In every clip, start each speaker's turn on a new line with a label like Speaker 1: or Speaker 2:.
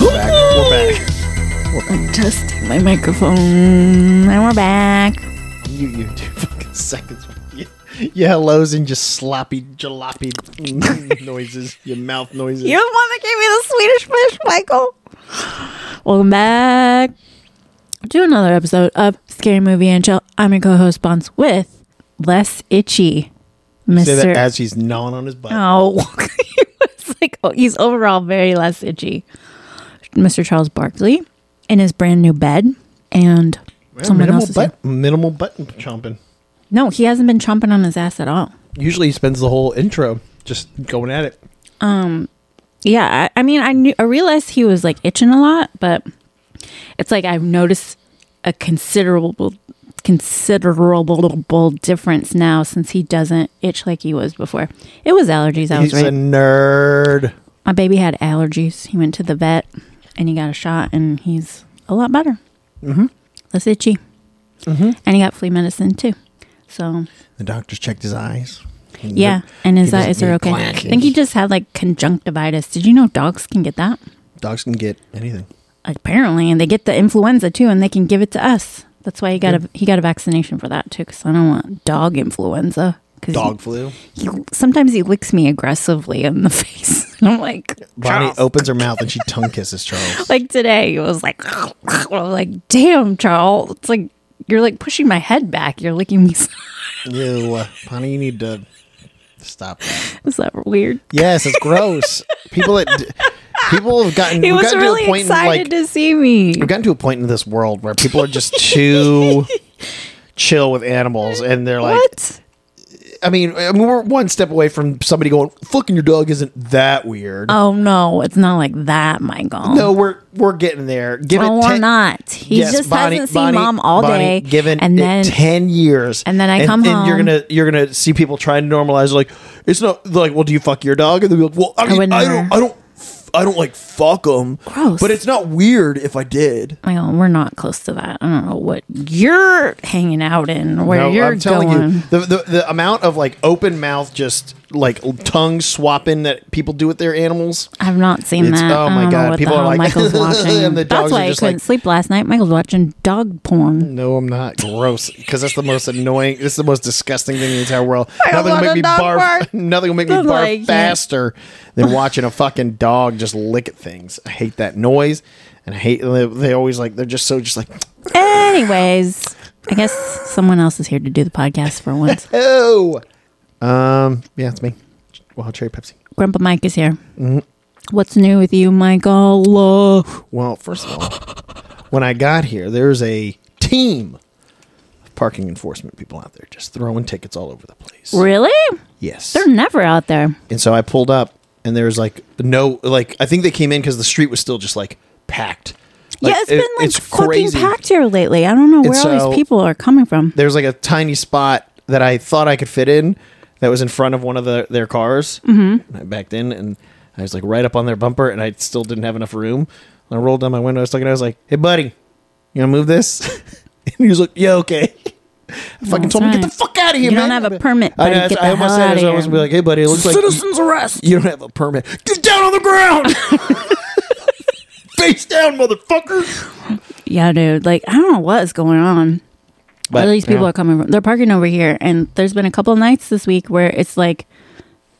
Speaker 1: We're back.
Speaker 2: Adjusting my microphone. And we're back.
Speaker 1: You, you two fucking seconds. You, you hellos and just sloppy, jalopy noises. Your mouth noises.
Speaker 2: You're the one that gave me the Swedish fish, Michael. Welcome back to another episode of Scary Movie and Chill. I'm your co-host Bonds with Less Itchy,
Speaker 1: Say
Speaker 2: Mister.
Speaker 1: that as he's gnawing on his butt.
Speaker 2: oh, he was like oh, he's overall very less itchy, Mister Charles Barkley, in his brand new bed, and
Speaker 1: Well,
Speaker 2: someone
Speaker 1: minimal
Speaker 2: else's.
Speaker 1: butt, minimal button chomping.
Speaker 2: No, he hasn't been chomping on his ass at all.
Speaker 1: Usually he spends the whole intro just going at it.
Speaker 2: Yeah, I, I mean, I knew I realized he was like itching a lot, but it's like I've noticed a considerable, considerable difference now since he doesn't itch like he was before. It was allergies. I was
Speaker 1: He's a
Speaker 2: right.
Speaker 1: nerd.
Speaker 2: My baby had allergies. He went to the vet and he got a shot, and he's a lot better. Mm-hmm. Less itchy. Mm-hmm. And he got flea medicine too. So
Speaker 1: The doctors checked his eyes.
Speaker 2: yeah, and his
Speaker 1: He doesn't
Speaker 2: eyes are
Speaker 1: need
Speaker 2: okay. I
Speaker 1: glasses.
Speaker 2: think he just had like conjunctivitis. Did you know dogs can get that?
Speaker 1: Dogs can get anything.
Speaker 2: apparently and they get the influenza too and they can give it to us that's why he got a he got a vaccination for that too because i don't want dog influenza because
Speaker 1: Dog flu.
Speaker 2: he, sometimes he licks me aggressively in the face and i'm like
Speaker 1: Bonnie
Speaker 2: "Charles."
Speaker 1: opens her mouth and she tongue kisses Charles.
Speaker 2: like today it was like I'm like damn charles it's like you're like pushing my head back you're licking me
Speaker 1: Ew, uh, Bonnie, you need to stop that.
Speaker 2: is that weird
Speaker 1: Yes, it's gross. people that d- people have gotten.
Speaker 2: he
Speaker 1: we've
Speaker 2: was
Speaker 1: gotten
Speaker 2: really
Speaker 1: to a point in,
Speaker 2: excited
Speaker 1: like,
Speaker 2: to see me
Speaker 1: We've gotten to a point in this world where people are just too chill with animals, and they're like,
Speaker 2: what
Speaker 1: I mean, I mean, we're one step away from somebody going, "Fucking your dog isn't that weird."
Speaker 2: oh no it's not like that michael
Speaker 1: no, we're we're getting there. Give
Speaker 2: no,
Speaker 1: it
Speaker 2: we're
Speaker 1: ten-
Speaker 2: not. He
Speaker 1: Yes,
Speaker 2: just
Speaker 1: Bonnie-
Speaker 2: hasn't seen
Speaker 1: Bonnie-
Speaker 2: mom all day.
Speaker 1: Bonnie, Given
Speaker 2: and
Speaker 1: it
Speaker 2: then
Speaker 1: ten years,
Speaker 2: and then I come home.
Speaker 1: You're gonna you're gonna see people try and normalize like it's not like well, do you fuck your dog? And they'll be like, well, I, mean,
Speaker 2: would
Speaker 1: I
Speaker 2: never.
Speaker 1: don't, I don't, f- I don't like fuck them.
Speaker 2: Gross.
Speaker 1: But it's not weird if I did.
Speaker 2: I go, we're not close to that. I don't know what you're hanging out in, where
Speaker 1: No,
Speaker 2: you're
Speaker 1: I'm telling
Speaker 2: going.
Speaker 1: you, the, the the amount of like open mouth, just like tongue swapping that people do with their animals.
Speaker 2: I've not seen
Speaker 1: It's-
Speaker 2: that.
Speaker 1: oh
Speaker 2: I
Speaker 1: my
Speaker 2: don't
Speaker 1: God,
Speaker 2: know what
Speaker 1: people
Speaker 2: the
Speaker 1: are
Speaker 2: hell
Speaker 1: like,
Speaker 2: Michael's watching.
Speaker 1: and the dogs
Speaker 2: That's
Speaker 1: are
Speaker 2: why I
Speaker 1: just
Speaker 2: couldn't
Speaker 1: like-
Speaker 2: sleep last night. Michael's watching dog porn.
Speaker 1: No, I'm not. Gross. Because that's the most annoying. This is the most disgusting thing in the entire world.
Speaker 2: I
Speaker 1: Nothing will
Speaker 2: want
Speaker 1: make
Speaker 2: a
Speaker 1: me
Speaker 2: dog
Speaker 1: barf.
Speaker 2: bark.
Speaker 1: Nothing will make me
Speaker 2: I'm
Speaker 1: barf
Speaker 2: like, yeah.
Speaker 1: faster than watching a fucking dog just lick at things. I hate that noise, and I hate they, they always like they're just so just like
Speaker 2: Anyways, I guess someone else is here to do the podcast for once.
Speaker 1: oh. Um. Yeah, it's me. Wild cherry Pepsi.
Speaker 2: Grandpa Mike is here.
Speaker 1: Mm-hmm.
Speaker 2: What's new with you, Michael? Uh,
Speaker 1: Well, first of all, when I got here, there's a team of parking enforcement people out there just throwing tickets all over the place.
Speaker 2: really?
Speaker 1: Yes.
Speaker 2: They're never out there.
Speaker 1: And so I pulled up, and there was like no, like I think they came in because the street was still just like packed.
Speaker 2: yeah, it's
Speaker 1: it-
Speaker 2: been like fucking packed here lately. I don't know where all
Speaker 1: so-
Speaker 2: these people are coming from.
Speaker 1: There's like a tiny spot that I thought I could fit in that was in front of one of the, their cars. Mm-hmm. And I backed in, and I was like right up on their bumper, and I still didn't have enough room. And I rolled down my window. I was looking. I was like, "Hey, buddy, you gonna move this?" and he was like, "Yeah, okay." I fucking
Speaker 2: Oh, That's
Speaker 1: told him,
Speaker 2: right.
Speaker 1: "Get the fuck out of here,
Speaker 2: You
Speaker 1: man!"
Speaker 2: don't have a permit,
Speaker 1: I,
Speaker 2: buddy.
Speaker 1: know,
Speaker 2: Get
Speaker 1: I
Speaker 2: the
Speaker 1: almost
Speaker 2: hell
Speaker 1: said it, I
Speaker 2: outta
Speaker 1: was almost
Speaker 2: here.
Speaker 1: be like, "Hey, buddy, it looks like
Speaker 2: arrest.
Speaker 1: You don't have a permit. Get down on the ground. Face down, motherfucker.
Speaker 2: Yeah, dude. Like, I don't know what is going on. Where these people are coming from. They're parking over here, and there's been a couple of nights this week where it's like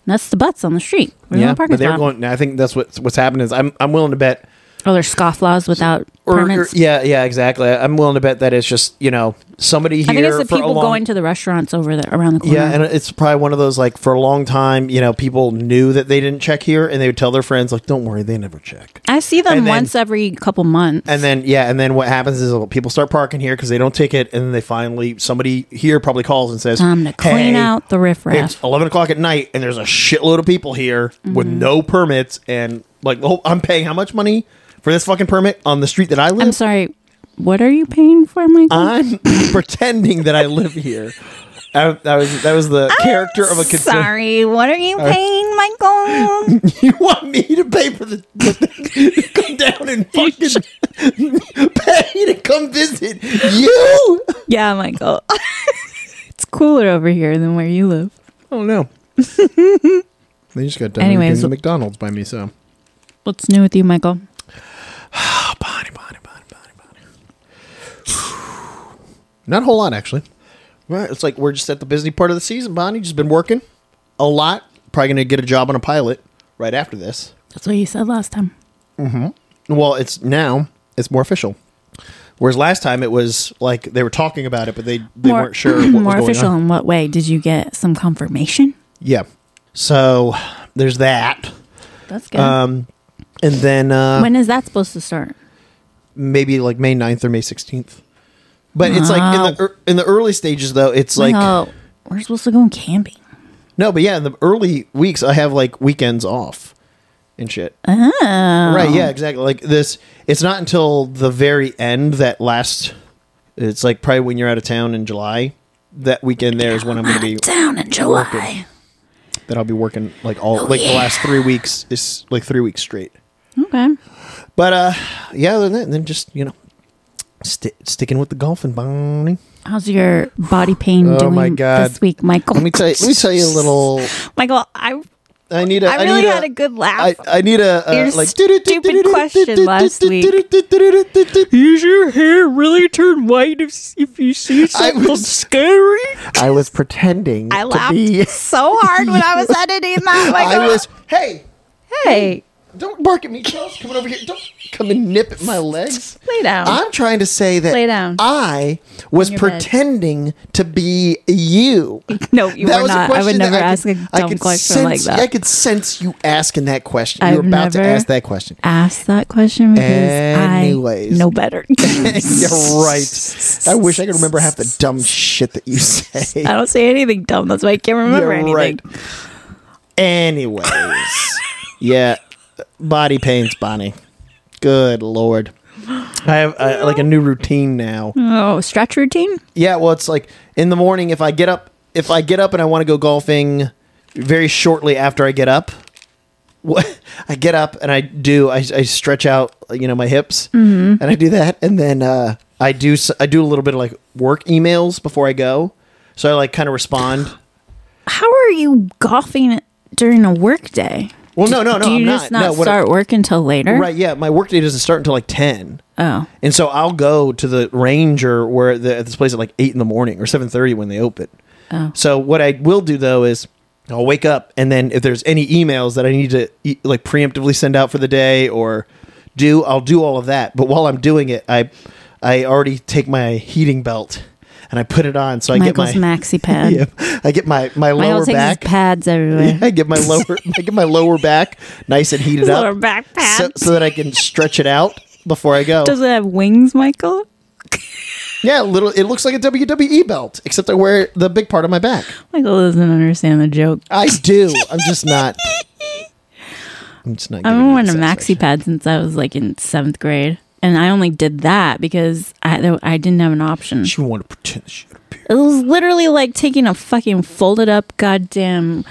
Speaker 2: nuts to butts on the street. We're
Speaker 1: yeah,
Speaker 2: in a parking
Speaker 1: but they're
Speaker 2: spot.
Speaker 1: going. I think that's what's what's happening is I'm I'm willing to bet.
Speaker 2: oh, there's scofflaws without
Speaker 1: Or, or-
Speaker 2: permits.
Speaker 1: yeah, yeah, exactly. I'm willing to bet that it's just you know somebody here.
Speaker 2: I think it's the
Speaker 1: for a
Speaker 2: people
Speaker 1: long-
Speaker 2: going to the restaurants over there around the corner.
Speaker 1: Yeah, and it's probably one of those like for a long time, you know, people knew that they didn't check here, and they would tell their friends like, "Don't worry, they never check."
Speaker 2: I see them
Speaker 1: and then-
Speaker 2: once every couple months.
Speaker 1: And then yeah, and then what happens is people start parking here because they don't take it, and then they finally somebody here probably calls and says,
Speaker 2: Time um, to clean
Speaker 1: "Hey,
Speaker 2: out the
Speaker 1: It's
Speaker 2: riffraff.
Speaker 1: 11 o'clock at night, and there's a shitload of people here with
Speaker 2: Mm-hmm.
Speaker 1: no permits. And like, the whole- I'm paying how much money for this fucking permit on the street that I
Speaker 2: I'm
Speaker 1: live?
Speaker 2: sorry. What are you paying for, Michael?
Speaker 1: I'm, pretending that I live here. I, that was that was the character of a Uh, concern.
Speaker 2: Sorry, what are you paying, Michael?
Speaker 1: You want me to pay for the, the thing to come down and fucking pay to come visit you?
Speaker 2: yeah, Michael. it's cooler over here than where you live.
Speaker 1: Oh no. they just got done
Speaker 2: Anyways.
Speaker 1: doing the McDonald's by me, so
Speaker 2: What's new with you, Michael?
Speaker 1: Not a whole lot, actually. Right, It's like we're just at the busy part of the season, Bonnie. Just been working a lot. Probably going to get a job on a pilot right after this.
Speaker 2: That's what you said last time.
Speaker 1: Well, it's now it's more official. Whereas last time it was like they were talking about it, but they, they
Speaker 2: more,
Speaker 1: weren't sure what
Speaker 2: more
Speaker 1: was going
Speaker 2: official
Speaker 1: on.
Speaker 2: in what way? Did you get some confirmation?
Speaker 1: Yeah. So there's that.
Speaker 2: That's good.
Speaker 1: Um, and then uh,
Speaker 2: when is that supposed to start?
Speaker 1: maybe like May 9th or May 16th. But it's like in the ear- in the early stages though, it's like
Speaker 2: oh, we're supposed to go camping.
Speaker 1: no, but yeah, in the early weeks I have like weekends off and shit.
Speaker 2: Oh.
Speaker 1: Right, yeah, exactly. Like this it's not until the very end that last it's like probably when you're out of town in July. That weekend there is when I'm going to be
Speaker 2: Down in July.
Speaker 1: that I'll be working like all like the
Speaker 2: Oh, yeah.
Speaker 1: last 3 weeks is like 3 weeks straight.
Speaker 2: Okay.
Speaker 1: But uh yeah, other than that, then just, you know, sti sticking with the golfing, Bonnie.
Speaker 2: How's your body pain
Speaker 1: Oh,
Speaker 2: doing
Speaker 1: my God.
Speaker 2: this week, Michael?
Speaker 1: Let me tell you. Let me tell you a little.
Speaker 2: Michael, I
Speaker 1: I need a.
Speaker 2: I really
Speaker 1: need
Speaker 2: had a good laugh.
Speaker 1: I, I need a. Uh,
Speaker 2: Your
Speaker 1: like
Speaker 2: stupid question last week.
Speaker 3: Does your hair really turn white if, if you see something
Speaker 1: was-
Speaker 3: scary?
Speaker 1: I was pretending.
Speaker 2: I
Speaker 1: to
Speaker 2: laughed Oh
Speaker 1: be-
Speaker 2: so hard when I was editing that.
Speaker 1: I
Speaker 2: Michael.
Speaker 1: was. Hey,
Speaker 2: hey,
Speaker 1: don't bark at me, Charles. Coming over here. Don't come and nip at my legs.
Speaker 2: lay down.
Speaker 1: I'm trying to say that
Speaker 2: Lay down.
Speaker 1: I was
Speaker 2: your bed.
Speaker 1: pretending to be you.
Speaker 2: no, you
Speaker 1: that
Speaker 2: were
Speaker 1: was
Speaker 2: not.
Speaker 1: a
Speaker 2: I
Speaker 1: question
Speaker 2: would
Speaker 1: that
Speaker 2: never
Speaker 1: could-
Speaker 2: ask a
Speaker 1: I
Speaker 2: dumb
Speaker 1: could
Speaker 2: question like
Speaker 1: sense-
Speaker 2: that.
Speaker 1: I could sense you asking that question. you were
Speaker 2: I've
Speaker 1: about to
Speaker 2: never-
Speaker 1: ask that question.
Speaker 2: ask that question because
Speaker 1: Anyways.
Speaker 2: I know better. I
Speaker 1: You're right. I wish I could remember half the dumb shit that you say.
Speaker 2: don't say anything dumb. That's why I can't remember anything.
Speaker 1: Anyways, yeah, body pains, Bonnie. Good lord, I have uh, like a new routine now.
Speaker 2: Oh, stretch routine.
Speaker 1: Yeah, well, it's like in the morning if I get up, if I get up and I want to go golfing, very shortly after I get up, what I get up and I do, I, I stretch out, you know, my hips, and I do that, and then uh, I do, s- I do a little bit of like work emails before I go, so I like kind of respond.
Speaker 2: How are you golfing during a work day?
Speaker 1: Well, no, no, no,
Speaker 2: Do you
Speaker 1: I'm
Speaker 2: just
Speaker 1: not.
Speaker 2: not,
Speaker 1: No, what I-
Speaker 2: start work until later?
Speaker 1: Right, yeah, my workday doesn't start until like ten.
Speaker 2: Oh,
Speaker 1: And so I'll go to the ranger where the, at this place at like eight in the morning or seven thirty when they open.
Speaker 2: Oh.
Speaker 1: So what I will do though is I'll wake up and then if there's any emails that I need to e- like preemptively send out for the day or do, I'll do all of that. But while I'm doing it, I I already take my heating belt and I put it on so I
Speaker 2: Michael's
Speaker 1: get my
Speaker 2: maxi pad.
Speaker 1: yeah, I get my my
Speaker 2: Michael
Speaker 1: lower
Speaker 2: takes
Speaker 1: back.
Speaker 2: his pads everywhere.
Speaker 1: I get my lower I get my lower back nice and heated
Speaker 2: His
Speaker 1: up
Speaker 2: lower back pad.
Speaker 1: so, so that I can stretch it out before I go.
Speaker 2: Does it have wings, Michael?
Speaker 1: Yeah, little. It looks like a WWE belt, except I wear the big part of my back.
Speaker 2: Michael doesn't understand the joke.
Speaker 1: I do. I'm just not. I'm just not.
Speaker 2: I
Speaker 1: giving
Speaker 2: remember
Speaker 1: you
Speaker 2: wearing a
Speaker 1: the
Speaker 2: maxi
Speaker 1: satisfaction.
Speaker 2: pad since I was like in seventh grade, and I only did that because I there- I didn't have an option.
Speaker 1: She wanted to pretend she had a beard.
Speaker 2: It was literally like taking a fucking folded up goddamn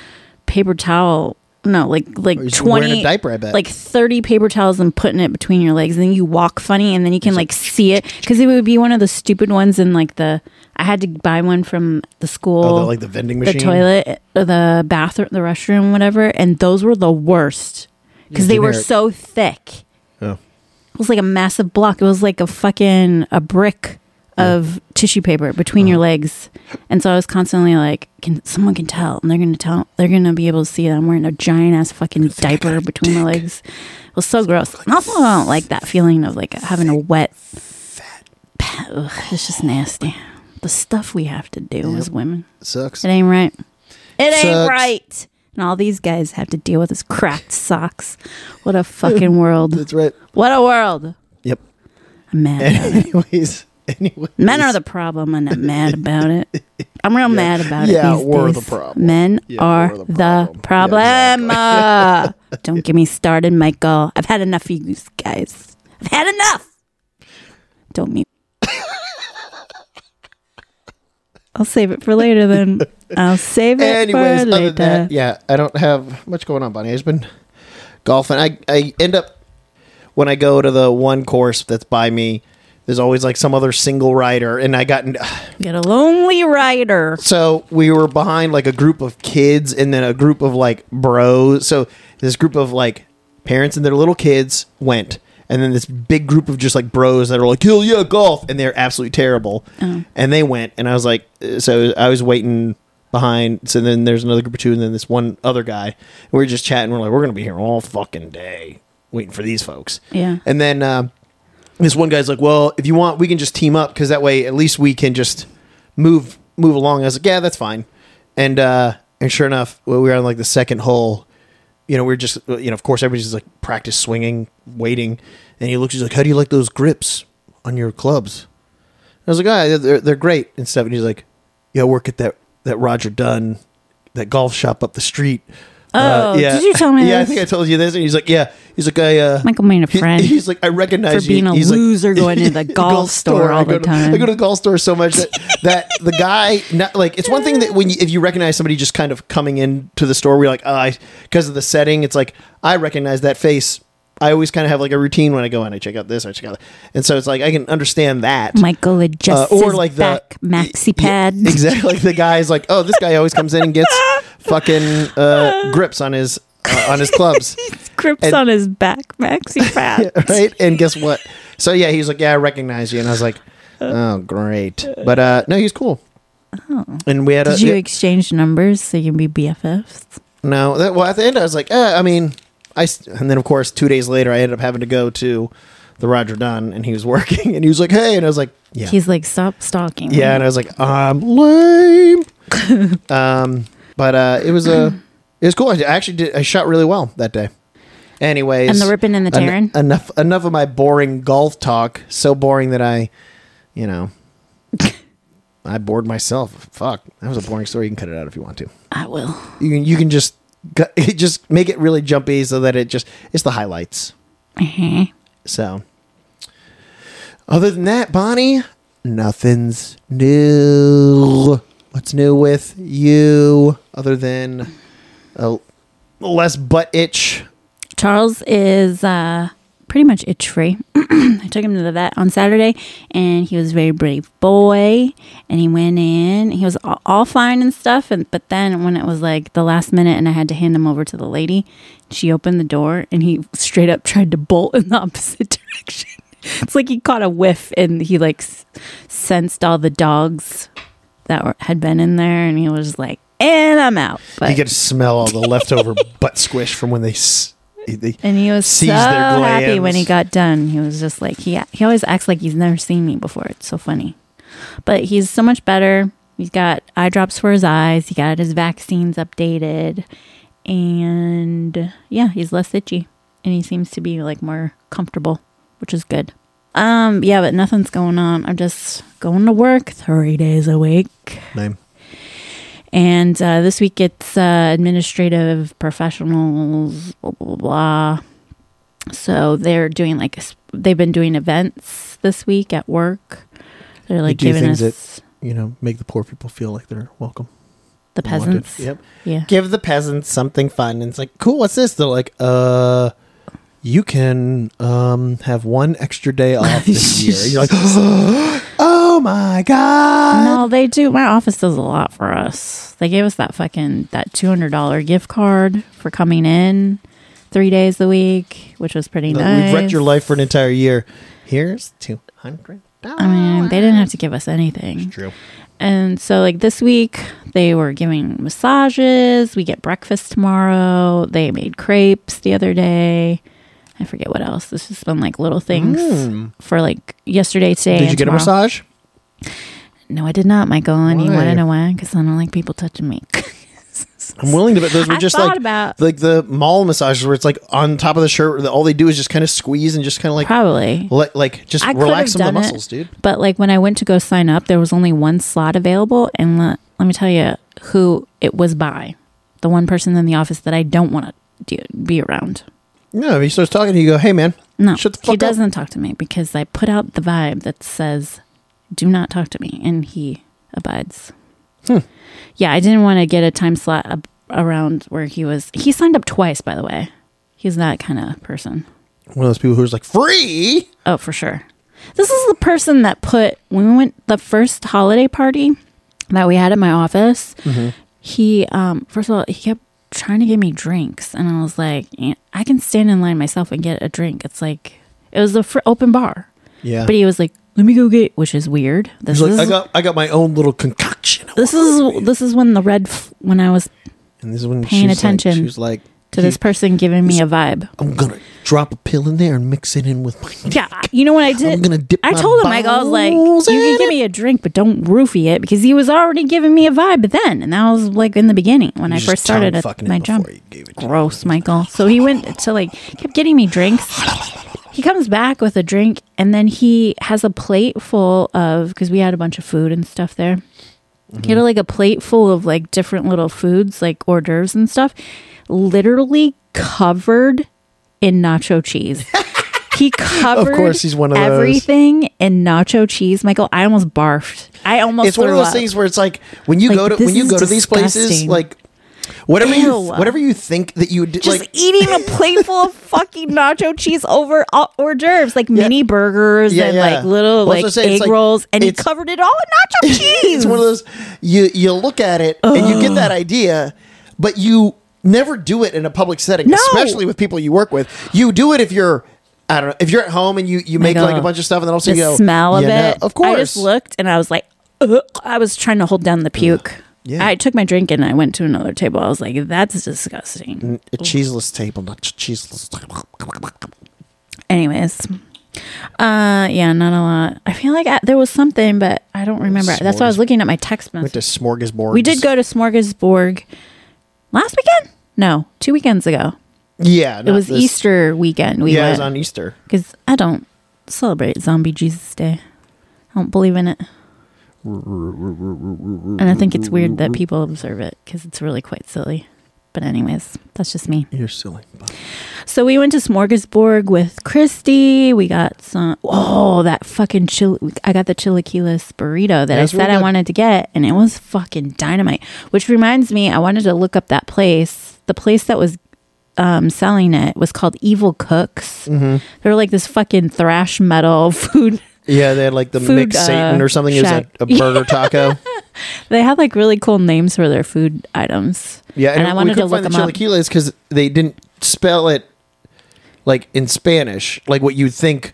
Speaker 2: paper towel. No, like like
Speaker 1: Or just
Speaker 2: twenty
Speaker 1: wearing a diaper, I bet.
Speaker 2: like thirty paper towels and putting it between your legs. And then you walk funny, and then you can like see it because it would be one of the stupid ones. in like the I had to buy one from the school,
Speaker 1: Oh, the, like the vending machine.
Speaker 2: the toilet, or the bathroom, the restroom, whatever. And those were the worst because they were
Speaker 1: Generic.
Speaker 2: so thick.
Speaker 1: Oh.
Speaker 2: It was like a massive block. It was like a fucking a brick of tissue paper between
Speaker 1: Uh-huh.
Speaker 2: your legs. And so I was constantly like, can someone can tell and they're gonna tell they're gonna be able to see that I'm wearing a giant ass fucking diaper between my legs. It was so gross. And also I don't like that feeling of like having a wet Ugh, it's just nasty. The stuff we have to do as women.
Speaker 1: Sucks.
Speaker 2: It ain't right. It
Speaker 1: Sucks.
Speaker 2: ain't right. And all these guys have to deal with his cracked socks. What a fucking world.
Speaker 1: That's right.
Speaker 2: What a world.
Speaker 1: Yep.
Speaker 2: I'm mad.
Speaker 1: Anyways. Anyway.
Speaker 2: Men are the problem, and I'm mad about it. I'm real mad about
Speaker 1: Yeah,
Speaker 2: it. these
Speaker 1: we're
Speaker 2: days.
Speaker 1: the problem.
Speaker 2: Men
Speaker 1: Yeah,
Speaker 2: are
Speaker 1: we're the
Speaker 2: the problem.
Speaker 1: problem.
Speaker 2: Uh, Don't get me started, Michael. I've had enough of you guys. I've had enough. Don't mute. I'll save it for later then. I'll save it
Speaker 1: Anyways,
Speaker 2: for
Speaker 1: other
Speaker 2: later.
Speaker 1: than that, yeah, I don't have much going on, Bonnie. I've been golfing. I, I end up when I go to the one course that's by me. There's always like some other single rider, and I got in,
Speaker 2: Get a lonely rider.
Speaker 1: so we were behind like a group of kids and then a group of like bros. So this group of like parents and their little kids went, and then this big group of just like bros that are like, "Hell yeah, golf," and they're absolutely terrible. And they went, and I was like, so I was waiting behind. So then there's another group of two, and then this one other guy. And we were just chatting. We're like, we're gonna be here all fucking day waiting for these folks.
Speaker 2: Yeah.
Speaker 1: And then um this one guy's like, well, if you want, we can just team up because that way at least we can just move move along. I was like, yeah, that's fine. And uh, and sure enough, well, we were on like the second hole. You know, we are just uh, you know, of course, everybody's just like practice swinging, waiting. And he looks, he's like, how do you like those grips on your clubs? And I was like, ah, they're, they're great and stuff. And he's like, yeah, I work at that that Roger Dunn, that golf shop up the street. Uh,
Speaker 2: Oh, did you tell me
Speaker 1: yeah, I
Speaker 2: this?
Speaker 1: think I told you this. And he's like, yeah. He's like, I uh,
Speaker 2: Michael made a
Speaker 1: he-
Speaker 2: friend.
Speaker 1: he's like, I recognize
Speaker 2: For being
Speaker 1: you.
Speaker 2: a
Speaker 1: He's like-
Speaker 2: loser going to the golf store all
Speaker 1: I go
Speaker 2: the
Speaker 1: to-
Speaker 2: time.
Speaker 1: I go to the golf store so much that, that the guy, not, like, it's one thing that when you, if you recognize somebody just kind of coming into the store, we're like, ah, because of the setting, it's like I recognize that face. I always kind of have like a routine when I go in. I check out this, I check out, that. and so it's like I can understand that.
Speaker 2: Michael adjusts
Speaker 1: Uh,
Speaker 2: or like his back maxi pad.
Speaker 1: Yeah, exactly. Like the guy's like, oh, this guy always comes in and gets fucking uh, grips on his uh, on his clubs.
Speaker 2: Grips
Speaker 1: And-
Speaker 2: on his back maxi pad.
Speaker 1: right? And guess what? So yeah, he's like, yeah, I recognize you, and I was like, oh, great. But uh, no, he's cool. And we had a
Speaker 2: Oh. Did you
Speaker 1: Uh, yeah,
Speaker 2: exchange numbers so you can be BFFs?
Speaker 1: no. That, well, at the end, I was like, eh, I mean, I s- and then of course two days later, I ended up having to go to the Roger Dunn, and he was working, and he was like, hey, and I was like, yeah,
Speaker 2: He's like, stop stalking. me."
Speaker 1: yeah, and I was like, I'm lame. um, but uh, it was a, it was cool. I actually did. I shot really well that day. Anyways,
Speaker 2: And the ripping and the
Speaker 1: en-
Speaker 2: tearing?
Speaker 1: enough, enough of my boring golf talk. So boring that I, you know, I bored myself. Fuck, that was a boring story. You can cut it out if you want to.
Speaker 2: I will.
Speaker 1: You can, you can just, cut- just make it really jumpy so that it just, it's the highlights.
Speaker 2: Uh-huh.
Speaker 1: So, other than that, Bonnie, nothing's new. What's new with you other than a less butt itch?
Speaker 2: Charles is uh, pretty much itch free. I took him to the vet on Saturday, and he was a very brave boy. And he went in. He was all, all fine and stuff. And but then when it was like the last minute, and I had to hand him over to the lady, she opened the door, and he straight up tried to bolt in the opposite direction. it's like he caught a whiff, and he like s- sensed all the dogs that were, had been in there, and he was like, "And I'm out." But
Speaker 1: You get to smell all the leftover butt squish from when they. s- they
Speaker 2: And he was so
Speaker 1: seize their
Speaker 2: happy
Speaker 1: glands.
Speaker 2: when he got done. He was just like he he always acts like he's never seen me before. It's so funny. But he's so much better. He's got eye drops for his eyes. He got his vaccines updated. And yeah, he's less itchy and he seems to be like more comfortable, which is good. Um yeah, but nothing's going on. I'm just going to work 3 days a week.
Speaker 1: name.
Speaker 2: And uh, this week it's uh, administrative professionals, blah, blah, blah. So they're doing like, a s- they've been doing events this week at work. They're like
Speaker 1: do
Speaker 2: giving
Speaker 1: things
Speaker 2: us
Speaker 1: You know, make the poor people feel like they're welcome.
Speaker 2: the peasants.
Speaker 1: Yep.
Speaker 2: Yeah.
Speaker 1: Give the peasants something fun. And it's like, cool, what's this? They're like, uh, you can um, have one extra day off this year. You're like, oh my God.
Speaker 2: No, they do. My office does a lot for us. They gave us that fucking, that $200 gift card for coming in three days a week, which was pretty
Speaker 1: Like,
Speaker 2: nice.
Speaker 1: We've wrecked your life for an entire year. Here's two hundred dollars.
Speaker 2: I mean, they didn't have to give us anything.
Speaker 1: True.
Speaker 2: And so, like this week, they were giving massages. We get breakfast tomorrow. They made crepes the other day. I forget what else. This has been like little things for like yesterday, today.
Speaker 1: Hmm. Did
Speaker 2: and
Speaker 1: you get a
Speaker 2: tomorrow.
Speaker 1: massage?
Speaker 2: No, I did not, Michael. And you
Speaker 1: Why?
Speaker 2: want to know why? Because I don't like people touching me.
Speaker 1: I'm willing to bet those were
Speaker 2: I
Speaker 1: just
Speaker 2: thought
Speaker 1: like
Speaker 2: about-
Speaker 1: like the mall massages where it's like on top of the shirt. All they do is just kind of squeeze and just kind of like
Speaker 2: Probably.
Speaker 1: let, like just
Speaker 2: I could have
Speaker 1: relax some of the
Speaker 2: done it,
Speaker 1: muscles, dude.
Speaker 2: But like when I went to go sign up, there was only one slot available, and let, let me tell you who it was by. The one person in the office that I don't want to be around.
Speaker 1: No, if he starts talking, to you you go, "Hey, man,
Speaker 2: No,
Speaker 1: shut the fuck
Speaker 2: he
Speaker 1: up."
Speaker 2: doesn't talk to me because I put out the vibe that says, "Do not talk to me," and he abides.
Speaker 1: Hmm.
Speaker 2: Yeah, I didn't want to get a time slot ab- around where he was. He signed up twice, by the way. He's that kind of person.
Speaker 1: One of those people who's like free.
Speaker 2: Oh, for sure. This is the person that put when we went the first holiday party that we had at my office.
Speaker 1: Mm-hmm.
Speaker 2: He um first of all, he kept trying to give me drinks and I was like, "Eh, I can stand in line myself and get a drink. It's like It was a fr- open bar,
Speaker 1: Yeah.
Speaker 2: but he was like, "Let me go get," which is weird. This
Speaker 1: He's like,
Speaker 2: is
Speaker 1: I got I got my own little concoction.
Speaker 2: this is this is when the red f- when I was
Speaker 1: And this is when
Speaker 2: Paying
Speaker 1: she was
Speaker 2: attention
Speaker 1: Like, she was like,
Speaker 2: to this person giving me a vibe.
Speaker 1: I'm gonna drop a pill in there and mix it in with my.
Speaker 2: Yeah, you know what I did?
Speaker 1: I'm gonna dip
Speaker 2: I
Speaker 1: my
Speaker 2: told him, like, I was like, you
Speaker 1: balls
Speaker 2: can
Speaker 1: in
Speaker 2: give
Speaker 1: it."
Speaker 2: me a drink, but don't roofie it because he was already giving me a vibe then, and that was like in the beginning when I
Speaker 1: Just
Speaker 2: first started
Speaker 1: tongue
Speaker 2: at
Speaker 1: fucking it
Speaker 2: my
Speaker 1: before
Speaker 2: job.
Speaker 1: you gave it to me.
Speaker 2: Gross, Michael. So he went to like kept getting me drinks. He comes back with a drink, and then he has a plate full of because we had a bunch of food and stuff there. He
Speaker 1: Mm-hmm.
Speaker 2: had like a plate full of like different little foods, like hors d'oeuvres and stuff, literally covered in nacho cheese. He covered
Speaker 1: course, he's one of those.
Speaker 2: everything in nacho cheese. Michael, I almost barfed. I almost
Speaker 1: It's one of
Speaker 2: threw
Speaker 1: those
Speaker 2: up.
Speaker 1: things where it's like when you
Speaker 2: Like,
Speaker 1: go to
Speaker 2: this
Speaker 1: when you
Speaker 2: is
Speaker 1: go to these places,
Speaker 2: disgusting.
Speaker 1: like whatever you
Speaker 2: Ew.
Speaker 1: whatever you think that you did,
Speaker 2: just
Speaker 1: like
Speaker 2: eating a plate full of fucking nacho cheese over all hors d'oeuvres, like mini burgers
Speaker 1: Yeah,
Speaker 2: and
Speaker 1: yeah.
Speaker 2: like little like
Speaker 1: Well, that's what I'm saying.
Speaker 2: egg
Speaker 1: It's like-
Speaker 2: rolls, and he
Speaker 1: it's-
Speaker 2: covered it all in nacho cheese.
Speaker 1: it's one of those you you look at it and you get that idea, but you never do it in a public setting,
Speaker 2: No.
Speaker 1: especially with people you work with. You do it if you're I don't know if you're at home and you you make like
Speaker 2: God.
Speaker 1: a bunch of stuff and then also
Speaker 2: the
Speaker 1: you go
Speaker 2: smell of
Speaker 1: "You know,
Speaker 2: it.
Speaker 1: Of course,
Speaker 2: I just looked and I was like, "Ugh." I was trying to hold down the puke.
Speaker 1: Yeah.
Speaker 2: I took my drink and I went to another table. I was like, that's disgusting.
Speaker 1: a cheeseless table, not ch- cheeseless. Table.
Speaker 2: Anyways, uh, yeah, not a lot. I feel like I, there was something, but I don't remember. That's why I was
Speaker 1: Smorgas-
Speaker 2: looking at my text
Speaker 1: Went to
Speaker 2: message.
Speaker 1: smorgasbord.
Speaker 2: We did go to Smorgasborg last weekend. No, two weekends ago.
Speaker 1: Yeah,
Speaker 2: It was Easter weekend. We
Speaker 1: Yeah, it was
Speaker 2: went
Speaker 1: on Easter.
Speaker 2: because I don't celebrate Zombie Jesus Day. I don't believe in it, and I think it's weird that people observe it because it's really quite silly. But anyways, that's just me.
Speaker 1: You're silly. Bob.
Speaker 2: So we went to Smorgasborg with Christy. We got some. Oh, that fucking chili! I got the chilaquiles burrito that I
Speaker 1: That's
Speaker 2: said
Speaker 1: really
Speaker 2: I
Speaker 1: good.
Speaker 2: wanted to get, and it was fucking dynamite. Which reminds me, I wanted to look up that place. The place that was um, selling it was called Evil Cooks.
Speaker 1: Mm-hmm.
Speaker 2: They were like this fucking thrash metal food.
Speaker 1: Yeah, they had like the
Speaker 2: Food,
Speaker 1: mixed Satan
Speaker 2: uh,
Speaker 1: or something. It was a,
Speaker 2: shack.
Speaker 1: a burger taco.
Speaker 2: They had like really cool names for their food items.
Speaker 1: Yeah,
Speaker 2: and, I
Speaker 1: we
Speaker 2: wanted to
Speaker 1: couldn't
Speaker 2: look
Speaker 1: find
Speaker 2: them
Speaker 1: the
Speaker 2: up.
Speaker 1: chilaquiles because they didn't spell it like in Spanish, like what you'd think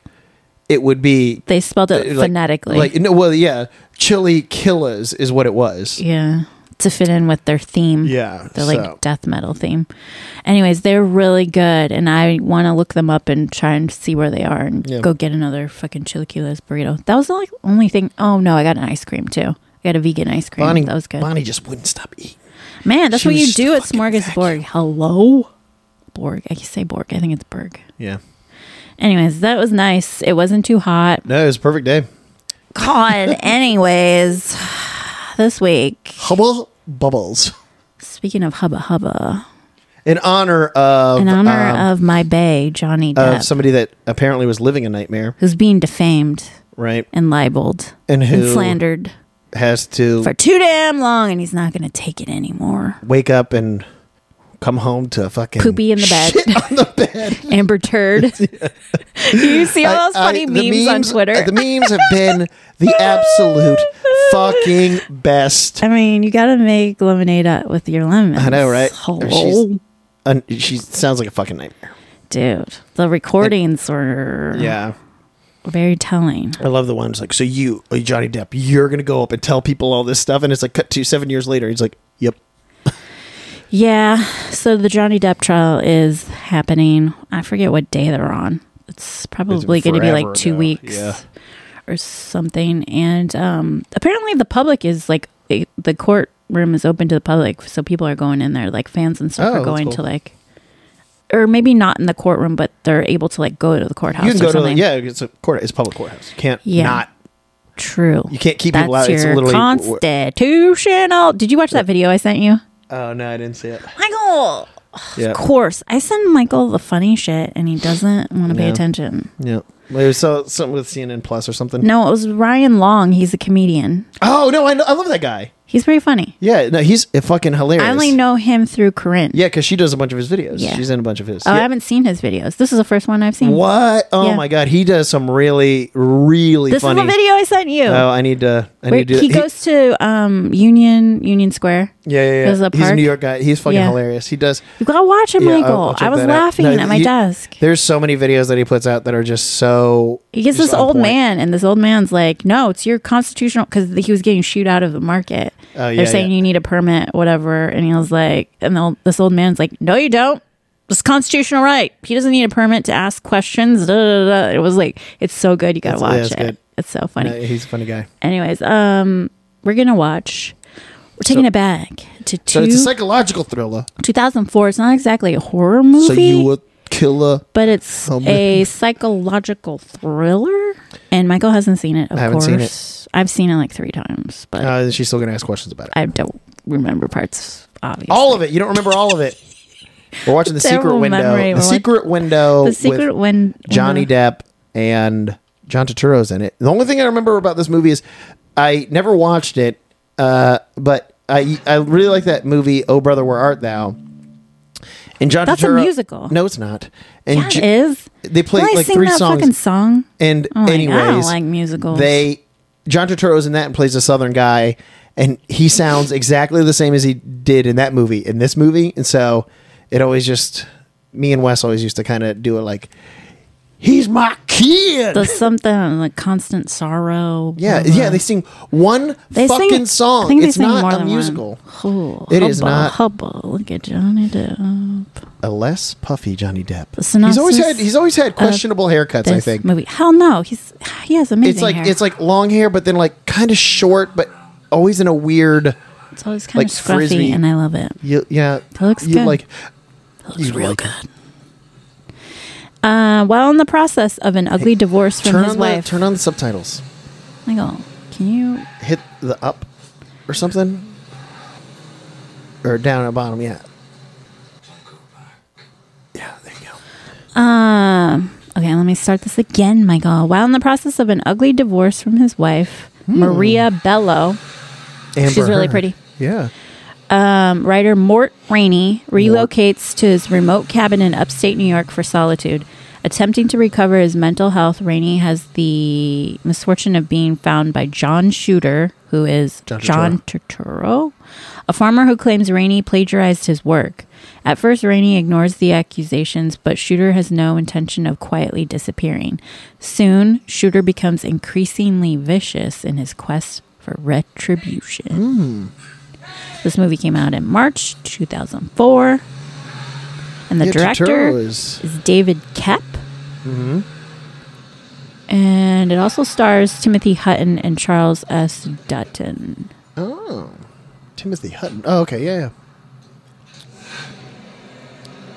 Speaker 1: it would be.
Speaker 2: They spelled it
Speaker 1: uh, like-
Speaker 2: phonetically.
Speaker 1: like no, well, yeah, chili killas is what it was.
Speaker 2: yeah, to fit in with their theme.
Speaker 1: Yeah,
Speaker 2: They're like
Speaker 1: so-
Speaker 2: death metal theme. Anyways, they're really good, and I want to look them up and try and see where they are and
Speaker 1: Yeah.
Speaker 2: go get another fucking chilaquiles burrito. That was the like, only thing. Oh no, I got an ice cream too. I got a vegan ice cream.
Speaker 1: Bonnie,
Speaker 2: that was good.
Speaker 1: Bonnie just wouldn't stop eating.
Speaker 2: Man, that's
Speaker 1: she
Speaker 2: what
Speaker 1: was
Speaker 2: you
Speaker 1: just
Speaker 2: do
Speaker 1: a
Speaker 2: at
Speaker 1: fucking
Speaker 2: Smorgasborg. Hello, Borg. I can say Borg. I think it's Berg.
Speaker 1: Yeah,
Speaker 2: Anyways, that was nice. It wasn't too hot.
Speaker 1: no, it was a perfect day.
Speaker 2: God. Anyways, this week,
Speaker 1: Hubble bubbles
Speaker 2: speaking of hubba hubba,
Speaker 1: in honor of
Speaker 2: in honor
Speaker 1: um,
Speaker 2: of my bay Johnny
Speaker 1: of
Speaker 2: Depp,
Speaker 1: somebody that apparently was living a nightmare,
Speaker 2: who's being defamed
Speaker 1: right?
Speaker 2: and libeled
Speaker 1: And
Speaker 2: and
Speaker 1: who
Speaker 2: slandered
Speaker 1: has to
Speaker 2: for too damn long, and he's not going to take it anymore.
Speaker 1: wake up and come home to fucking
Speaker 2: Poopy in the bed.
Speaker 1: shit on the bed.
Speaker 2: Amber Turd. you see all those
Speaker 1: I- I-
Speaker 2: funny
Speaker 1: the
Speaker 2: memes, on Twitter.
Speaker 1: uh, The memes have been the absolute fucking best.
Speaker 2: I mean, you got to make lemonade out with your lemons. Oh,
Speaker 1: I know, right?
Speaker 2: Hello,
Speaker 1: And she sounds like a fucking nightmare.
Speaker 2: dude. The recordings were
Speaker 1: Yeah,
Speaker 2: very telling.
Speaker 1: I love the ones like so. You, uh, Johnny Depp, you're gonna go up and tell people all this stuff, and it's like cut to seven years later. He's like, "Yep,
Speaker 2: Yeah. So the Johnny Depp trial is happening. I forget what day they're on. It's probably going to be
Speaker 1: forever
Speaker 2: like two
Speaker 1: now.
Speaker 2: weeks
Speaker 1: Yeah.
Speaker 2: or something. And um, apparently, the public is like it, the courtroom is open to the public, so people are going in there. Like fans and
Speaker 1: Oh,
Speaker 2: stuff are
Speaker 1: that's
Speaker 2: going to
Speaker 1: cool.
Speaker 2: like, or maybe not in the courtroom, but they're able to like go to the courthouse.
Speaker 1: you can
Speaker 2: or
Speaker 1: go to the,
Speaker 2: something.
Speaker 1: yeah. It's a court. It's a public courthouse. You can't
Speaker 2: Yeah.
Speaker 1: not.
Speaker 2: True.
Speaker 1: You can't keep
Speaker 2: That's
Speaker 1: people out. It's
Speaker 2: your
Speaker 1: literally.
Speaker 2: constitutional. Did you watch that video I sent you?
Speaker 1: oh no, I didn't see it.
Speaker 2: Michael.
Speaker 1: Yeah,
Speaker 2: Of course. I send Michael the funny shit and he doesn't want to pay
Speaker 1: Yeah.
Speaker 2: attention.
Speaker 1: yeah. Well, it was so, something with CNN Plus or something.
Speaker 2: No, it was Ryan Long. He's a comedian.
Speaker 1: Oh no, I, I love that guy.
Speaker 2: He's pretty funny.
Speaker 1: Yeah, no, he's uh, fucking hilarious.
Speaker 2: I only know him through Corinne.
Speaker 1: Yeah, because she does a bunch of his videos.
Speaker 2: Yeah.
Speaker 1: She's in a bunch of his.
Speaker 2: Oh, I
Speaker 1: yeah.
Speaker 2: haven't seen his videos. This is the first one I've seen.
Speaker 1: What? Oh
Speaker 2: Yeah.
Speaker 1: my god, he does some really, really
Speaker 2: This
Speaker 1: funny.
Speaker 2: is the video I sent you.
Speaker 1: Oh, I need to. I
Speaker 2: Where
Speaker 1: need to. do
Speaker 2: he
Speaker 1: that.
Speaker 2: goes to um, Union Union Square.
Speaker 1: yeah, yeah, yeah.
Speaker 2: goes to the
Speaker 1: He's a
Speaker 2: park.
Speaker 1: New York guy. He's fucking
Speaker 2: Yeah.
Speaker 1: hilarious. He does.
Speaker 2: You gotta watch him,
Speaker 1: Yeah, I'll-
Speaker 2: Michael.
Speaker 1: I'll check
Speaker 2: I was
Speaker 1: that out.
Speaker 2: laughing
Speaker 1: No,
Speaker 2: at my
Speaker 1: you-
Speaker 2: desk.
Speaker 1: There's so many videos that he puts out that are just so.
Speaker 2: He gets
Speaker 1: just
Speaker 2: this
Speaker 1: on
Speaker 2: old
Speaker 1: point.
Speaker 2: man, and this old man's like, "No, it's your constitutional," because he was getting shoot out of the market.
Speaker 1: Oh, yeah,
Speaker 2: They're saying
Speaker 1: yeah.
Speaker 2: you need a permit, whatever, and he was like, and the, old- this old man's like, "No, you don't. This is constitutional right. He doesn't need a permit to ask questions." Da, da, da, da. It was like, it's so good. You gotta
Speaker 1: It's- yeah,
Speaker 2: watch
Speaker 1: it's
Speaker 2: it.
Speaker 1: good.
Speaker 2: It's so funny.
Speaker 1: No, he's a funny guy.
Speaker 2: Anyways, um, we're gonna watch. We're taking it back to two,
Speaker 1: So it's a psychological thriller.
Speaker 2: 2004. It's not exactly a horror movie,
Speaker 1: So you a killer?
Speaker 2: but it's
Speaker 1: Oh,
Speaker 2: a psychological thriller. And Michael hasn't seen it. Of
Speaker 1: I haven't
Speaker 2: course,
Speaker 1: seen
Speaker 2: I've seen it like three times, but
Speaker 1: Uh, she's still gonna ask questions about it.
Speaker 2: I don't remember parts. Obviously,
Speaker 1: all of it. You don't remember all of it. We're watching the secret
Speaker 2: Terrible
Speaker 1: window.
Speaker 2: memory.
Speaker 1: The
Speaker 2: We're watch-
Speaker 1: secret window.
Speaker 2: the
Speaker 1: with
Speaker 2: secret when
Speaker 1: Johnny Depp and John Turturro's in it. The only thing I remember about this movie is I never watched it, uh, but I I really like that movie. Oh brother, where art thou? And John
Speaker 2: That's a
Speaker 1: Turturro-
Speaker 2: musical.
Speaker 1: No, it's not. And
Speaker 2: Yeah, it
Speaker 1: J-
Speaker 2: is.
Speaker 1: they played
Speaker 2: Don't I
Speaker 1: like
Speaker 2: sing
Speaker 1: three
Speaker 2: that
Speaker 1: songs.
Speaker 2: Fucking song.
Speaker 1: And
Speaker 2: Oh my God,
Speaker 1: anyways,
Speaker 2: I don't like musicals.
Speaker 1: They John Turturro's in that and plays a southern guy, and he sounds exactly the same as he did in that movie in this movie, and so it always just me and Wes always used to kind of do it like. He's my kid.
Speaker 2: the something like constant sorrow.
Speaker 1: yeah,
Speaker 2: blah,
Speaker 1: yeah.
Speaker 2: blah.
Speaker 1: They sing one fucking song.
Speaker 2: I think they
Speaker 1: it's
Speaker 2: sing
Speaker 1: not
Speaker 2: more
Speaker 1: a
Speaker 2: than
Speaker 1: musical.
Speaker 2: One. Oh,
Speaker 1: It is not-
Speaker 2: Hubba, look at Johnny Depp.
Speaker 1: A less puffy Johnny Depp. He's
Speaker 2: synopsis
Speaker 1: always had he's always had questionable haircuts. I
Speaker 2: This
Speaker 1: think
Speaker 2: movie. Hell no, he's he has amazing.
Speaker 1: it's like
Speaker 2: hair.
Speaker 1: it's like long hair, but then like kind of short, but always in a weird.
Speaker 2: It's always kind
Speaker 1: like
Speaker 2: of scruffy,
Speaker 1: frisbee.
Speaker 2: and I love it.
Speaker 1: You, yeah,
Speaker 2: That looks
Speaker 1: you
Speaker 2: good.
Speaker 1: like
Speaker 2: It looks
Speaker 1: You
Speaker 2: real
Speaker 1: like
Speaker 2: good. Uh, while in the process of an ugly divorce from
Speaker 1: turn
Speaker 2: his
Speaker 1: on
Speaker 2: wife,
Speaker 1: the turn on the subtitles.
Speaker 2: Michael, can you?
Speaker 1: Hit the up or something, or down at bottom. Yeah, yeah. There you go.
Speaker 2: Um, okay, let me start this again, Michael. While in the process of an ugly divorce from his wife,
Speaker 1: Hmm.
Speaker 2: Maria Bello,
Speaker 1: Amber
Speaker 2: really
Speaker 1: Heard.
Speaker 2: pretty.
Speaker 1: Yeah,
Speaker 2: um, writer Mort Rainey relocates to his remote cabin in upstate New York for solitude. Attempting to recover his mental health, Rainey has the misfortune of being found by John Shooter, who is
Speaker 1: John
Speaker 2: John, Turturro, a farmer who claims Rainey plagiarized his work. At first, Rainey ignores the accusations, but Shooter has no intention of quietly disappearing. Soon, Shooter becomes increasingly vicious in his quest for retribution. This movie came out in March 2004. And the
Speaker 1: Yeah,
Speaker 2: director
Speaker 1: Turturro
Speaker 2: is.
Speaker 1: is
Speaker 2: David Kep.
Speaker 1: Mm-hmm.
Speaker 2: And it also stars Timothy Hutton and Charles S. Dutton.
Speaker 1: Timothy Hutton. Oh, okay, yeah, yeah.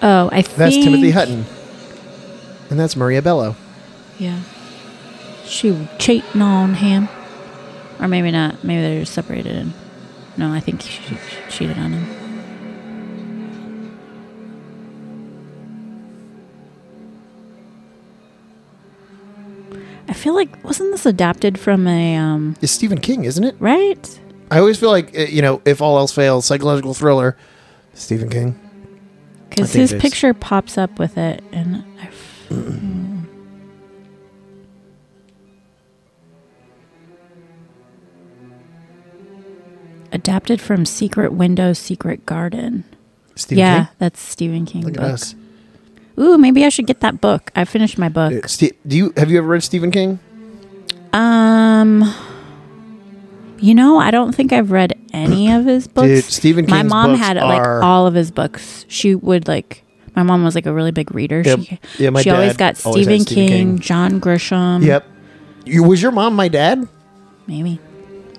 Speaker 2: Oh, I think.
Speaker 1: That's Timothy Hutton, and that's Maria Bello.
Speaker 2: Yeah. She was cheating on him. Or maybe not. Maybe they're separated. And no, I think she, she cheated on him. I feel like wasn't this adapted from a um
Speaker 1: It's Stephen King, isn't it?
Speaker 2: right?
Speaker 1: I always feel like uh, you know, if all else fails, psychological thriller, Stephen King. I
Speaker 2: Because
Speaker 1: think
Speaker 2: his
Speaker 1: it is.
Speaker 2: picture pops up with it, and I f- hmm. adapted from Secret Window, Secret Garden.
Speaker 1: Stephen
Speaker 2: yeah,
Speaker 1: King.
Speaker 2: that's Stephen King
Speaker 1: Look
Speaker 2: book.
Speaker 1: at us.
Speaker 2: Ooh, maybe I should get that book. I finished my book.
Speaker 1: Dude, Uh, Ste- do you have you ever read Stephen King?
Speaker 2: Mm-hmm. Um, you know, I don't think I've read any of his books.
Speaker 1: Dude, Stephen
Speaker 2: my
Speaker 1: King's
Speaker 2: mom
Speaker 1: books
Speaker 2: had
Speaker 1: are-
Speaker 2: like all of his books. She would like. My mom was like a really big reader.
Speaker 1: Yep.
Speaker 2: She,
Speaker 1: Yeah, my
Speaker 2: she always
Speaker 1: dad
Speaker 2: got
Speaker 1: always
Speaker 2: Stephen,
Speaker 1: had
Speaker 2: King,
Speaker 1: Stephen King.
Speaker 2: John Grisham.
Speaker 1: Yep. You, was your mom my dad?
Speaker 2: maybe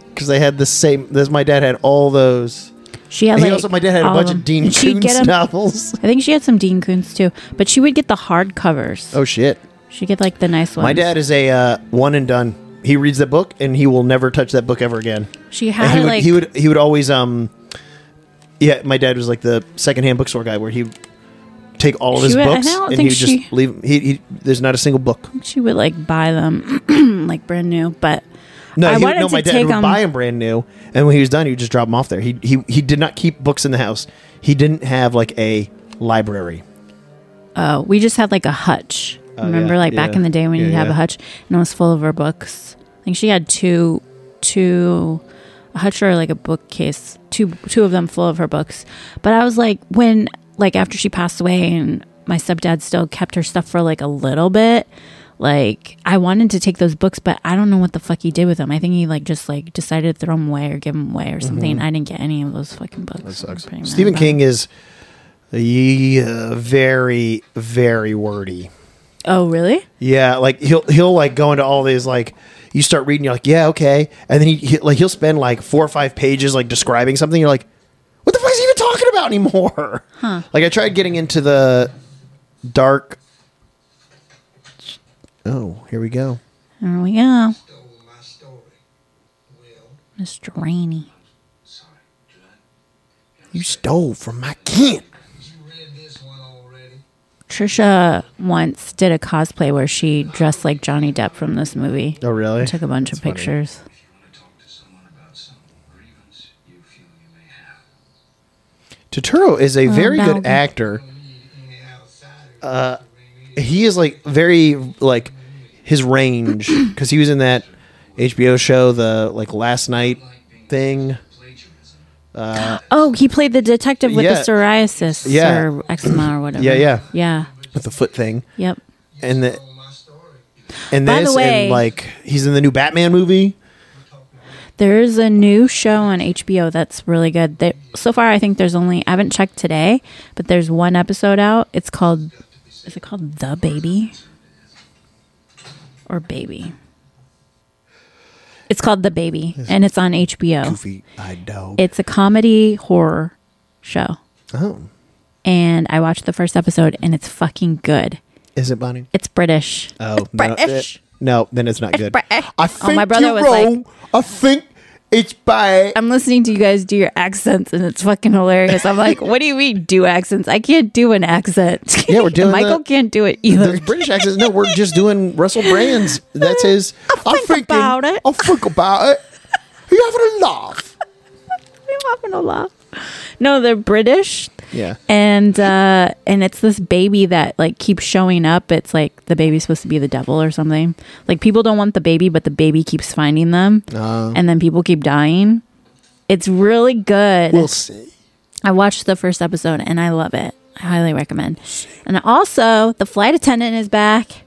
Speaker 1: Because they had the same. This my dad had all those.
Speaker 2: she had
Speaker 1: And he
Speaker 2: like
Speaker 1: also my dad had a
Speaker 2: all
Speaker 1: bunch
Speaker 2: them.
Speaker 1: of Dean
Speaker 2: And she'd get
Speaker 1: Koontz
Speaker 2: 'em-
Speaker 1: novels.
Speaker 2: I think she had some Dean Koontz too, but she would get the hard covers.
Speaker 1: Oh shit!
Speaker 2: She'd get like the nice ones.
Speaker 1: My dad is a uh, one and done. He reads the book and he will never touch that book ever again.
Speaker 2: She
Speaker 1: And
Speaker 2: had
Speaker 1: he, would,
Speaker 2: like
Speaker 1: he would he would always um. Yeah, my dad was like the secondhand bookstore guy where he would take all of
Speaker 2: She
Speaker 1: his
Speaker 2: would- I
Speaker 1: books
Speaker 2: don't
Speaker 1: and
Speaker 2: think
Speaker 1: he would
Speaker 2: she-
Speaker 1: just leave. He, he there's not a single book.
Speaker 2: she would like buy them like brand new, but
Speaker 1: No,
Speaker 2: I
Speaker 1: he,
Speaker 2: wanted
Speaker 1: no, my
Speaker 2: to
Speaker 1: dad
Speaker 2: take
Speaker 1: would
Speaker 2: them.
Speaker 1: buy them brand new, and when he was done, he would just drop them off there. He he he did not keep books in the house. He didn't have like a library.
Speaker 2: Oh, we just had like a hutch.
Speaker 1: Oh,
Speaker 2: Remember,
Speaker 1: yeah,
Speaker 2: like back
Speaker 1: yeah,
Speaker 2: in the day when
Speaker 1: yeah,
Speaker 2: you'd have
Speaker 1: yeah.
Speaker 2: a hutch, and it was full of her books. I think she had two, two, a hutch or like a bookcase, two, two of them full of her books. But I was like, when like after she passed away, and my stepdad still kept her stuff for like a little bit. Like I wanted to take those books, but I don't know what the fuck he did with them. I think he like just like decided to throw them away or give them away or something. I didn't get any of those fucking books. That
Speaker 1: Mm-hmm. sucks. Stephen King is uh, very very wordy.
Speaker 2: Oh really?
Speaker 1: Yeah, like he'll he'll like go into all these like you start reading, you're like, yeah, okay, and then he, he like he'll spend like four or five pages like describing something. You're like, what the fuck is he even talking about anymore? Like I tried getting into the dark. Oh, here we go.
Speaker 2: There we go,
Speaker 4: stole my story. Well,
Speaker 2: Mr. Rainey.
Speaker 4: sorry, Judd.
Speaker 1: You stole from my kin.
Speaker 4: You read this one already?
Speaker 2: Trisha once did a cosplay where she dressed like Johnny Depp from this movie.
Speaker 1: Oh, really?
Speaker 2: Took a bunch of pictures.
Speaker 4: If you want to talk to someone about some grievance you feel you may have,
Speaker 1: Turturro is
Speaker 2: Oh,
Speaker 1: a very good
Speaker 2: Baldi.
Speaker 1: actor.
Speaker 4: any outsider
Speaker 1: He is like very like his range because he was in that HBO show, the like last night thing.
Speaker 4: plagiarism.
Speaker 2: Oh, he played the detective with
Speaker 1: Yeah.
Speaker 2: the psoriasis
Speaker 1: Yeah.
Speaker 2: or eczema or whatever.
Speaker 1: Yeah, yeah.
Speaker 2: Yeah.
Speaker 1: with the foot thing,
Speaker 2: Yep.
Speaker 1: and the,
Speaker 4: Stole my story.
Speaker 1: and
Speaker 2: By the
Speaker 1: this,
Speaker 2: way-
Speaker 1: and like he's in the new Batman movie.
Speaker 2: There's a new show on HBO that's really good. There, so far, I think there's only I haven't checked today, but there's one episode out. It's called is it called The Baby or Baby? It's called The Baby, and it's on HBO.
Speaker 1: Goofy eyed dog.
Speaker 2: It's a comedy horror show.
Speaker 1: oh,
Speaker 2: And I watched the first episode and it's fucking good.
Speaker 1: is it Bonnie?
Speaker 2: It's British.
Speaker 1: Oh,
Speaker 2: it's
Speaker 1: no,
Speaker 2: British.
Speaker 1: it- no, then it's not good.
Speaker 2: British.
Speaker 1: I
Speaker 2: Oh, my brother was
Speaker 1: I think it's bad.
Speaker 2: I'm listening to you guys do your accents and it's fucking hilarious. I'm like, what do you mean do accents? I can't do an accent.
Speaker 1: Yeah, we're doing
Speaker 2: And Michael
Speaker 1: the-
Speaker 2: can't do it either.
Speaker 1: There's British accents. No, we're just doing Russell Brand's. That's his.
Speaker 2: I'll think about it.
Speaker 1: I'll think about it. Are you having a laugh?
Speaker 2: I'm having a laugh. No, they're British.
Speaker 1: Yeah.
Speaker 2: And uh and it's this baby that like keeps showing up. It's like the baby's supposed to be the devil or something. Like people don't want the baby, but the baby keeps finding them.
Speaker 1: Uh,
Speaker 2: and then people keep dying. It's really good.
Speaker 1: we'll see.
Speaker 2: I watched the first episode and I love it. I highly recommend. And also, the flight attendant is back.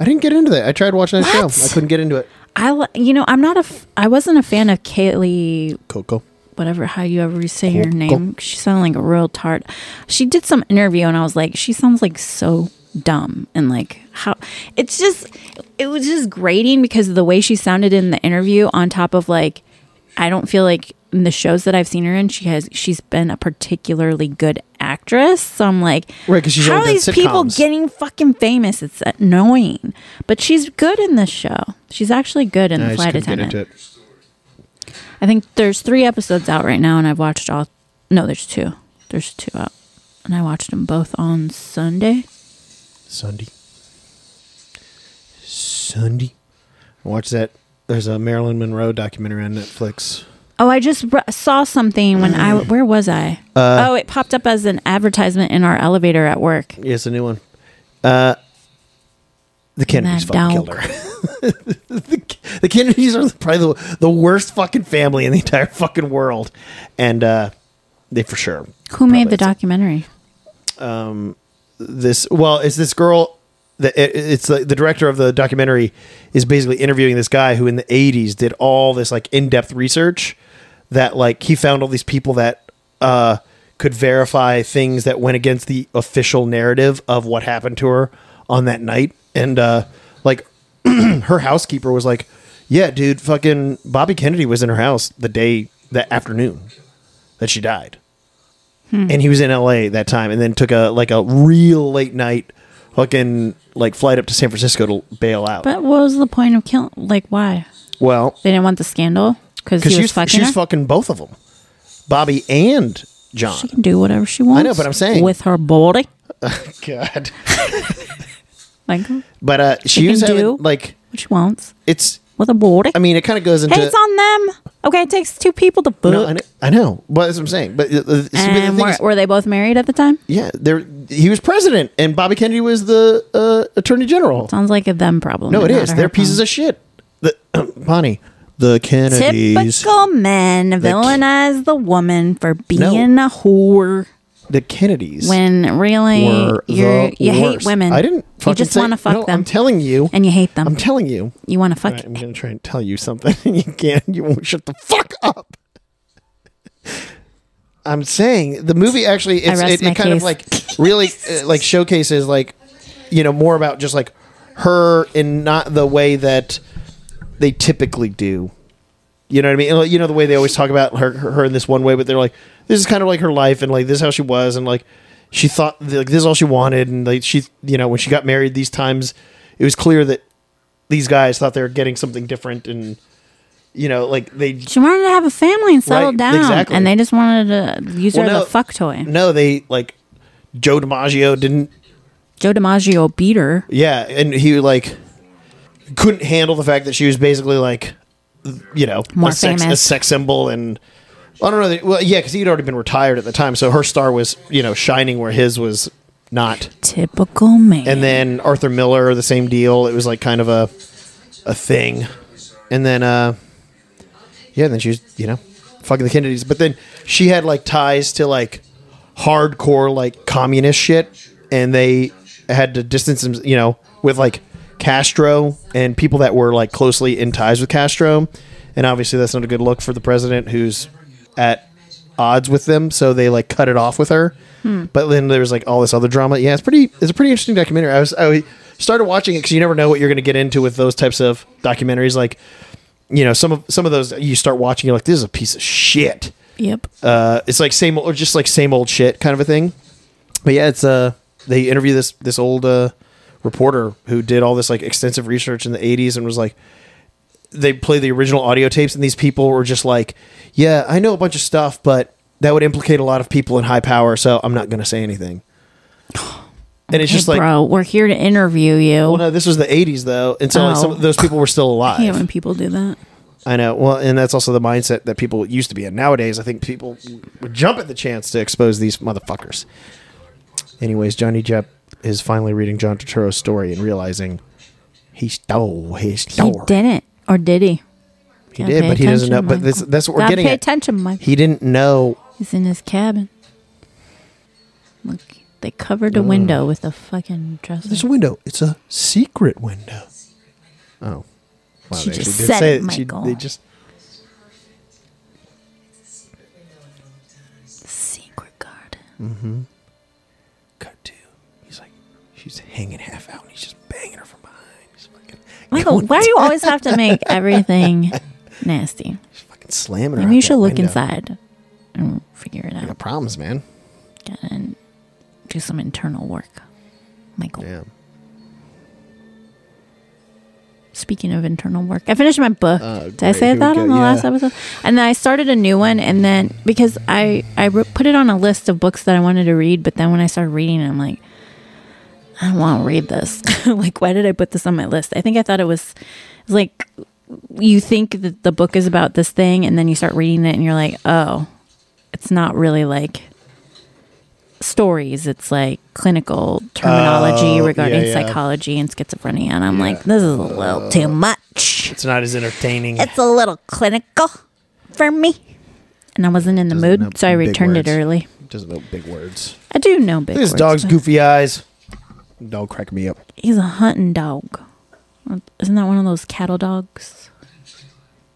Speaker 1: I didn't get into that. I tried watching that
Speaker 2: What?
Speaker 1: show. I couldn't get into it.
Speaker 2: I li- you know I'm not a f- I wasn't a fan of Kaylee
Speaker 1: Coco.
Speaker 2: whatever how you ever say her
Speaker 1: Cool, cool.
Speaker 2: name. She sounded like a real tart. She did some interview and I was like, she sounds like so dumb and like how it's just it was just grating because of the way she sounded in the interview on top of like I don't feel like in the shows that I've seen her in she has she's been a particularly good actress. So I'm like
Speaker 1: Right, 'cause she's
Speaker 2: how
Speaker 1: only
Speaker 2: are
Speaker 1: done
Speaker 2: these people
Speaker 1: sitcoms.
Speaker 2: getting fucking famous? It's annoying. But she's good in this show. She's actually good in the
Speaker 1: I just
Speaker 2: flight
Speaker 1: couldn't get
Speaker 2: attendant.
Speaker 1: into it.
Speaker 2: I think there's three episodes out right now, and I've watched all. No, there's two. There's two out, and I watched them both on Sunday.
Speaker 1: Sunday. Sunday. I watched that. There's a Marilyn Monroe documentary on Netflix.
Speaker 2: Oh, I just r- saw something when I.
Speaker 1: Mm.
Speaker 2: Where was I?
Speaker 1: Uh,
Speaker 2: oh, it popped up as an advertisement in our elevator at work.
Speaker 1: Yeah, it's a new one. Uh, the Kennedys
Speaker 2: Mad
Speaker 1: fucking
Speaker 2: dog.
Speaker 1: killed her. the, the Kennedys are probably the, the worst fucking family in the entire fucking world, and uh, they for sure.
Speaker 2: Who made the
Speaker 1: probably-
Speaker 2: documentary?
Speaker 1: This well, it's this girl. That it, it's the, the director of the documentary is basically interviewing this guy who in the '80s did all this like in-depth research that like he found all these people that uh, could verify things that went against the official narrative of what happened to her on that night, and uh, like her housekeeper was like, "Yeah, dude, fucking Bobby Kennedy was in her house the day that afternoon that she died,
Speaker 2: Hmm.
Speaker 1: and he was in L.A. that time, and then took a like a real late night fucking like flight up to San Francisco to bail out.
Speaker 2: But what was the point of killing? Like, why
Speaker 1: well,
Speaker 2: they didn't want the scandal? Because
Speaker 1: because
Speaker 2: he
Speaker 1: she
Speaker 2: was
Speaker 1: was,
Speaker 2: fucking
Speaker 1: she was
Speaker 2: her?
Speaker 1: fucking both of them, Bobby and John.
Speaker 2: She can do whatever she wants.
Speaker 1: know, but I'm saying-
Speaker 2: with her body,
Speaker 1: God,
Speaker 2: like what
Speaker 1: but uh, she
Speaker 2: can
Speaker 1: was having,
Speaker 2: do.
Speaker 1: like
Speaker 2: she wants.
Speaker 1: it's
Speaker 2: with a board.
Speaker 1: I mean, it kind of goes into.
Speaker 2: hey, it's on them. Okay, it takes two people to book.
Speaker 1: no, I, know, I know, but that's what I'm saying. But, uh, uh, so- but the
Speaker 2: and
Speaker 1: thing
Speaker 2: were,
Speaker 1: is-
Speaker 2: were they both married at the time?
Speaker 1: yeah, there he was president, and Bobby Kennedy was the uh, attorney general.
Speaker 2: Sounds like a them problem.
Speaker 1: No, it
Speaker 2: and not
Speaker 1: is.
Speaker 2: a
Speaker 1: They're
Speaker 2: her
Speaker 1: pieces
Speaker 2: problem.
Speaker 1: of shit. The Bonnie, the Kennedys.
Speaker 2: Typical men villainize the woman for being a whore.
Speaker 1: The Kennedys.
Speaker 2: When really
Speaker 1: were
Speaker 2: you're,
Speaker 1: the
Speaker 2: you hate
Speaker 1: worst.
Speaker 2: women.
Speaker 1: I didn't.
Speaker 2: You
Speaker 1: fucking
Speaker 2: just
Speaker 1: say-
Speaker 2: want to fuck
Speaker 1: no,
Speaker 2: them.
Speaker 1: I'm telling you.
Speaker 2: and you hate them.
Speaker 1: I'm telling you.
Speaker 2: you want to fuck.
Speaker 1: All right, I'm gonna try and tell you something, and you can't. You won't shut the fuck up. I'm saying the movie actually it's,
Speaker 2: rest
Speaker 1: it,
Speaker 2: my
Speaker 1: it kind of
Speaker 2: case.
Speaker 1: like really uh, like showcases like you know more about just like her and not the way that they typically do. You know what I mean? Like, You know the way they always talk about her, her, her in this one way, but they're like, this is kind of like her life, and like this is how she was, and like she thought like this is all she wanted, and like she, you know, when she got married these times, it was clear that these guys thought they were getting something different, and you know, like they
Speaker 2: She wanted to have a family and settle
Speaker 1: Right,
Speaker 2: down,
Speaker 1: exactly.
Speaker 2: and they just wanted to use
Speaker 1: Well,
Speaker 2: her as
Speaker 1: no.
Speaker 2: a fuck toy.
Speaker 1: no, they like Joe DiMaggio didn't,
Speaker 2: Joe DiMaggio beat her.
Speaker 1: yeah, and he like couldn't handle the fact that she was basically like, you know,
Speaker 2: More
Speaker 1: a sex, a
Speaker 2: famous.
Speaker 1: sex symbol and. I don't know. that- Well, yeah, because he'd already been retired at the time, so her star was, you know, shining where his was not.
Speaker 2: Typical man.
Speaker 1: and then Arthur Miller, the same deal. It was like kind of a a thing, and then uh, yeah, then she was you know fucking the Kennedys, but then she had like ties to like hardcore like communist shit, and they had to distance them, you know, with like Castro and people that were like closely in ties with Castro, and obviously that's not a good look for the president who's at odds with them, so they like cut it off with her. But then there was like all this other drama. Yeah, it's pretty. It's a pretty interesting documentary. I was I started watching it because you never know what you're going to get into with those types of documentaries. Like, you know, some of some of those you start watching, you're like, this is a piece of shit.
Speaker 2: yep.
Speaker 1: Uh, it's like same or just like same old shit kind of a thing. But yeah, it's uh they interview this this old uh reporter who did all this like extensive research in the 80s and was like they play the original audio tapes and these people were just like, "Yeah, I know a bunch of stuff, but that would implicate a lot of people in high power, so I'm not going to say anything." And it's
Speaker 2: Hey,
Speaker 1: just like,
Speaker 2: bro, we're here to interview you.
Speaker 1: well, no, this was the 80s though, and so like, some
Speaker 2: Oh.
Speaker 1: of those people were still
Speaker 2: I hate
Speaker 1: alive.
Speaker 2: when people do that.
Speaker 1: I know. Well, and that's also the mindset that people used to be in. Nowadays, I think people would jump at the chance to expose these motherfuckers. Anyways, Johnny Depp is finally reading John Turturro's story and realizing he stole his
Speaker 2: He
Speaker 1: story.
Speaker 2: didn't, or did he?
Speaker 1: He did, but he doesn't know. But this, that's what we're getting
Speaker 2: Pay
Speaker 1: at.
Speaker 2: attention, Mike.
Speaker 1: He didn't know.
Speaker 2: He's in his cabin. Look, they covered a window with a fucking dresser.
Speaker 1: There's a window. It's a secret window. Oh. Wow,
Speaker 2: She
Speaker 1: they
Speaker 2: just
Speaker 1: actually did
Speaker 2: said
Speaker 1: say
Speaker 2: it,
Speaker 1: She-
Speaker 2: Michael.
Speaker 1: they just.
Speaker 2: Secret garden.
Speaker 1: cut to. He's like, she's hanging half out, and he's just banging her from behind. He's fucking,
Speaker 2: Michael,
Speaker 1: going-
Speaker 2: why do you always have to make everything nasty?
Speaker 1: he's fucking slamming her.
Speaker 2: Maybe you
Speaker 1: out
Speaker 2: should
Speaker 1: that
Speaker 2: look
Speaker 1: window.
Speaker 2: inside and figure it
Speaker 1: I got
Speaker 2: out
Speaker 1: problems, man.
Speaker 2: and do some internal work. Michael,
Speaker 1: Damn.
Speaker 2: speaking of internal work, I finished my book.
Speaker 1: Oh,
Speaker 2: Did I
Speaker 1: great. Here
Speaker 2: say
Speaker 1: we
Speaker 2: that
Speaker 1: go.
Speaker 2: on the
Speaker 1: Yeah.
Speaker 2: last episode? And then I started a new one, and then because I I wrote, put it on a list of books that I wanted to read, but then when I started reading, it, I'm like, I don't want to read this. like, why did I put this on my list? I think I thought it was, it was like you think that the book is about this thing, and then you start reading it, and you're like, oh, it's not really like stories. It's like clinical terminology
Speaker 1: Oh,
Speaker 2: regarding
Speaker 1: yeah, yeah.
Speaker 2: psychology and schizophrenia, and I'm like,
Speaker 1: Yeah.
Speaker 2: this is a little too much
Speaker 1: It's not as entertaining.
Speaker 2: it's a little clinical for me. And I wasn't in the
Speaker 1: Doesn't know
Speaker 2: mood, so I
Speaker 1: big
Speaker 2: returned
Speaker 1: words.
Speaker 2: it early.
Speaker 1: doesn't know big words.
Speaker 2: I do know big.
Speaker 1: This
Speaker 2: words,
Speaker 1: dog's
Speaker 2: but
Speaker 1: goofy eyes. Dog crack me up.
Speaker 2: He's a hunting dog. Isn't that one of those cattle dogs?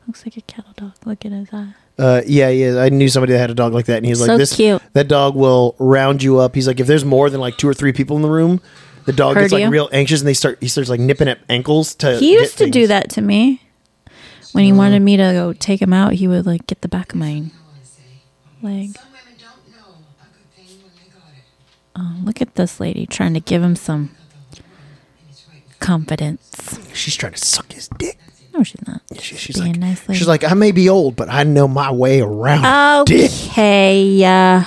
Speaker 2: Looks like a cattle dog. Look at his eye.
Speaker 1: Uh, yeah, yeah. I knew somebody that had a dog like that, and he's like,
Speaker 2: So
Speaker 1: "This
Speaker 2: cute.
Speaker 1: that dog will round you up." He's like, "If there's more than like two or three people in the room, the dog
Speaker 2: Hurt
Speaker 1: gets like
Speaker 2: you?
Speaker 1: real anxious, and they start he starts like nipping at ankles to."
Speaker 2: He
Speaker 1: uh, get
Speaker 2: used to do
Speaker 1: things."
Speaker 2: that to me. When he wanted me to go take him out, he would like get the back of my leg.
Speaker 4: Some women don't know a good thing when they got it.
Speaker 2: Oh, look at this lady trying to give him some confidence.
Speaker 1: She's trying to suck his dick.
Speaker 2: No, she's not.
Speaker 1: She- she's
Speaker 2: being
Speaker 1: like,
Speaker 2: a nice lady.
Speaker 1: she's like, I may be old, but I know my way around
Speaker 2: Oh.
Speaker 1: dick.
Speaker 2: Okay, uh,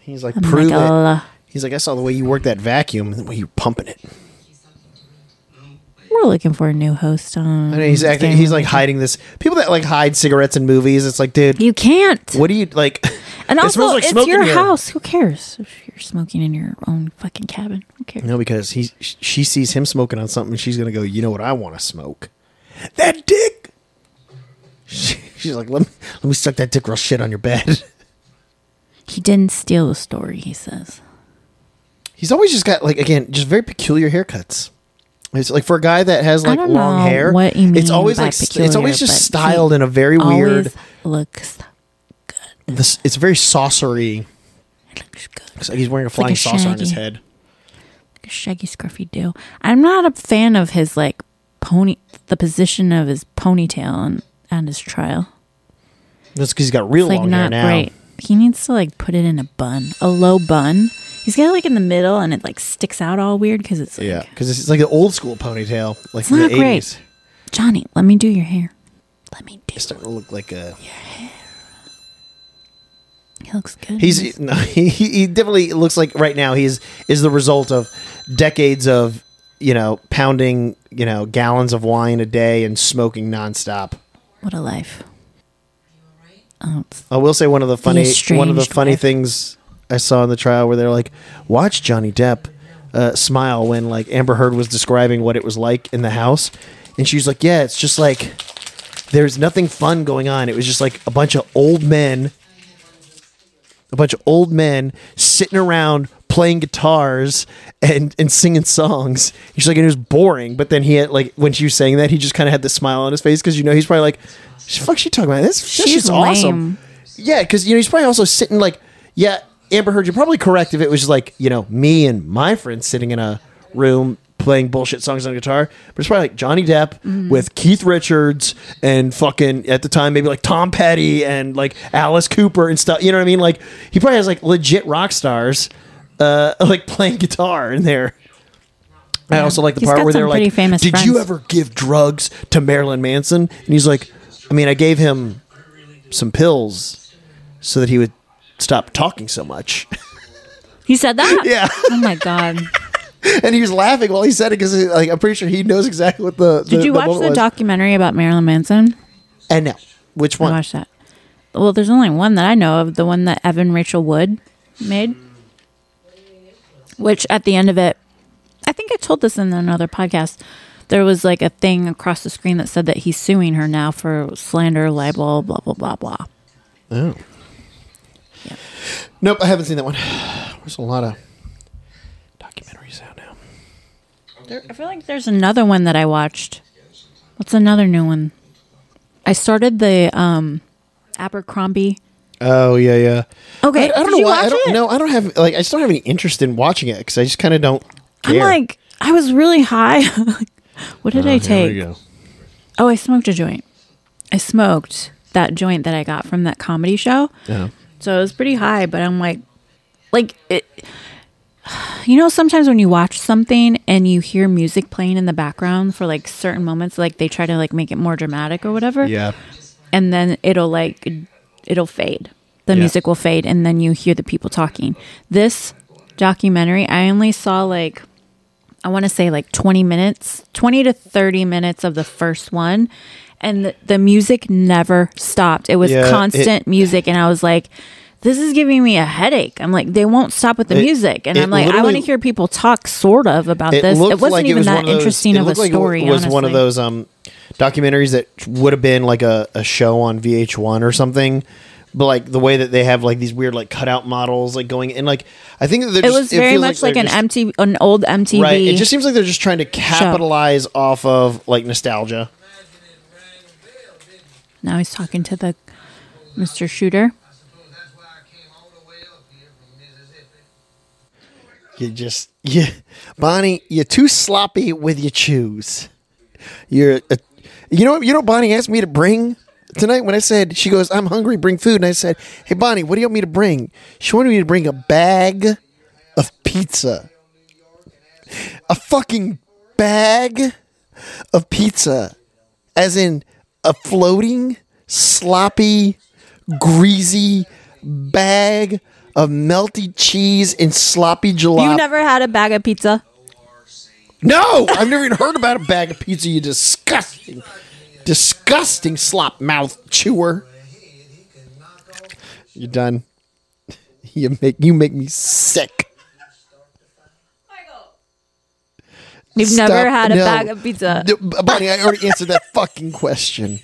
Speaker 1: He's like, prove it.
Speaker 2: Michael.
Speaker 1: He's like, I saw the way you worked that vacuum and the way you were pumping it.
Speaker 4: No way.
Speaker 2: We're looking for a new host on.
Speaker 1: I know he's acting. He's like hiding this. People that like hide cigarettes in movies. It's like, dude,
Speaker 2: You can't.
Speaker 1: what do you like?
Speaker 2: and
Speaker 1: it
Speaker 2: also,
Speaker 1: smells like
Speaker 2: it's
Speaker 1: smoke in
Speaker 2: your
Speaker 1: here.
Speaker 2: house. Who cares if you're smoking in your own fucking cabin? Who cares?
Speaker 1: No, because he sh- she sees him smoking on something. She's gonna go. You know what I want to smoke? That dick. She, she's like, let me let me suck that dick real shit on your bed.
Speaker 2: He didn't steal the story. He says.
Speaker 1: He's always just got like again, just very peculiar haircuts. It's like for a guy that has
Speaker 2: I
Speaker 1: like
Speaker 2: don't
Speaker 1: long
Speaker 2: know
Speaker 1: hair.
Speaker 2: what you mean
Speaker 1: it's always
Speaker 2: by
Speaker 1: like st- it's
Speaker 2: peculiar,
Speaker 1: always
Speaker 2: but he
Speaker 1: just styled in a very weird.
Speaker 2: Always looks.
Speaker 1: This it's very saucery.
Speaker 2: It looks good.
Speaker 1: It's like he's wearing a
Speaker 2: like
Speaker 1: flying
Speaker 2: a
Speaker 1: saucer on
Speaker 2: shaggy.
Speaker 1: his head.
Speaker 2: a shaggy scruffy do. I'm not a fan of his like pony the position of his ponytail on, on his trial.
Speaker 1: That's because he's got real
Speaker 2: It's like
Speaker 1: long hair
Speaker 2: not
Speaker 1: now.
Speaker 2: right. He needs to like put it in a bun, a low bun. He's got it like in the middle and it like sticks out all weird because it's like
Speaker 1: Yeah, because it's like an old school ponytail, like
Speaker 2: It's
Speaker 1: from
Speaker 2: not
Speaker 1: the
Speaker 2: great.
Speaker 1: eighties.
Speaker 2: Johnny, let me do your hair. Let me do.
Speaker 1: It's starting to look like a.
Speaker 2: He looks good.
Speaker 1: He's no, he, he he definitely looks like right now he's is the result of decades of you know pounding you know gallons of wine a day and smoking nonstop.
Speaker 2: what a life. Oh, it's-
Speaker 1: I will say one of the funny one of the
Speaker 2: estranged
Speaker 1: funny
Speaker 2: wife.
Speaker 1: things I saw in the trial where they're like, watch Johnny Depp uh, smile when like Amber Heard was describing what it was like in the house, and she was like, yeah, it's just like there's nothing fun going on. It was just like a bunch of old men, a bunch of old men sitting around playing guitars and and singing songs. She's like, and it was boring. But then he had like when she was saying that, he just kind of had this smile on his face because you know he's probably like, fuck, she talking about this. She's
Speaker 2: She's
Speaker 1: awesome.
Speaker 2: lame.
Speaker 1: Yeah, because you know he's probably also sitting like, yeah, Amber Heard, you're probably correct if it was just like you know me and my friends sitting in a room playing bullshit songs on guitar, but it's probably like Johnny Depp with Keith Richards and fucking at the time maybe like Tom Petty and like Alice Cooper and stuff. You know what I mean? Like he probably has like legit rock stars, uh, like playing guitar in there. I also like the
Speaker 2: He's
Speaker 1: part
Speaker 2: got
Speaker 1: where
Speaker 2: some
Speaker 1: they're
Speaker 2: pretty
Speaker 1: like,
Speaker 2: famous
Speaker 1: "Did you
Speaker 2: friends."
Speaker 1: ever give drugs to Marilyn Manson?" And he's like, "I mean, I gave him some pills so that he would stop talking so much."
Speaker 2: he said that.
Speaker 1: Yeah.
Speaker 2: Oh my god.
Speaker 1: and he was laughing while he said it because, like, I'm pretty sure he knows exactly what the. the
Speaker 2: Did you
Speaker 1: the
Speaker 2: watch
Speaker 1: moment
Speaker 2: the
Speaker 1: was.
Speaker 2: documentary about Marilyn Manson?
Speaker 1: And now, which
Speaker 2: I
Speaker 1: one?
Speaker 2: watched that. Well, there's only one that I know of, the one that Evan Rachel Wood made. Which at the end of it, I think I told this in another podcast. There was like a thing across the screen that said that he's suing her now for slander, libel, blah blah blah blah.
Speaker 1: Oh. Nope, I haven't seen that one. There's a lot of documentaries out now.
Speaker 2: I feel like there's another one that I watched. What's another new one? I started the um Abercrombie.
Speaker 1: Oh yeah, yeah.
Speaker 2: Okay,
Speaker 1: I, I don't
Speaker 2: did
Speaker 1: know
Speaker 2: you
Speaker 1: why. I
Speaker 2: watch
Speaker 1: don't
Speaker 2: it?
Speaker 1: know. I don't have like I just don't have any interest in watching it because I just kind of don't.
Speaker 2: I'm
Speaker 1: care.
Speaker 2: like, I was really high. what
Speaker 1: Uh,
Speaker 2: did I take? Oh, I smoked a joint. I smoked that joint that I got from that comedy show.
Speaker 1: Yeah.
Speaker 2: So it was pretty high, but I'm like, like it. You know, sometimes when you watch something and you hear music playing in the background for like certain moments, like they try to like make it more dramatic or whatever,
Speaker 1: Yeah.
Speaker 2: and then it'll like it'll fade. The
Speaker 1: Yeah.
Speaker 2: music will fade, and then you hear the people talking. This documentary, I only saw like I want to say like 20 minutes, 20 to 30 minutes of the first one. And the, the music never stopped. It was
Speaker 1: Yeah, it-
Speaker 2: constant music. And I was like, this is giving me a headache. I'm like, they won't stop with the
Speaker 1: It-
Speaker 2: music. And
Speaker 1: it
Speaker 2: I'm like, I want
Speaker 1: literally-
Speaker 2: to hear people talk sort of about this. It
Speaker 1: looked
Speaker 2: wasn't even
Speaker 1: one
Speaker 2: that
Speaker 1: those-
Speaker 2: interesting
Speaker 1: it
Speaker 2: of a
Speaker 1: looked like
Speaker 2: story.
Speaker 1: It was one of
Speaker 2: honestly.
Speaker 1: those um, documentaries that would have been like a, a show on VH1 or something. But like the way that they have like these weird like cutout models like going in like I think that they're
Speaker 2: It
Speaker 1: just,
Speaker 2: was very
Speaker 1: feels
Speaker 2: much
Speaker 1: they're
Speaker 2: like, an
Speaker 1: just-
Speaker 2: MTV, an old MTV.
Speaker 1: right. It just seems like they're just trying to capitalize off of like nostalgia.
Speaker 2: now he's talking to the Mr. Shooter.
Speaker 4: That's why I came all the way up here from Mississippi.
Speaker 1: You just you, Bonnie, you're too sloppy with your chews. You're, a, you know, you know. Bonnie asked me to bring tonight when I said she goes, I'm hungry, bring food, and I said, Hey, Bonnie, what do you want me to bring? She wanted me to bring a bag of pizza, a fucking bag of pizza, as in a floating, sloppy, greasy bag. Of melty cheese and sloppy
Speaker 2: You
Speaker 1: jalapeno.
Speaker 2: never had a bag of pizza?
Speaker 1: No, I've never even heard about a bag of pizza. You disgusting, disgusting slop mouth chewer. You're done. You make you make me sick.
Speaker 2: You've
Speaker 1: Stop.
Speaker 2: never had a
Speaker 1: No.
Speaker 2: bag of pizza.
Speaker 1: No, Bonnie, I already answered that fucking question.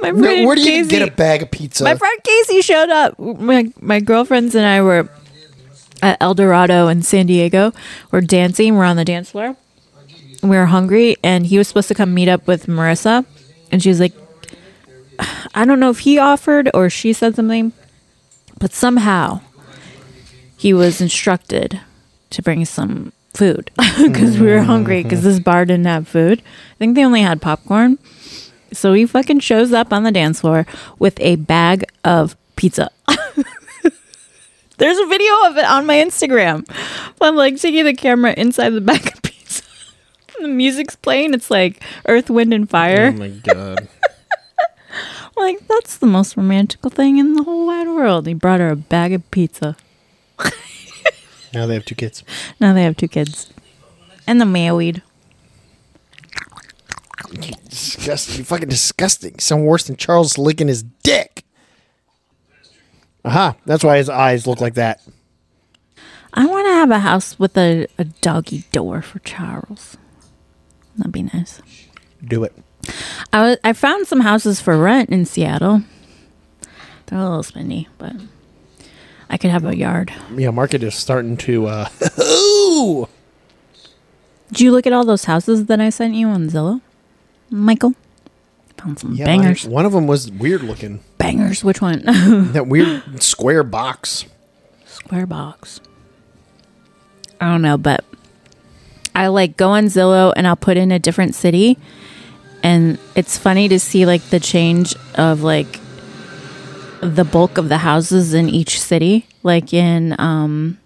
Speaker 2: My
Speaker 1: No,
Speaker 2: friend
Speaker 1: where do you
Speaker 2: Casey-
Speaker 1: get a bag of pizza?
Speaker 2: My friend Casey showed up. My my girlfriends and I were at El Dorado in San Diego. We're dancing. We're on the dance floor. We were hungry, and he was supposed to come meet up with Marissa, and she was like, I don't know if he offered or she said something, but somehow he was instructed to bring some food because we were hungry because this bar didn't have food. I think they only had popcorn. So he fucking shows up on the dance floor with a bag of pizza. There's a video of it on my Instagram. I'm like taking the camera inside the bag of pizza. the music's playing. It's like Earth, Wind, and Fire.
Speaker 1: Oh my god.
Speaker 2: Like, that's the most romantical thing in the whole wide world. He brought her a bag of pizza.
Speaker 1: Now they have two kids.
Speaker 2: Now they have two kids. And the mailweed.
Speaker 1: Disgusting. Fucking disgusting. Sound worse than Charles licking his dick. Aha. That's why his eyes look like that.
Speaker 2: I want to have a house with a, a doggy door for Charles. That'd be nice.
Speaker 1: Do it.
Speaker 2: I, was, I found some houses for rent in Seattle. They're a little spendy, but I could have a yard.
Speaker 1: Yeah, market is starting to. uh Ooh.
Speaker 2: Did you look at all those houses that I sent you on Zillow, Michael? Found some
Speaker 1: Yeah,
Speaker 2: bangers.
Speaker 1: mine- one of them was weird looking.
Speaker 2: bangers. Which one?
Speaker 1: That weird square box.
Speaker 2: Square box. I don't know, but I like go on Zillow and I'll put in a different city, and it's funny to see like the change of like the bulk of the houses in each city. Like in um,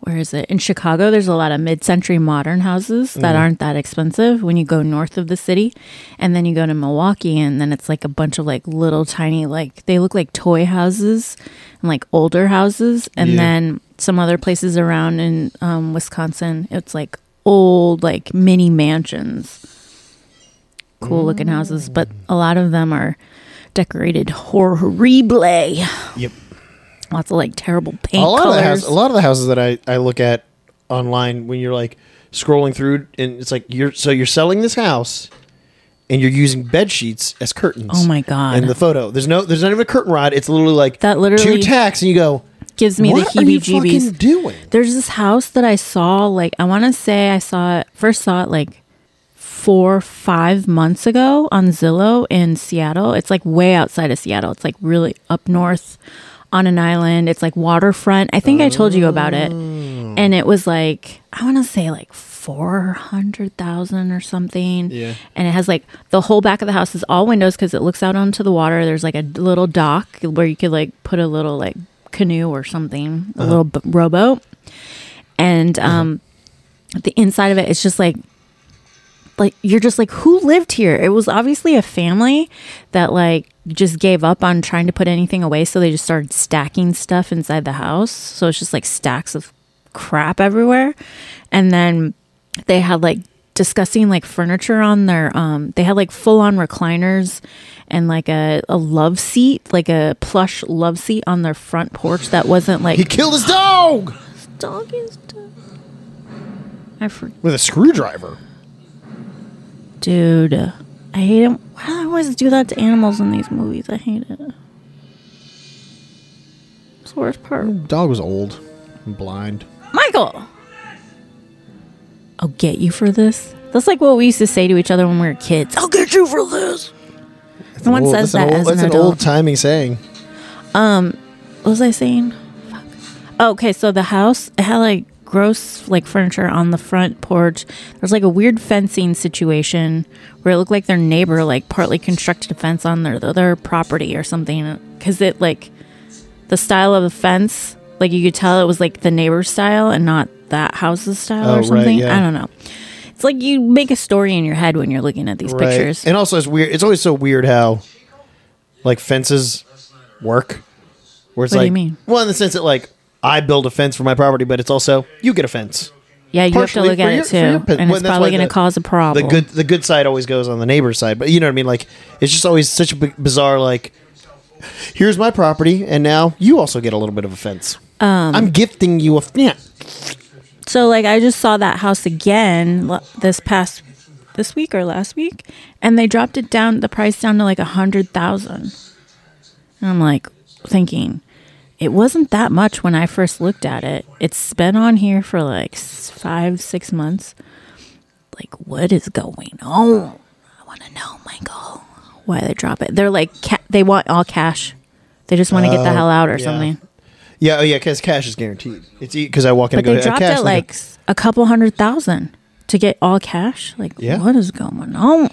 Speaker 2: where is it? In Chicago, there's a lot of mid-century modern houses that
Speaker 1: Mm-hmm.
Speaker 2: aren't that expensive when you go north of the city, and then you go to Milwaukee, and then it's like a bunch of like little tiny like they look like toy houses and like older houses, and
Speaker 1: Yeah.
Speaker 2: then some other places around in um, Wisconsin, it's like old like mini mansions, cool looking houses,
Speaker 1: Mm.
Speaker 2: but a lot of them are decorated horrible.
Speaker 1: Yep.
Speaker 2: Lots of like terrible paint
Speaker 1: a lot
Speaker 2: colors.
Speaker 1: of the house, a lot of the houses that I, I look at online when you're like scrolling through and it's like you're so you're selling this house and you're using bed sheets as curtains.
Speaker 2: Oh my God.
Speaker 1: In the photo, there's no there's not even a curtain rod. It's literally like
Speaker 2: That literally-
Speaker 1: two tacks and you go
Speaker 2: gives me
Speaker 1: what
Speaker 2: the
Speaker 1: are you fucking
Speaker 2: heebie-jeebies.
Speaker 1: doing?
Speaker 2: There's this house that I saw like I want to say I saw it first saw it like 4 5 months ago on Zillow in Seattle. It's like way outside of Seattle. It's like really up north on an island. It's like waterfront. I think I told you about it. And it was like I want to say like 400,000 or something.
Speaker 1: Yeah.
Speaker 2: And it has like the whole back of the house is all windows cuz it looks out onto the water. There's like a little dock where you could like put a little like canoe or something, a little b- rowboat. And um the inside of it is just like like you're just like who lived here it was obviously a family that like just gave up on trying to put anything away so they just started stacking stuff inside the house so it's just like stacks of crap everywhere and then they had like discussing like furniture on their um they had like full on recliners and like a, a love seat like a plush love seat on their front porch that wasn't
Speaker 1: He
Speaker 2: like
Speaker 1: killed his dog
Speaker 2: dog is dog. i forget
Speaker 1: with a screwdriver.
Speaker 2: Dude, I hate him. Why do I always do that to animals in these movies? I hate it. It's the worst part.
Speaker 1: Dog was old and blind.
Speaker 2: Michael! I'll get you for this. That's like what we used to say to each other when we were kids. I'll get you for this. No one
Speaker 1: Well,
Speaker 2: says
Speaker 1: that's
Speaker 2: that
Speaker 1: an old,
Speaker 2: as
Speaker 1: that's
Speaker 2: an
Speaker 1: an
Speaker 2: adult.
Speaker 1: old timing saying.
Speaker 2: what was I saying? Fuck. Oh, Okay, so the house it had like gross like furniture on the front porch. There's like a weird fencing situation where it looked like their neighbor like partly constructed a fence on their their property or something because it like the style of the fence like you could tell it was like the neighbor's style and not that house's style
Speaker 1: Oh,
Speaker 2: or
Speaker 1: right,
Speaker 2: something.
Speaker 1: yeah.
Speaker 2: I don't know. It's like you make a story in your head when you're looking at these pictures.
Speaker 1: And also, it's weird. It's always so weird how, like, fences work. Where it's
Speaker 2: What do
Speaker 1: like,
Speaker 2: you mean?
Speaker 1: well, in the sense that like I build a fence for my property, but it's also you get a fence.
Speaker 2: Yeah, you have to
Speaker 1: partially
Speaker 2: look
Speaker 1: for
Speaker 2: at
Speaker 1: your-
Speaker 2: it
Speaker 1: for your
Speaker 2: too,
Speaker 1: pit-
Speaker 2: and
Speaker 1: well,
Speaker 2: it's
Speaker 1: that's
Speaker 2: probably
Speaker 1: why
Speaker 2: going to
Speaker 1: the-
Speaker 2: cause a
Speaker 1: the
Speaker 2: problem.
Speaker 1: good the good side always goes on the neighbor's side but you know what i mean like it's just always such a b- bizarre like here's my property and now you also get a little bit of a fence
Speaker 2: Um,
Speaker 1: i'm gifting you a fence
Speaker 2: So like I just saw that house again l- this past this week or last week, and they dropped it down the price down to like a hundred thousand. And I'm like thinking, it wasn't that much when I first looked at it. It's been on here for like s- five six months. Like what is going on? I want to know, Michael, why they drop it. They're like ca- they want all cash. They just want to get the hell out or
Speaker 1: yeah.
Speaker 2: something.
Speaker 1: yeah oh yeah because cash is guaranteed it's because i walk in
Speaker 2: But
Speaker 1: and
Speaker 2: they
Speaker 1: go "Uh,
Speaker 2: dropped
Speaker 1: cash
Speaker 2: it
Speaker 1: and I go,
Speaker 2: like s- a couple hundred thousand to get all cash. Like,
Speaker 1: Yeah.
Speaker 2: what is going on?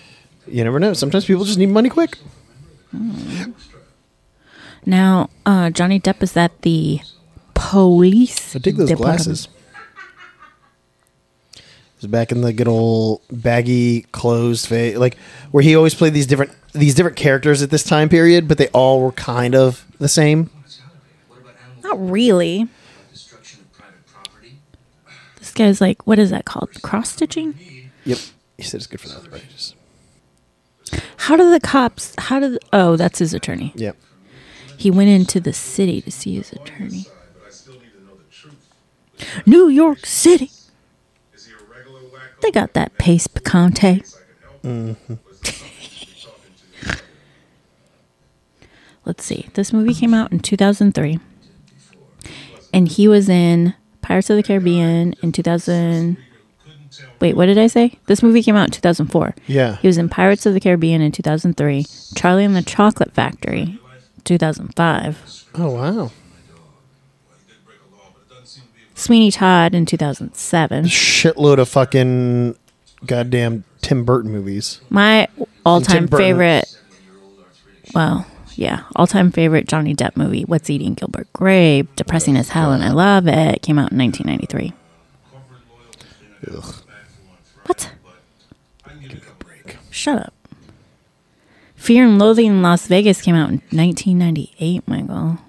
Speaker 1: you never know sometimes people just need money quick
Speaker 2: Now, uh, Johnny Depp is at the police.
Speaker 1: i dig those
Speaker 2: department.
Speaker 1: glasses It was back in the good old baggy closed face like where he always played these different these different characters at this time period but they all were kind of the same
Speaker 4: What about animal
Speaker 2: Not really.
Speaker 4: destruction of private property?
Speaker 2: This guy's like, what is that called? Cross stitching?
Speaker 1: Yep. He said it's good for the arthritis.
Speaker 2: How do the cops? How did? Oh, that's his attorney.
Speaker 1: Yep.
Speaker 2: He went into the city to see his attorney. New York City. They got that pace picante. Let's see. This movie came out in 2003. And he was in Pirates of the Caribbean in 2000. Wait, what did I say? This movie came out in 2004.
Speaker 1: Yeah.
Speaker 2: He was in Pirates of the Caribbean in 2003, Charlie and the Chocolate Factory, 2005,
Speaker 1: Oh wow.
Speaker 2: Sweeney Todd in 2007.
Speaker 1: Shitload of fucking goddamn Tim Burton movies.
Speaker 2: My all-time
Speaker 1: Tim Burton.
Speaker 2: favorite. Well, yeah, all-time favorite Johnny Depp movie, What's Eating Gilbert Grape, depressing as hell, and I love it. Came out in 1993.
Speaker 1: Ugh.
Speaker 2: What?
Speaker 1: Break.
Speaker 2: Shut up. Fear and Loathing in Las Vegas came out in 1998, Michael.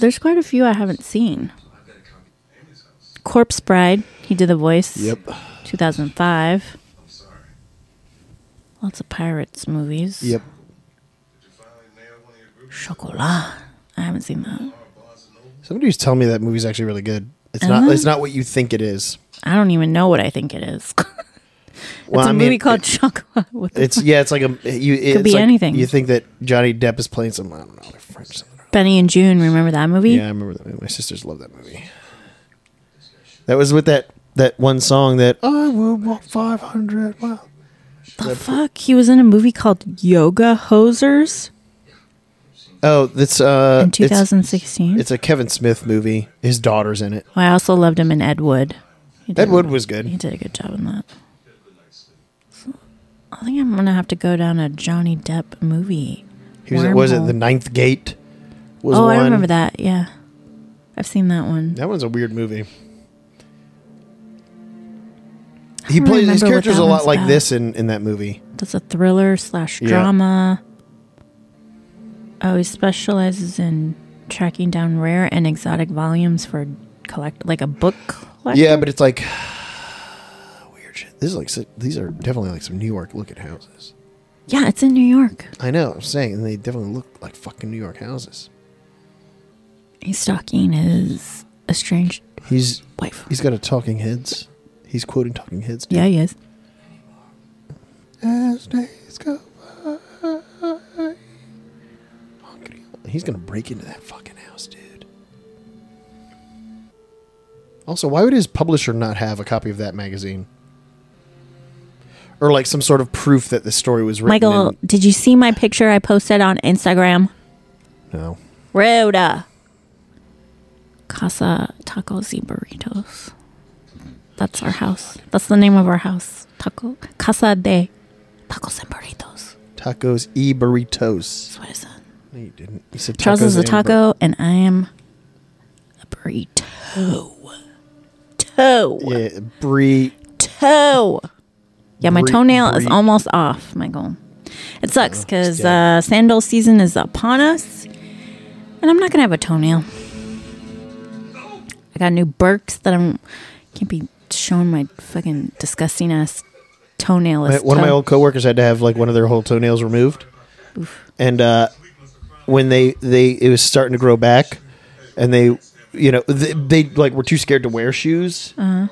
Speaker 2: There's quite a few I haven't seen. Corpse Bride, he did the voice. 2005. Lots of pirates movies.
Speaker 1: Yep.
Speaker 2: Chocolat. I haven't seen that.
Speaker 1: Somebody was telling me that movie's actually really good. It's not
Speaker 2: Uh-huh.
Speaker 1: it's not what you think it is.
Speaker 2: I don't even know what I think it is. it's
Speaker 1: Well,
Speaker 2: a
Speaker 1: I mean,
Speaker 2: movie called
Speaker 1: it-
Speaker 2: Chocolat. What the
Speaker 1: it's yeah, it's like a you it's
Speaker 2: be
Speaker 1: like
Speaker 2: anything.
Speaker 1: You think that Johnny Depp is playing some I don't know, like French something.
Speaker 2: fuck? Benny and June, remember that movie?
Speaker 1: Yeah, I remember that movie. My sisters love that movie. That was with that that one song that I would walk five hundred miles.
Speaker 2: The fuck? He was in a movie called Yoga Hosers
Speaker 1: Oh, that's uh
Speaker 2: in
Speaker 1: it's-
Speaker 2: 2016.
Speaker 1: It's a Kevin Smith movie. His daughter's in it.
Speaker 2: I also loved him in Ed Wood. He did-
Speaker 1: Ed Wood was
Speaker 2: He
Speaker 1: good.
Speaker 2: did a good job in that. So, I think I'm gonna have to go down a Johnny Depp movie.
Speaker 1: He was, was it
Speaker 2: wormhole.
Speaker 1: the Ninth Gate? Was
Speaker 2: Oh,
Speaker 1: one.
Speaker 2: I remember that. Yeah, I've seen that one.
Speaker 1: That one's a weird movie. He
Speaker 2: don't
Speaker 1: plays his
Speaker 2: remember what
Speaker 1: character's
Speaker 2: that
Speaker 1: a lot
Speaker 2: one's
Speaker 1: like
Speaker 2: about.
Speaker 1: this in, in that movie.
Speaker 2: That's a thriller slash
Speaker 1: Yeah.
Speaker 2: drama. Oh, he specializes in tracking down rare and exotic volumes for collect, like a book. Collector.
Speaker 1: Yeah, but it's like weird shit. This is like si- these are definitely like some New York looking houses.
Speaker 2: yeah, it's in New York.
Speaker 1: I know. I'm saying, and they definitely look like fucking New York houses.
Speaker 2: He's stalking his estranged
Speaker 1: He's
Speaker 2: wife.
Speaker 1: he's got a Talking Heads. He's quoting Talking Heads.
Speaker 2: Yeah, he is.
Speaker 1: As days go by. He's gonna break into that fucking house, dude. Also, why would his publisher not have a copy of that magazine? Or like some sort of proof that the story was written.
Speaker 2: Michael,
Speaker 1: in-
Speaker 2: did you see my picture I posted on Instagram?
Speaker 1: no.
Speaker 2: Rhoda. Casa Tacos y Burritos. That's our house. That's the name of our house. Taco Casa de Tacos and Burritos.
Speaker 1: Tacos e burritos.
Speaker 2: That's what I said.
Speaker 1: No, you didn't. You said
Speaker 2: Charles
Speaker 1: tacos
Speaker 2: is a
Speaker 1: and bur-
Speaker 2: taco and I am a burrito. Toe.
Speaker 1: yeah, brie.
Speaker 2: Toe. Yeah, my
Speaker 1: Bre-
Speaker 2: toenail is
Speaker 1: bre-
Speaker 2: almost off, Michael. It sucks because
Speaker 1: yeah.
Speaker 2: uh, sandal season is upon us, and I'm not gonna have a toenail. I got new Birks that I'm can't be showing my fucking disgusting ass toenail.
Speaker 1: My- one of my old coworkers had to have like one of their whole toenails removed, and uh, when they they it was starting to grow back, and they you know they, they like were too scared to wear shoes,
Speaker 2: Uh-huh.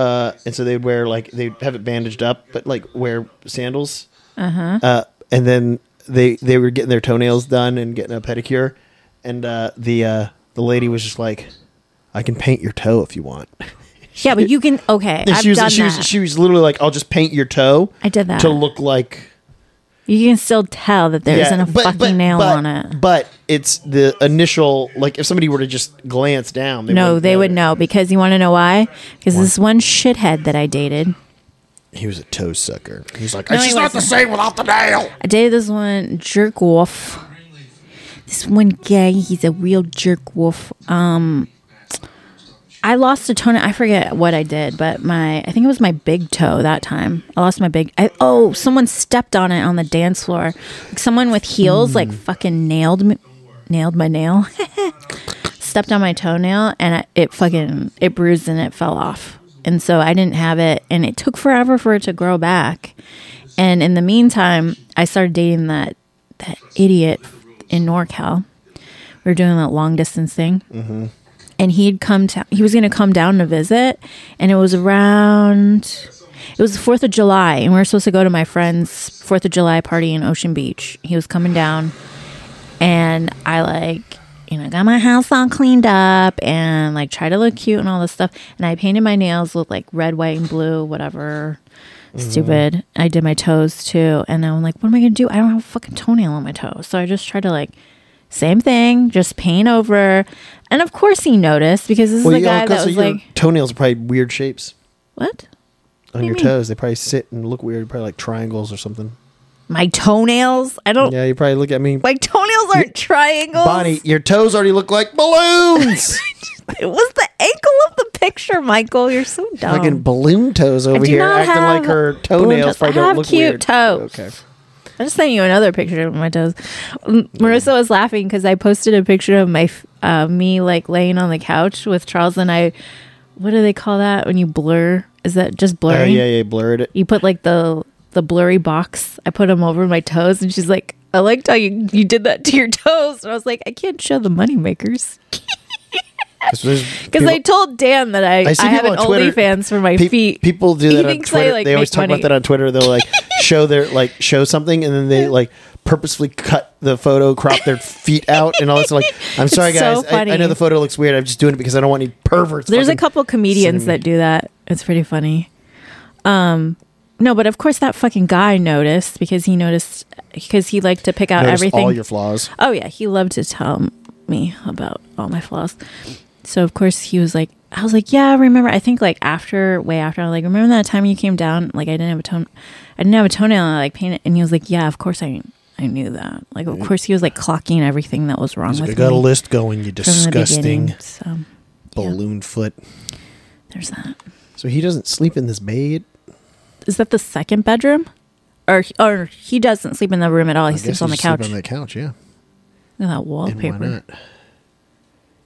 Speaker 1: uh and so they'd wear like they'd have it bandaged up, but like wear sandals, uh-huh. and then they they were getting their toenails done and getting a pedicure, and uh, the uh, the lady was just like, "I can paint your toe if you want."
Speaker 2: Yeah, but you can. Okay,
Speaker 1: And
Speaker 2: I've
Speaker 1: she was,
Speaker 2: done
Speaker 1: she was
Speaker 2: that.
Speaker 1: she was literally like, "I'll just paint your toe."
Speaker 2: I did that.
Speaker 1: to look like
Speaker 2: you can still tell that there
Speaker 1: Yeah,
Speaker 2: not a fucking nail
Speaker 1: but-
Speaker 2: on it.
Speaker 1: But it's the initial like if somebody were to just glance down, they
Speaker 2: No,
Speaker 1: wouldn't
Speaker 2: they would know because you want to know why? Because this one shithead that I dated,
Speaker 1: He was a toe sucker. He's like,
Speaker 2: No,
Speaker 1: it's
Speaker 2: he
Speaker 1: just not the
Speaker 2: wasn't.
Speaker 1: same without the nail.
Speaker 2: I dated this one jerk wolf. This one guy, he's a real jerk wolf. Um, I lost a toe. I forget what I did, but my I think it was my big toe that time. I lost my big. I, oh, someone stepped on it on the dance floor. Like someone with heels, like fucking nailed me, nailed my nail. stepped on my toenail and I, it fucking it bruised and it fell off and so i didn't have it and it took forever for it to grow back and in the meantime i started dating that that idiot in norcal we were doing that long distance thing and he'd come to he was gonna come down to visit and it was around it was the fourth of july and we were supposed to go to my friend's fourth of july party in ocean beach he was coming down and I like you know got my house all cleaned up and like try to look cute and all this stuff and I painted my nails with like red white and blue whatever stupid I did my toes too and I'm like what am I gonna do I don't have a fucking toenail on my toe so I just tried to like same thing just paint over and of course he noticed because this is the guy that was
Speaker 1: your
Speaker 2: like
Speaker 1: toenails are probably weird shapes
Speaker 2: what
Speaker 1: on
Speaker 2: do
Speaker 1: your
Speaker 2: you mean?
Speaker 1: toes. They probably sit and look weird, probably like triangles or something.
Speaker 2: my toenails I don't
Speaker 1: Yeah, you probably look at me.
Speaker 2: my toenails aren't triangles
Speaker 1: Bonnie, your toes already look like balloons.
Speaker 2: it was the ankle of the picture Michael you're so dumb
Speaker 1: Fucking balloon toes
Speaker 2: I
Speaker 1: over
Speaker 2: do
Speaker 1: here,
Speaker 2: not
Speaker 1: acting like
Speaker 2: have
Speaker 1: her
Speaker 2: balloon
Speaker 1: toenails
Speaker 2: toes.
Speaker 1: probably
Speaker 2: I
Speaker 1: don't
Speaker 2: have
Speaker 1: look
Speaker 2: cute
Speaker 1: weird.
Speaker 2: toes.
Speaker 1: Okay.
Speaker 2: I just sent you another picture of my toes. M- Marissa was laughing because I posted a picture of my f- uh, me like laying on the couch with Charles and I. What do they call that when you blur? Is that just
Speaker 1: Uh,
Speaker 2: blurring?
Speaker 1: yeah, yeah, blurred it.
Speaker 2: You put like the the blurry box. I put them over my toes, and she's like, "I liked how you you did that to your toes." And I was like, "I can't show the moneymakers." Because I told Dan that I, I, have an OnlyFans for my
Speaker 1: Pe-
Speaker 2: feet.
Speaker 1: People do
Speaker 2: He
Speaker 1: that on
Speaker 2: thinks I,
Speaker 1: Twitter.
Speaker 2: like,
Speaker 1: they always
Speaker 2: make
Speaker 1: talk about
Speaker 2: money.
Speaker 1: that on Twitter. They'll like show their like show something, and then they like purposefully cut the photo, crop their feet out, and all this. Like, I'm sorry,
Speaker 2: so
Speaker 1: guys. I, I
Speaker 2: funny.
Speaker 1: know the photo looks weird. I'm just doing it because I don't want any perverts.
Speaker 2: There's a
Speaker 1: fucking-
Speaker 2: couple comedians
Speaker 1: sending
Speaker 2: that do that. It's pretty funny. Um, no, but of course that fucking guy noticed because he noticed because he liked to pick out
Speaker 1: notice
Speaker 2: everything.
Speaker 1: All your flaws.
Speaker 2: oh yeah, he loved to tell me about all my flaws. So of course he was like, I was like, yeah, I remember. I think like after, way after, I'm like, remember that time you came down? Like I didn't have a tone, I didn't have a toenail. And I like painted, and he was like, yeah, of course I, I knew that. Like of course he was like clocking everything that was wrong with
Speaker 1: I got
Speaker 2: me
Speaker 1: a list going. You
Speaker 2: from the
Speaker 1: disgusting
Speaker 2: beginning. So
Speaker 1: balloon foot.
Speaker 2: there's that.
Speaker 1: So he doesn't sleep in this bed.
Speaker 2: is that the second bedroom? Or or he doesn't sleep in the room at all. He
Speaker 1: I guess
Speaker 2: sleeps on the
Speaker 1: you sleep
Speaker 2: couch.
Speaker 1: On the couch, yeah.
Speaker 2: Look at that
Speaker 1: And why
Speaker 2: wallpaper.
Speaker 1: not?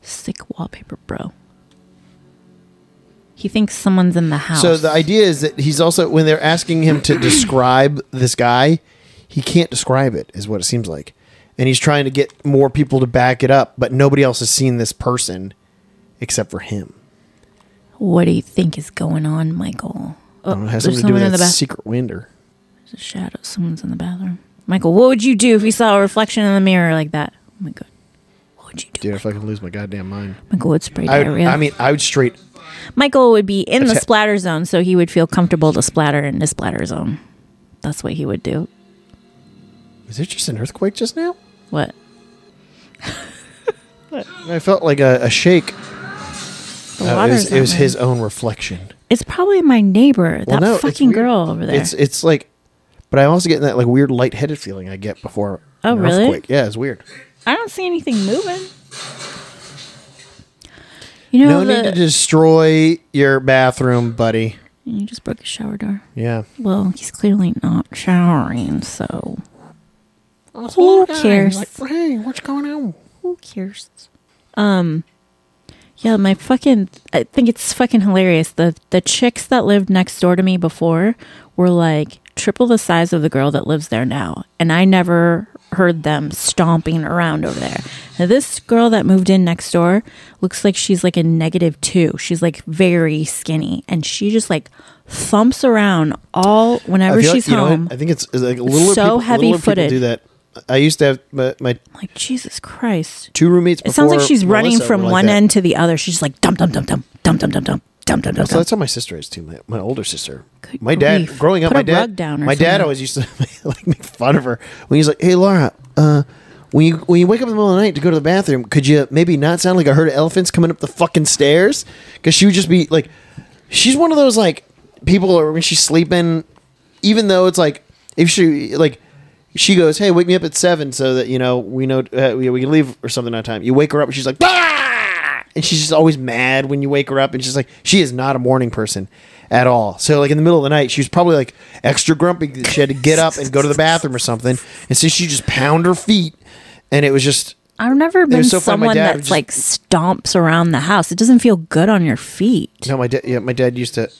Speaker 2: Sick wallpaper, bro. He thinks someone's in the house.
Speaker 1: So the idea is that he's also when they're asking him to describe this guy, he can't describe it, is what it seems like. And he's trying to get more people to back it up, but nobody else has seen this person except for him.
Speaker 2: what do you think is going on, Michael?
Speaker 1: I
Speaker 2: Oh,
Speaker 1: don't know, it has
Speaker 2: there's
Speaker 1: something
Speaker 2: someone
Speaker 1: to do with
Speaker 2: in
Speaker 1: that
Speaker 2: the bathroom.
Speaker 1: secret window.
Speaker 2: There's a shadow. Someone's in the bathroom. Michael, what would you do if you saw a reflection in the mirror like that? Oh my god. What would you do?
Speaker 1: Dude, if I can lose my goddamn mind.
Speaker 2: Michael would spray
Speaker 1: I, would,
Speaker 2: diarrhea.
Speaker 1: I mean, I would straight.
Speaker 2: Michael would be in the
Speaker 1: Atta-
Speaker 2: splatter zone, so he would feel comfortable to splatter in the splatter zone. That's what he would do.
Speaker 1: Is there just an earthquake just now?
Speaker 2: What?
Speaker 1: I felt like a, a shake.
Speaker 2: The
Speaker 1: Uh, it
Speaker 2: water's
Speaker 1: was, it
Speaker 2: not
Speaker 1: was
Speaker 2: moving.
Speaker 1: his own reflection.
Speaker 2: It's probably my neighbor, that
Speaker 1: no, it's
Speaker 2: fucking
Speaker 1: weird.
Speaker 2: girl over there.
Speaker 1: It's it's like, but I'm also getting that like weird lightheaded feeling I get before.
Speaker 2: Oh,
Speaker 1: an
Speaker 2: really?
Speaker 1: Earthquake. Yeah, it's weird.
Speaker 2: I don't see anything moving. You know,
Speaker 1: No
Speaker 2: the,
Speaker 1: need to destroy your bathroom, buddy.
Speaker 2: you just broke his shower door.
Speaker 1: Yeah.
Speaker 2: Well, he's clearly not showering, so who cares?
Speaker 1: hey, what's going on?
Speaker 2: who cares? Um, Yeah, my fucking. I think it's fucking hilarious. The the chicks that lived next door to me before were like triple the size of the girl that lives there now, and I never heard them stomping around over there. Now, this girl that moved in next door looks like she's like a negative two. She's like very skinny, and she just like thumps around all whenever
Speaker 1: I feel-
Speaker 2: she's
Speaker 1: you know what?
Speaker 2: home.
Speaker 1: I think it's it's like little
Speaker 2: so
Speaker 1: people, littler
Speaker 2: heavy-footed.
Speaker 1: people do that. I used to have my, my
Speaker 2: like Jesus Christ.
Speaker 1: two roommates.
Speaker 2: It sounds like
Speaker 1: before
Speaker 2: she's running
Speaker 1: Melissa
Speaker 2: from
Speaker 1: were like
Speaker 2: one
Speaker 1: that.
Speaker 2: end to the other. She's just like dum dum dum dum dum dum dum dum dum dum dum.
Speaker 1: So
Speaker 2: dum.
Speaker 1: that's how my sister is too. My, my older sister.
Speaker 2: Good
Speaker 1: my dad.
Speaker 2: grief.
Speaker 1: Growing up,
Speaker 2: Put
Speaker 1: my
Speaker 2: a
Speaker 1: dad.
Speaker 2: rug down or
Speaker 1: my dad
Speaker 2: something.
Speaker 1: always used to like make fun of her when he's like, "Hey, Laura, uh, when you when you wake up in the middle of the night to go to the bathroom, could you maybe not sound like a herd of elephants coming up the fucking stairs? Because she would just be like, she's one of those like people or when she's sleeping, even though it's like if she like. She goes, "Hey, wake me up at seven so that you know we know uh, we, we can leave or something on time." You wake her up, and she's like, "Ah!" and she's just always mad when you wake her up and she's like she is not a morning person at all so like in the middle of the night she was probably like extra grumpy 'cause she had to get up and go to the bathroom or something and so she just pound her feet and it was just
Speaker 2: I've never been
Speaker 1: was so funny, my
Speaker 2: someone
Speaker 1: dad
Speaker 2: that's
Speaker 1: would just-
Speaker 2: like stomps around the house. It doesn't feel good on your feet.
Speaker 1: no my dad yeah my dad used to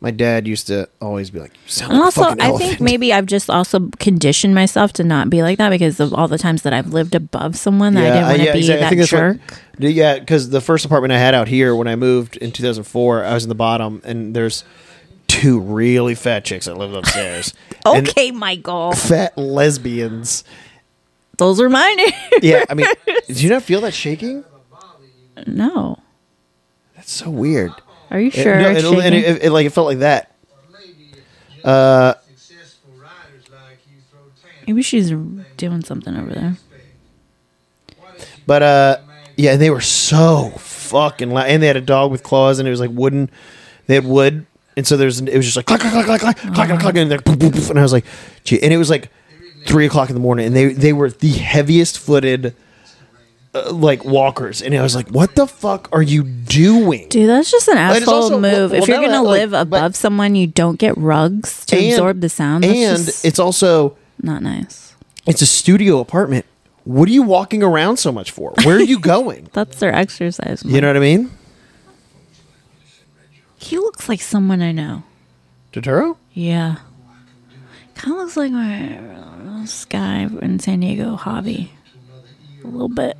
Speaker 1: my dad used to always be like "You sound
Speaker 2: And
Speaker 1: like
Speaker 2: also,
Speaker 1: a
Speaker 2: I
Speaker 1: fucking elephant.
Speaker 2: think maybe I've just also conditioned myself to not be like that because of all the times that I've lived above someone that I didn't want to
Speaker 1: yeah,
Speaker 2: be
Speaker 1: exactly. I think
Speaker 2: that
Speaker 1: that's
Speaker 2: jerk.
Speaker 1: what- yeah, because the first apartment I had out here when I moved in 2004, I was in the bottom, and there's two really fat chicks that lived upstairs. And
Speaker 2: okay, Michael.
Speaker 1: fat lesbians.
Speaker 2: Those are mine.
Speaker 1: Yeah, I mean, do you not feel that shaking?
Speaker 2: no.
Speaker 1: That's so weird.
Speaker 2: Are you
Speaker 1: It-
Speaker 2: sure?
Speaker 1: no, it, and
Speaker 2: Shaking?
Speaker 1: it, it- like it felt like that.
Speaker 2: Uh,
Speaker 4: Successful riders like you throw tantrums.
Speaker 2: Maybe she's doing something over there.
Speaker 1: But uh, yeah, they were so fucking loud, and they had a dog with claws, and it was like wooden. They had wood, and so there's it was just like clack clack clack clack clack clack clack, clack, and like poof, poof, poof, and I was like, gee, and it was like three o'clock in the morning, and they they were the heaviest footed. Uh, like walkers, and I was like, "What the fuck are you doing?"
Speaker 2: Dude, that's just an
Speaker 1: it's
Speaker 2: asshole
Speaker 1: also-
Speaker 2: move.
Speaker 1: well- well,
Speaker 2: if you're
Speaker 1: now
Speaker 2: gonna
Speaker 1: that, like,
Speaker 2: live
Speaker 1: but-
Speaker 2: above someone, you don't get rugs to
Speaker 1: And-
Speaker 2: absorb the sound. That's
Speaker 1: and
Speaker 2: just
Speaker 1: it's also
Speaker 2: not nice.
Speaker 1: it's a studio apartment. What are you walking around so much for? Where are you going?
Speaker 2: That's their exercise.
Speaker 1: you know what I mean?
Speaker 2: he looks like someone I know.
Speaker 1: Totoro?
Speaker 2: Yeah, kind of looks like my uh, this guy in San Diego hobby a little bit.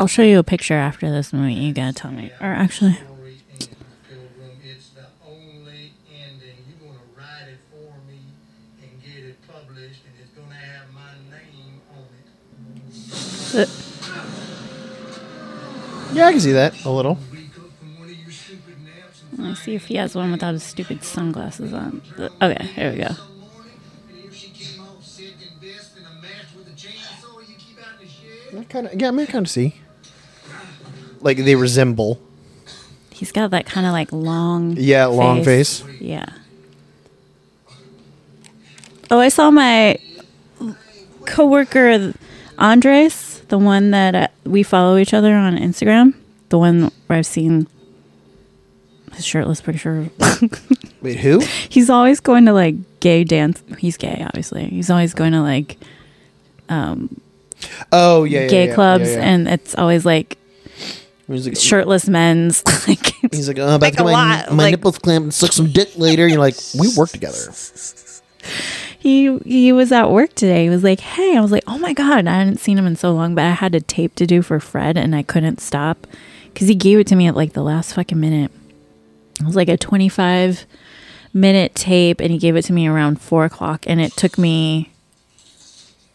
Speaker 2: I'll show you a picture after this movie. You gotta tell me, or actually,
Speaker 4: Glory in the pilgrim. It's the only ending. You want to write it for me and get it published, and it's going to have my name on it.
Speaker 1: Yeah, I can see that a little.
Speaker 4: Wake up from one of your stupid naps and
Speaker 2: let's see if he has one without his stupid sunglasses on. Okay, here we go.
Speaker 4: morning, and if she came off sick and best in a match with a chainsaw, you keep out in the shed.
Speaker 1: I kind of yeah, I, mean, I kind of see. Like they resemble.
Speaker 2: He's got that kind of like long.
Speaker 1: Yeah, long face.
Speaker 2: Yeah. Oh, I saw my coworker Andres, the one that uh, we follow each other on Instagram, the one where I've seen his shirtless picture.
Speaker 1: Wait, who?
Speaker 2: he's always going to like gay dance. He's gay, obviously. He's always going to like
Speaker 1: Oh yeah, yeah
Speaker 2: gay
Speaker 1: yeah,
Speaker 2: clubs,
Speaker 1: yeah, yeah.
Speaker 2: and it's always like
Speaker 1: he's like,
Speaker 2: shirtless men's. like,
Speaker 1: he's like, oh, about
Speaker 2: like
Speaker 1: to get
Speaker 2: a
Speaker 1: my,
Speaker 2: lot,
Speaker 1: my
Speaker 2: like-
Speaker 1: nipples clamped and suck some dick later. You're like, we work together.
Speaker 2: he he was at work today. He was like, "Hey," I was like, "Oh my god, I hadn't seen him in so long." But I had a tape to do for Fred, and I couldn't stop because he gave it to me at like the last fucking minute. It was like a twenty-five minute tape, and he gave it to me around four o'clock, and it took me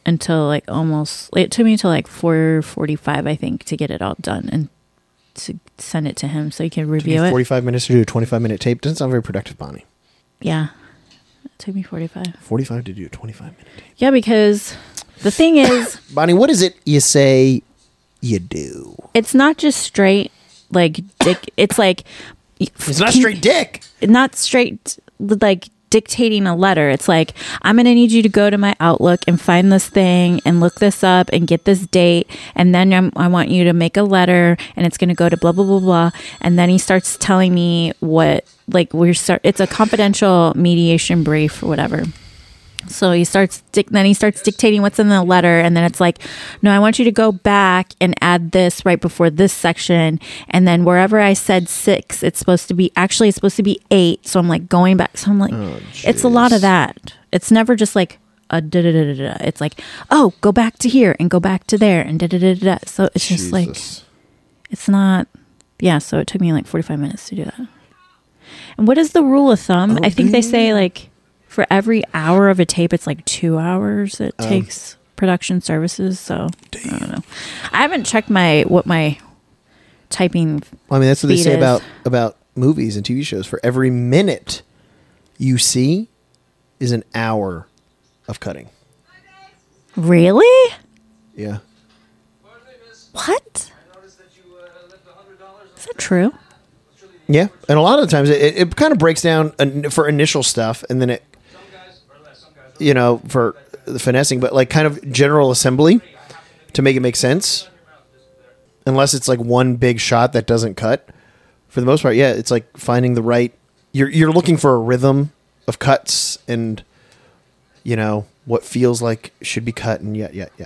Speaker 2: until like almost it took me to like four forty-five, I think, to get it all done and to send it to him so he could review it.
Speaker 1: Forty-five minutes to do a twenty-five minute tape doesn't sound very productive, Bonnie.
Speaker 2: Yeah, it took me forty-five.
Speaker 1: Forty-five to do a twenty-five minute tape.
Speaker 2: Yeah, because the thing is.
Speaker 1: Bonnie, what is it you say you do?
Speaker 2: it's not just straight like dick it's like
Speaker 1: It's not straight dick.
Speaker 2: not straight like dictating a letter it's like i'm going to need you to go to my outlook and find this thing and look this up and get this date and then I'm, i want you to make a letter and it's going to go to blah blah blah blah and then he starts telling me what like we're start it's a confidential mediation brief or whatever So he starts dic- then he starts dictating what's in the letter and then it's like, "No, I want you to go back and add this right before this section and then wherever I said 6, it's supposed to be actually it's supposed to be 8." So I'm like going back. So I'm like it's a lot of that. It's never just like a da da da da da. It's like, "Oh, go back to here and go back to there and da da da da." da. So it's just like
Speaker 5: Jesus.
Speaker 2: it's not yeah, so it took me like 45 minutes to do that. And what is the rule of thumb? I think they say like for every hour of a tape, it's like two hours it takes production services. So I don't know. I haven't checked my what my typing.
Speaker 1: Well, I mean, that's what they
Speaker 2: Speed
Speaker 1: say
Speaker 2: is-
Speaker 1: about about movies and TV shows. For every minute you see, is an hour of cutting.
Speaker 2: Really?
Speaker 1: Yeah,
Speaker 2: What? Is that true?
Speaker 1: yeah. And a lot of the times, it, it, it kind of breaks down in- for initial stuff, and then it, you know, for the finessing, but like kind of general assembly to make it make sense. Unless it's like one big shot that doesn't cut, for the most part, yeah, it's like finding the right. You're you're looking for a rhythm of cuts and, you know, what feels like should be cut, and yeah, yeah, yeah.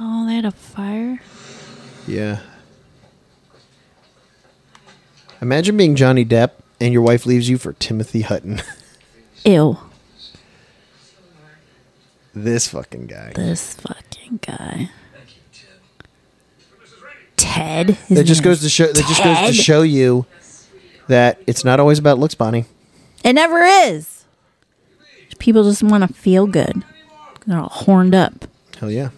Speaker 2: Oh, they had a fire.
Speaker 1: Yeah. Imagine being Johnny Depp and your wife leaves you for Timothy Hutton.
Speaker 2: Ew.
Speaker 1: this fucking guy.
Speaker 2: This fucking guy. Ted. His
Speaker 1: That just
Speaker 2: name.
Speaker 1: goes to show. That just goes to
Speaker 2: Ted.
Speaker 1: show you that it's not always about looks, Bonnie.
Speaker 2: It never is. People just want to feel good. They're all horned up.
Speaker 1: Hell yeah.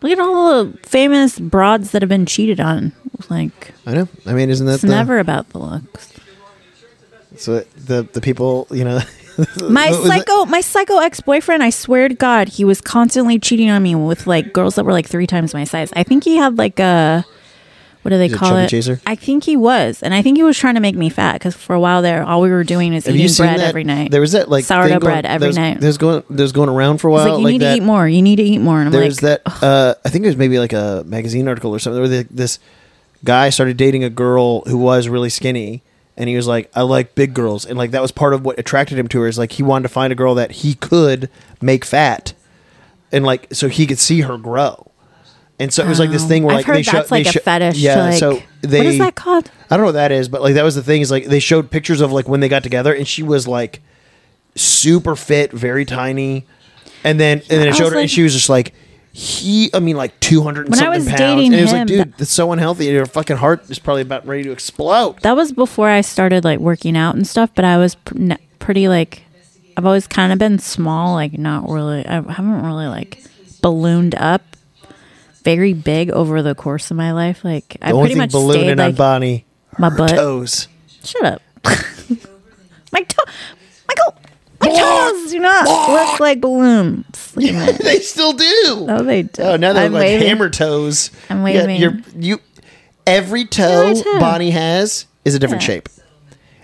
Speaker 2: Look at all the famous broads that have been cheated on. Like
Speaker 1: I know. I mean, isn't that
Speaker 2: it's
Speaker 1: the,
Speaker 2: never about the looks.
Speaker 1: so the the people you know?
Speaker 2: My
Speaker 1: what was that?
Speaker 2: psycho, my psycho ex boyfriend. I swear to God, he was constantly cheating on me with like girls that were like three times my size. I think he had like a what do they
Speaker 1: He's a
Speaker 2: call
Speaker 1: chubby
Speaker 2: it?
Speaker 1: chaser?
Speaker 2: I think he was, and I think he was trying to make me fat because for a while there, all we were doing is
Speaker 1: Have you
Speaker 2: eating
Speaker 1: seen
Speaker 2: bread
Speaker 1: that?
Speaker 2: every night.
Speaker 1: There was that like
Speaker 2: sourdough
Speaker 1: thing going-
Speaker 2: bread every
Speaker 1: there's-
Speaker 2: night.
Speaker 1: There's going there's going around for a
Speaker 2: He's
Speaker 1: while.
Speaker 2: like you need
Speaker 1: that.
Speaker 2: to eat more. You need to eat more. And I'm
Speaker 1: there's
Speaker 2: like,
Speaker 1: that uh, I think it was maybe like a magazine article or something where they, this guy started dating a girl who was really skinny and he was like I like big girls and like that was part of what attracted him to her is like he wanted to find a girl that he could make fat and like so he could see her grow. And so it was like this
Speaker 2: Oh.
Speaker 1: thing where
Speaker 2: I've
Speaker 1: like
Speaker 2: heard
Speaker 1: they
Speaker 2: that's
Speaker 1: show,
Speaker 2: like
Speaker 1: they
Speaker 2: a
Speaker 1: sho-
Speaker 2: fetish to,
Speaker 1: Yeah,
Speaker 2: like-
Speaker 1: so
Speaker 2: What is
Speaker 1: they
Speaker 2: that called?
Speaker 1: I don't know what that is, but like that was the thing is like they showed pictures of like when they got together and she was like super fit, very tiny. And then and then
Speaker 2: I
Speaker 1: it showed
Speaker 2: was
Speaker 1: her and
Speaker 2: like-
Speaker 1: she was just like he I mean like 200 and
Speaker 2: When I
Speaker 1: something
Speaker 2: was
Speaker 1: pounds.
Speaker 2: dating
Speaker 1: and it was
Speaker 2: him,
Speaker 1: like dude,
Speaker 2: that-
Speaker 1: that's so unhealthy. Your fucking heart is probably about ready to explode.
Speaker 2: that was before I started like working out and stuff, but I was pr- n- pretty like I've always kind of been small, like not really I haven't really like ballooned up very big over the course of my life. Like I
Speaker 1: the
Speaker 2: pretty
Speaker 1: only thing
Speaker 2: much stayed
Speaker 1: ballooning on
Speaker 2: like
Speaker 1: Bonnie
Speaker 2: my
Speaker 1: her
Speaker 2: butt.
Speaker 1: toes.
Speaker 2: Shut up. my toe Michael my toes do not look like balloons. Look at that.
Speaker 1: They still do.
Speaker 2: Oh, they do.
Speaker 1: Oh, now they
Speaker 2: I'm
Speaker 1: look like
Speaker 2: waving.
Speaker 1: hammer toes.
Speaker 2: I'm
Speaker 1: You got
Speaker 2: waving.
Speaker 1: Your, you, every toe
Speaker 2: Every toe.
Speaker 1: Bonnie has is a different
Speaker 2: Yeah.
Speaker 1: shape.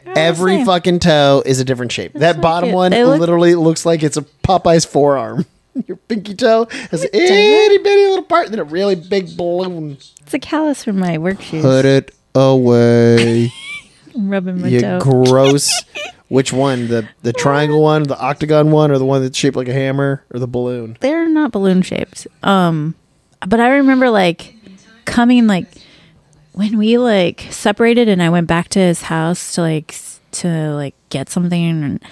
Speaker 2: the
Speaker 1: Every
Speaker 2: same.
Speaker 1: fucking toe is a different shape. that
Speaker 2: so
Speaker 1: bottom
Speaker 2: cute.
Speaker 1: one
Speaker 2: They look-
Speaker 1: literally looks like it's a Popeye's forearm. Your pinky toe has an itty bitty little part, then a really big balloon.
Speaker 2: It's a callus from my work shoes.
Speaker 1: Put it away,
Speaker 2: I'm rubbing my
Speaker 1: you
Speaker 2: toe.
Speaker 1: gross. Which one? The the triangle one, the octagon one, or the one that's shaped like a hammer, or the balloon?
Speaker 2: they're not balloon shaped. Um, but I remember like coming like when we like separated and I went back to his house to like s- to like get something and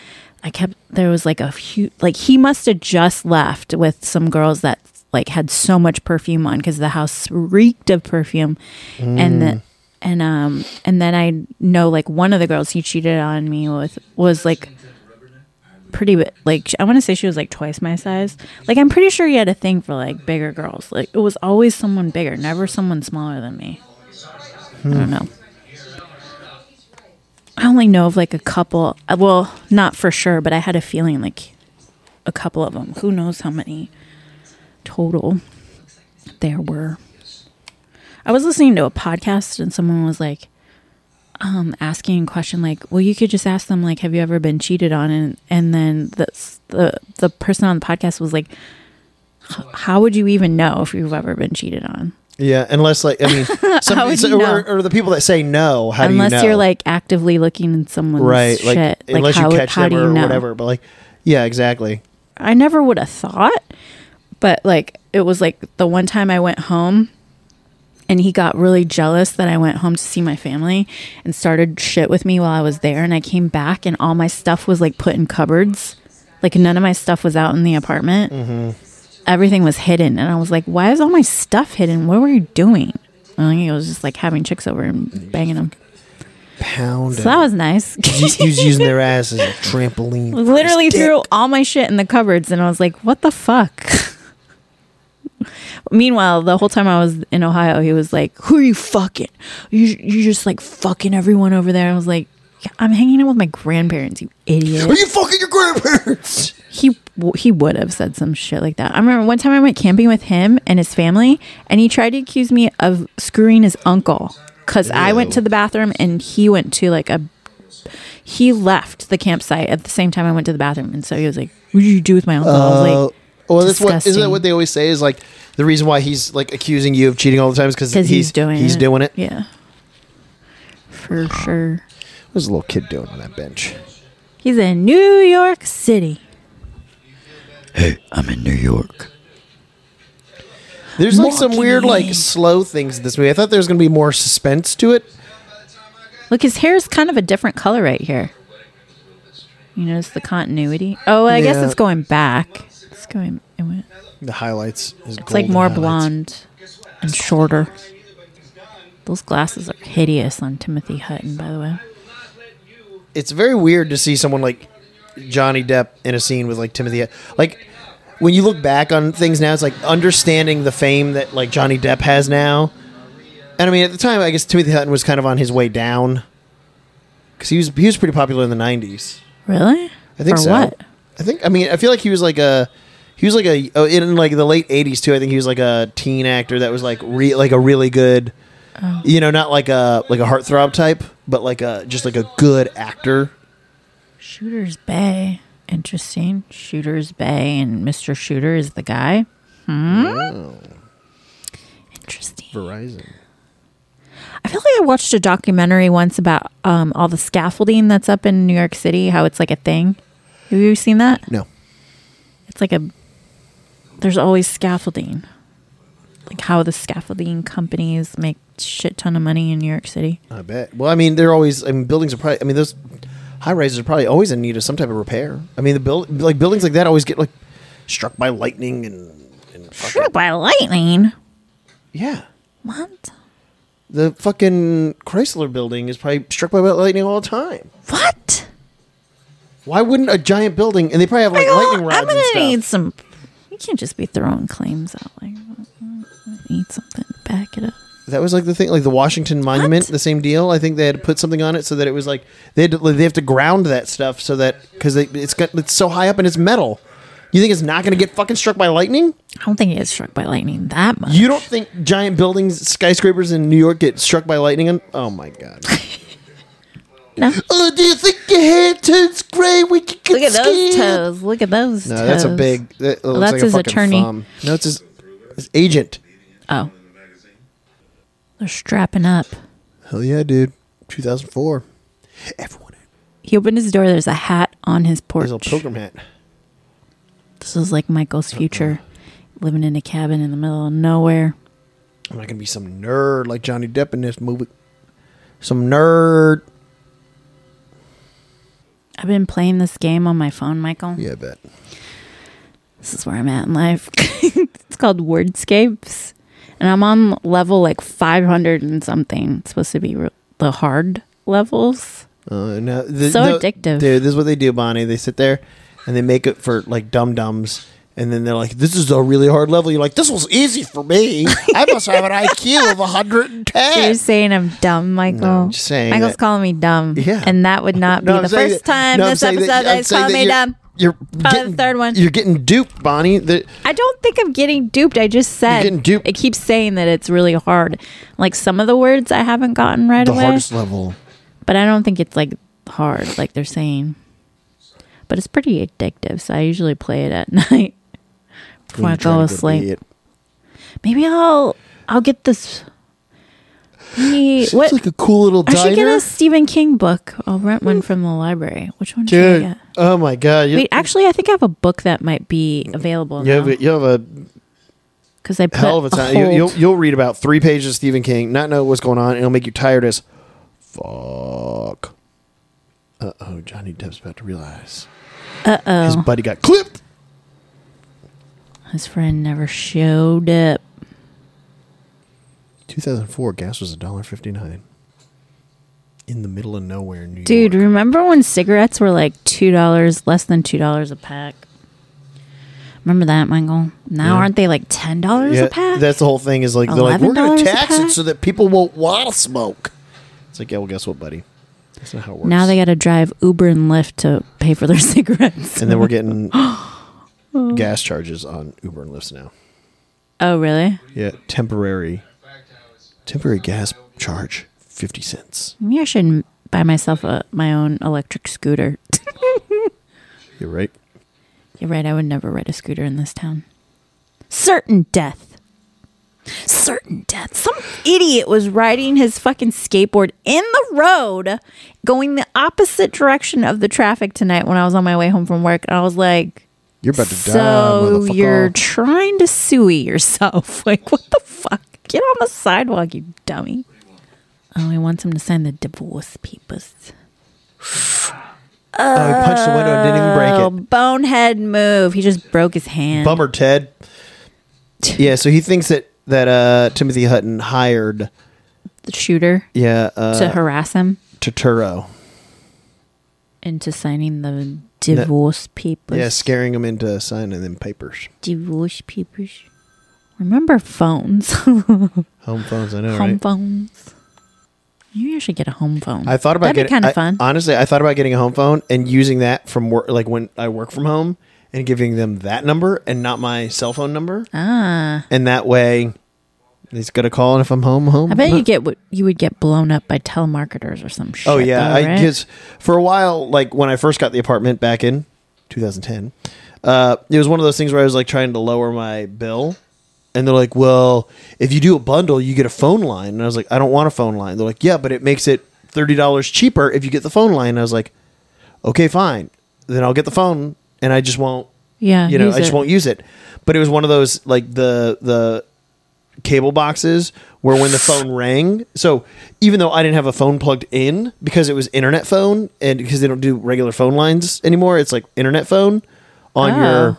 Speaker 2: I kept there was like a huge like he must have just left with some girls that like had so much perfume on because the house reeked of perfume and the, and um and then I know like one of the girls he cheated on me with was like pretty bi- like sh- I want to say she was like twice my size. Like I'm pretty sure he had a thing for like bigger girls. Like it was always someone bigger, never someone smaller than me. I don't know. I only know of like a couple. uh, Well, not for sure, but I had a feeling like a couple of them. Who knows how many total there were? I was listening to a podcast and someone was like, um, asking a question like, well, you could just ask them like, have you ever been cheated on? And and then the the the person on the podcast was like, "H- how would you even know if you've ever been cheated on?
Speaker 1: Yeah, unless like I mean, some,
Speaker 2: How would
Speaker 1: so-
Speaker 2: you know?
Speaker 1: or, or the people that say no, how do you know?
Speaker 2: unless you are like actively looking in someone's
Speaker 1: right,
Speaker 2: shit,
Speaker 1: like, unless
Speaker 2: how,
Speaker 1: you catch
Speaker 2: how
Speaker 1: them
Speaker 2: do you
Speaker 1: or
Speaker 2: know?
Speaker 1: whatever. But like, Yeah, exactly.
Speaker 2: I never would have thought, but like it was like the one time I went home and he got really jealous that I went home to see my family and started shit with me while I was there and I came back and all my stuff was like put in cupboards. Like none of my stuff was out in the apartment. Everything was hidden and I was like, "Why is all my stuff hidden? What were you doing?" I think it was just like having chicks over and banging them.
Speaker 1: Pound.
Speaker 2: So that was nice.
Speaker 1: he was using their ass as a trampoline.
Speaker 2: literally threw all my shit in the cupboards and I was like, what the fuck? Meanwhile, the whole time I was in Ohio, he was like, who are you fucking? You, you're just like fucking everyone over there. I was like, I'm hanging out with my grandparents, you
Speaker 1: Are
Speaker 2: idiot.
Speaker 1: you fucking your grandparents?
Speaker 2: He w- he would have said some shit like that. I remember one time I went camping with him and his family, and he tried to accuse me of screwing his uncle because I went
Speaker 1: Ew.
Speaker 2: to the bathroom and he went to like a he left the campsite at the same time I went to the bathroom, and so he was like, "What did you do with my uncle?" I was
Speaker 1: Oh,
Speaker 2: like,
Speaker 1: Uh, well, that's what isn't that
Speaker 2: disgusting.
Speaker 1: what they always say is like the reason why he's like accusing you of cheating all the time is because
Speaker 2: "Because he's, doing
Speaker 1: he's
Speaker 2: it.
Speaker 1: doing it.
Speaker 2: Yeah, for sure.
Speaker 1: What was a little kid doing on that bench?
Speaker 2: He's in New York City.
Speaker 5: I'm in New York.
Speaker 1: There's like some
Speaker 2: Walking
Speaker 1: weird like
Speaker 2: in.
Speaker 1: slow things in this movie. I thought there was gonna be more suspense to it.
Speaker 2: Look, his hair is kind of a different color right here. You notice the continuity? Oh, well, I guess
Speaker 1: Yeah.
Speaker 2: it's going back. It's going. It went,
Speaker 1: The highlights. Is
Speaker 2: it's like more blonde and shorter. Those glasses are hideous on Timothy Hutton, by the way.
Speaker 1: It's very weird to see someone like Johnny Depp in a scene with like Timothy. Like when you look back on things now, it's like understanding the fame that like Johnny Depp has now. And I mean, at the time, I guess Timothy Hutton was kind of on his way down because he was he was pretty popular in the '90s.
Speaker 2: Really?
Speaker 1: I think
Speaker 2: For
Speaker 1: so.
Speaker 2: what?
Speaker 1: I think I mean I feel like he was like a he was like a oh, in like the late '80s too. I think he was like a teen actor that was like re, like a really good,
Speaker 2: Oh.
Speaker 1: you know, not like a like a heartthrob type, but like a just like a good actor.
Speaker 2: Shooter's Bay. Interesting. Shooter's Bay and Mr. Shooter is the guy. Hmm. Interesting.
Speaker 1: Verizon.
Speaker 2: I feel like I watched a documentary once about um, all the scaffolding that's up in New York City, how it's like a thing. Have you seen that?
Speaker 1: No,
Speaker 2: It's like a there's always scaffolding. Like how the scaffolding companies make shit ton of money in New York City.
Speaker 1: I bet. Well, I mean, they're always. I mean, buildings are probably. I mean, those high rises are probably always in need of some type of repair. I mean, the build like buildings like that always get like struck by lightning and and fucking,
Speaker 2: Struck by lightning.
Speaker 1: yeah.
Speaker 2: What?
Speaker 1: The fucking Chrysler building is probably struck by lightning all the time.
Speaker 2: What?
Speaker 1: Why wouldn't a giant building? And they probably have like
Speaker 2: Well,
Speaker 1: lightning rods
Speaker 2: I'm gonna
Speaker 1: and stuff.
Speaker 2: need some. We can't just be throwing claims out like. I need something to back it up.
Speaker 1: That was like the thing, like the Washington Monument, the same deal. I think they had to put something on it so that it was like they had to, they have to ground that stuff so that because it's got it's so high up and it's metal. You think it's not going to get fucking struck by lightning?
Speaker 2: I don't think it gets struck by lightning that much.
Speaker 1: You don't think giant buildings, skyscrapers in New York get struck by lightning? And, oh my god!
Speaker 2: No.
Speaker 1: oh, do you think your hair turns gray when you get
Speaker 2: Look at those
Speaker 1: scared?
Speaker 2: toes. Look at those
Speaker 1: No,
Speaker 2: toes.
Speaker 1: that's a big. That looks like
Speaker 2: that's
Speaker 1: a
Speaker 2: his
Speaker 1: fucking
Speaker 2: attorney.
Speaker 1: thumb. No, it's his, his agent.
Speaker 2: Oh. They're strapping up.
Speaker 1: Hell yeah, dude. 2004. Everyone
Speaker 2: He opened his door. There's a hat on his porch.
Speaker 1: There's a pilgrim hat.
Speaker 2: This is like Michael's future, living in a cabin in the middle of nowhere.
Speaker 1: I'm not gonna be some nerd like Johnny Depp in this movie. Some nerd.
Speaker 2: I've been playing this game on my phone, Michael.
Speaker 1: Yeah, I bet.
Speaker 2: This is where I'm at in life. it's called Wordscapes, and I'm on level like 500 and something. It's supposed to be re- the hard levels.
Speaker 1: Uh, no, the,
Speaker 2: So addictive.
Speaker 1: dude. This is what they do, Bonnie. They sit there and they make it for like dum dums, and then they're like, "This is a really hard level." You're like, "This was easy for me. I must have an IQ of 110."
Speaker 2: You're saying I'm dumb, Michael.
Speaker 1: No, I'm just saying
Speaker 2: Michael's
Speaker 1: that-
Speaker 2: calling me dumb.
Speaker 1: Yeah.
Speaker 2: And that would not be
Speaker 1: I'm
Speaker 2: the
Speaker 1: saying
Speaker 2: first
Speaker 1: that-
Speaker 2: time
Speaker 1: no, I'm
Speaker 2: this
Speaker 1: saying
Speaker 2: episode
Speaker 1: that-
Speaker 2: that,
Speaker 1: I'm
Speaker 2: he's
Speaker 1: saying
Speaker 2: calling
Speaker 1: that
Speaker 2: me
Speaker 1: you're-
Speaker 2: dumb.
Speaker 1: You're
Speaker 2: the
Speaker 1: getting,
Speaker 2: third one.
Speaker 1: You're getting duped, Bonnie. The-
Speaker 2: I don't think I'm getting duped. I just said
Speaker 1: getting duped.
Speaker 2: it keeps saying that it's really hard. Like some of the words I haven't gotten right
Speaker 1: the
Speaker 2: away,
Speaker 1: hardest level.
Speaker 2: but I don't think it's like hard like they're saying. But it's pretty addictive, so I usually play it at night before I go
Speaker 1: You're trying to go to
Speaker 2: asleep.
Speaker 1: bed.
Speaker 2: Maybe I'll I'll get this He,
Speaker 1: It's
Speaker 2: what?
Speaker 1: like a cool little
Speaker 2: I should get
Speaker 1: diner.
Speaker 2: a Stephen King book. I'll rent one from the library. Which one should I
Speaker 1: Hmm. Dude,
Speaker 2: get?
Speaker 1: oh my god! You,
Speaker 2: Wait, actually, I think I have a book that might be available
Speaker 1: you have a, you have a
Speaker 2: because I put
Speaker 1: hell of a time. You,
Speaker 2: hold.
Speaker 1: you'll you'll read about three pages of Stephen King, not know what's going on, and it'll make you tired as fuck. Uh oh, Johnny Depp's about to realize
Speaker 2: Uh-oh.
Speaker 1: his buddy got clipped.
Speaker 2: His friend never showed up.
Speaker 1: 2004, gas was $1.59. In the middle of nowhere, in New
Speaker 2: Dude,
Speaker 1: York.
Speaker 2: remember when cigarettes were like $2, less than $2 a pack? Remember that, Michael? Now
Speaker 1: Yeah.
Speaker 2: aren't they like $10 a pack?
Speaker 1: that's the whole thing. Is like they're like we're
Speaker 2: $11
Speaker 1: going
Speaker 2: a
Speaker 1: to tax
Speaker 2: pack?
Speaker 1: it so that people won't want to smoke. It's like yeah, well, guess what, buddy? That's not how it works.
Speaker 2: now they got to drive Uber and Lyft to pay for their cigarettes.
Speaker 1: and then we're getting gas charges on Uber and Lyft now.
Speaker 2: oh, really?
Speaker 1: Yeah, temporary, temporary gas charge, fifty cents.
Speaker 2: Maybe I should buy myself a, my own electric scooter.
Speaker 1: You're right.
Speaker 2: You're right, I would never ride a scooter in this town. Certain death. Certain death. Some idiot was riding his fucking skateboard in the road going the opposite direction of the traffic tonight when I was on my way home from work. And I was like,
Speaker 1: You're about to die,
Speaker 2: So
Speaker 1: motherfucker.
Speaker 2: you're trying to suey yourself. Like, what the fuck? Get on the sidewalk, you dummy. Oh, he wants him to sign the divorce papers.
Speaker 1: oh, he punched the window and didn't
Speaker 2: Oh,
Speaker 1: even break it.
Speaker 2: bonehead move. He just broke his hand.
Speaker 1: Bummer, Ted. Yeah, so he thinks that that uh, Timothy Hutton hired
Speaker 2: the shooter
Speaker 1: yeah uh,
Speaker 2: to harass him
Speaker 1: Totoro.
Speaker 2: into signing the divorce papers.
Speaker 1: Yeah, scaring him into signing them papers.
Speaker 2: Divorce papers. Remember phones.
Speaker 1: Home phones, I know,
Speaker 2: home
Speaker 1: right?
Speaker 2: phones. Maybe I should get a home phone.
Speaker 1: I thought about
Speaker 2: That'd
Speaker 1: getting
Speaker 2: be kind
Speaker 1: I- uh,
Speaker 2: of fun.
Speaker 1: Honestly, I thought about getting a home phone and using that from work, like when I work from home, and giving them that number and not my cell phone number,
Speaker 2: ah.
Speaker 1: and that way, he's gonna call, and if I'm home, home.
Speaker 2: I bet you get what you would get blown up by telemarketers or some shit.
Speaker 1: Oh yeah,
Speaker 2: though,
Speaker 1: I
Speaker 2: right?
Speaker 1: because for a while, like when I first got the apartment back in 2010, uh, it was one of those things where I was like trying to lower my bill, and they're like, "Well, if you do a bundle, you get a phone line," and I was like, "I don't want a phone line." They're like, "Yeah, but it makes it thirty dollars cheaper if you get the phone line." And I was like, "Okay, fine, then I'll get the phone, and I just won't,
Speaker 2: yeah,
Speaker 1: you know,
Speaker 2: use
Speaker 1: I just
Speaker 2: it.
Speaker 1: won't use it." But it was one of those like the the cable boxes where when the phone rang so even though i didn't have a phone plugged in because it was internet phone and because they don't do regular phone lines anymore it's like internet phone on
Speaker 2: Oh.
Speaker 1: your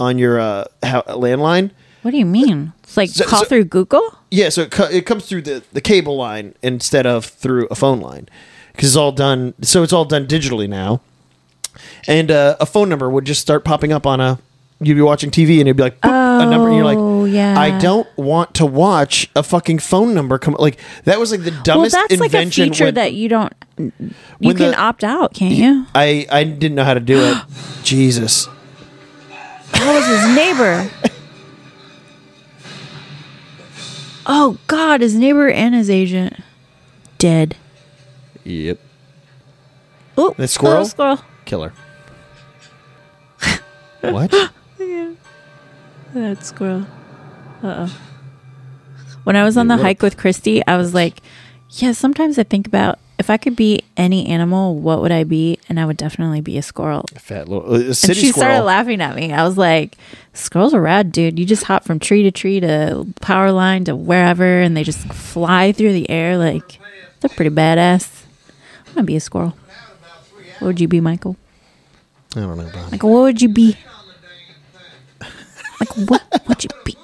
Speaker 1: on your uh ho- landline
Speaker 2: What do you mean? It's like
Speaker 1: So-
Speaker 2: call
Speaker 1: so-
Speaker 2: through Google.
Speaker 1: yeah so it, co- it comes through the the cable line instead of through a phone line because it's all done so it's all done digitally now and uh, a phone number would just start popping up on a you'd be watching tv and it'd be like boop, a number and you're like
Speaker 2: Oh, yeah.
Speaker 1: i don't want to watch a fucking phone number come like that was like the
Speaker 2: Well,
Speaker 1: dumbest
Speaker 2: that's like a
Speaker 1: invention
Speaker 2: feature
Speaker 1: when
Speaker 2: that you don't. You
Speaker 1: when
Speaker 2: can
Speaker 1: the-
Speaker 2: opt out, can't you?
Speaker 1: i i didn't know how to do it jesus
Speaker 2: That was his neighbor. Oh God, his neighbor and his agent dead.
Speaker 1: yep
Speaker 2: Oh,
Speaker 1: The squirrel?
Speaker 2: oh, squirrel.
Speaker 1: killer what
Speaker 2: That squirrel. Uh oh. When I was on the
Speaker 1: what a-
Speaker 2: hike with Christy, I was like, yeah, sometimes I think about if I could be any animal, what would I be? And I would definitely be a squirrel.
Speaker 1: fat little uh,
Speaker 2: And
Speaker 1: city
Speaker 2: she
Speaker 1: squirrel
Speaker 2: started laughing at me. I was like, squirrels are rad, dude. You just hop from tree to tree to power line to wherever, and they just fly through the air. Like, they're pretty badass. I'm going to be a squirrel. What would you be, Michael?
Speaker 1: i don't know Bob.
Speaker 2: Michael, what would you be? Michael, what would you be?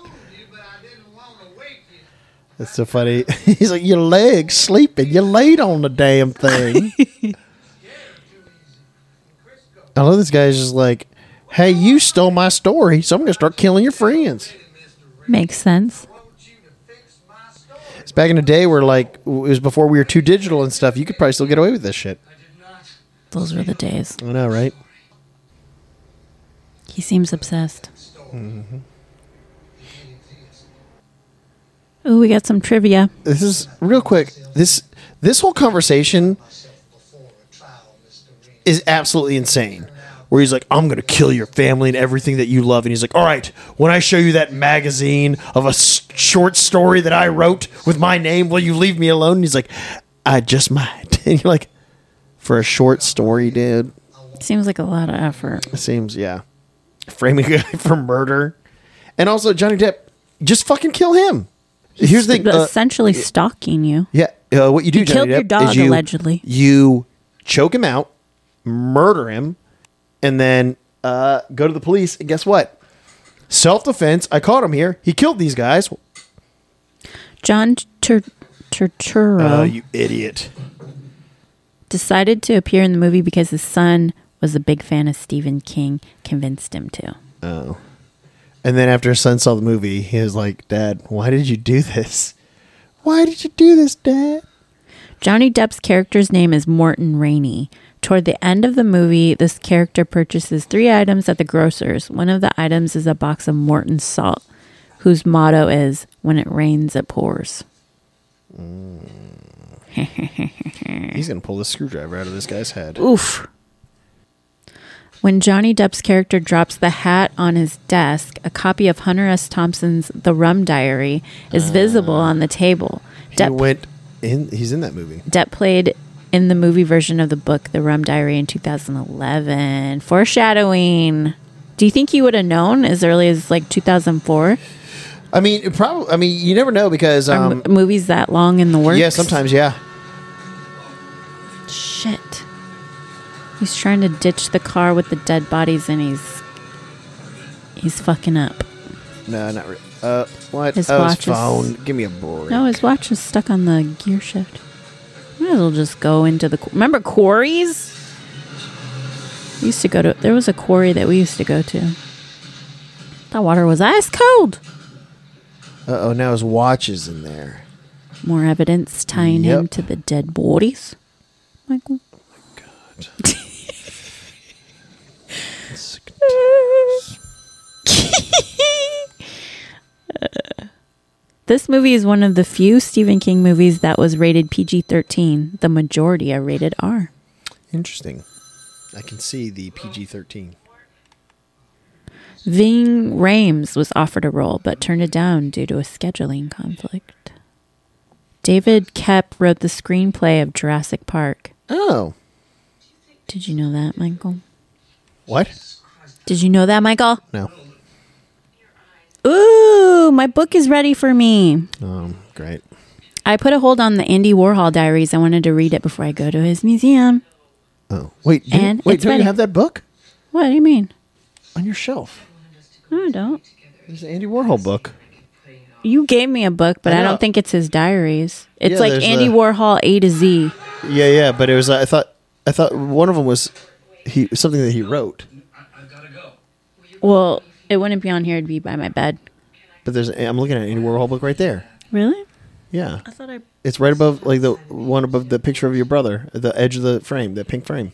Speaker 1: That's so funny. He's like, your legs sleeping. You laid on the damn thing. I love this guy's just like, hey, you stole my story, so I'm going to start killing your friends.
Speaker 2: Makes sense.
Speaker 1: It's back in the day where, like, it was before we were too digital and stuff. You could probably still get away with this shit.
Speaker 2: Those were the days.
Speaker 1: I know, right?
Speaker 2: He seems obsessed.
Speaker 1: Mm-hmm.
Speaker 2: Ooh, we got some trivia.
Speaker 1: This is real quick. This this whole conversation is absolutely insane. where he's like, I'm going to kill your family and everything that you love. And he's like, All right, when I show you that magazine of a s- short story that I wrote with my name, will you leave me alone? And he's like, I just might. And you're like, For a short story, dude.
Speaker 2: Seems like a lot of effort.
Speaker 1: It seems, yeah. Framing a guy for murder. And also, Johnny Depp, just fucking kill him. Here's the thing.
Speaker 2: But
Speaker 1: uh,
Speaker 2: essentially stalking you.
Speaker 1: yeah, uh, what you do, Johnny
Speaker 2: killed your
Speaker 1: Depp,
Speaker 2: dog,
Speaker 1: is you,
Speaker 2: allegedly.
Speaker 1: You choke him out, murder him, and then uh, go to the police. And guess what? Self defense. I caught him here. He killed these guys.
Speaker 2: John Tur- Turturro
Speaker 1: Oh, you idiot!
Speaker 2: decided to appear in the movie because his son was a big fan of Stephen King, convinced him to.
Speaker 1: And then after his son saw the movie, he was like, "Dad, why did you do this? Why did you do this, Dad?"
Speaker 2: Johnny Depp's character's name is Morton Rainey. Toward the end of the movie, this character purchases three items at the grocer's. One of the items is a box of Morton salt, whose motto is "When it rains, it pours."
Speaker 1: He's gonna pull the screwdriver out of this guy's head.
Speaker 2: Oof. When Johnny Depp's character drops the hat on his desk, a copy of Hunter S. Thompson's The Rum Diary is visible on the table.
Speaker 1: He
Speaker 2: Depp,
Speaker 1: went in. He's in that movie.
Speaker 2: Depp played in the movie version of the book The Rum Diary in 2011. Foreshadowing. Do you think he would have known as early as like 2004?
Speaker 1: I mean, it probably. I mean, you never know because
Speaker 2: Are
Speaker 1: um,
Speaker 2: m- movies that long in the works?
Speaker 1: yeah, sometimes yeah.
Speaker 2: Shit. He's trying to ditch the car with the dead bodies and he's he's fucking up.
Speaker 1: No, not really. Uh, what?
Speaker 2: His
Speaker 1: oh,
Speaker 2: watch
Speaker 1: his
Speaker 2: is-
Speaker 1: phone. Give me a break.
Speaker 2: No, his watch is stuck on the gear shift. Might as well just go into the. qu- Remember quarries? We used to go to. There was a quarry that we used to go to. That water was ice cold.
Speaker 1: Uh oh, now his watch is in there.
Speaker 2: More evidence tying him
Speaker 1: Yep.
Speaker 2: to the dead bodies. Michael. This movie is one of the few Stephen King movies that was rated PG 13. The majority are rated R.
Speaker 1: Interesting. I can see the PG 13.
Speaker 2: Ving Rames was offered a role but turned it down due to a scheduling conflict. David Kep wrote the screenplay of Jurassic Park.
Speaker 1: Oh.
Speaker 2: Did you know that, Michael?
Speaker 1: What?
Speaker 2: Did you know that, Michael?
Speaker 1: No.
Speaker 2: Ooh, my book is ready for me.
Speaker 1: Um, great.
Speaker 2: I put a hold on the Andy Warhol diaries. I wanted to read it before I go to his museum.
Speaker 1: Oh. Wait, do you,
Speaker 2: And
Speaker 1: wait,
Speaker 2: it's
Speaker 1: don't
Speaker 2: ready.
Speaker 1: you have that book
Speaker 2: What do you mean?
Speaker 1: on your shelf?
Speaker 2: No, I don't.
Speaker 1: There's an Andy Warhol book.
Speaker 2: You gave me a book, but
Speaker 1: I
Speaker 2: I,
Speaker 1: know.
Speaker 2: don't think it's his diaries. It's
Speaker 1: Yeah,
Speaker 2: like
Speaker 1: there's
Speaker 2: Andy
Speaker 1: the-
Speaker 2: Warhol A to Z.
Speaker 1: Yeah, yeah, but it was I thought I thought one of them was he something that he wrote.
Speaker 2: Well, it wouldn't be on here. It'd be by my bed.
Speaker 1: But there's I'm looking at an Andy Warhol book right there.
Speaker 2: Really?
Speaker 1: Yeah.
Speaker 2: I thought I.
Speaker 1: It's right above like the one above the picture of your brother, at the edge of the frame, the pink frame.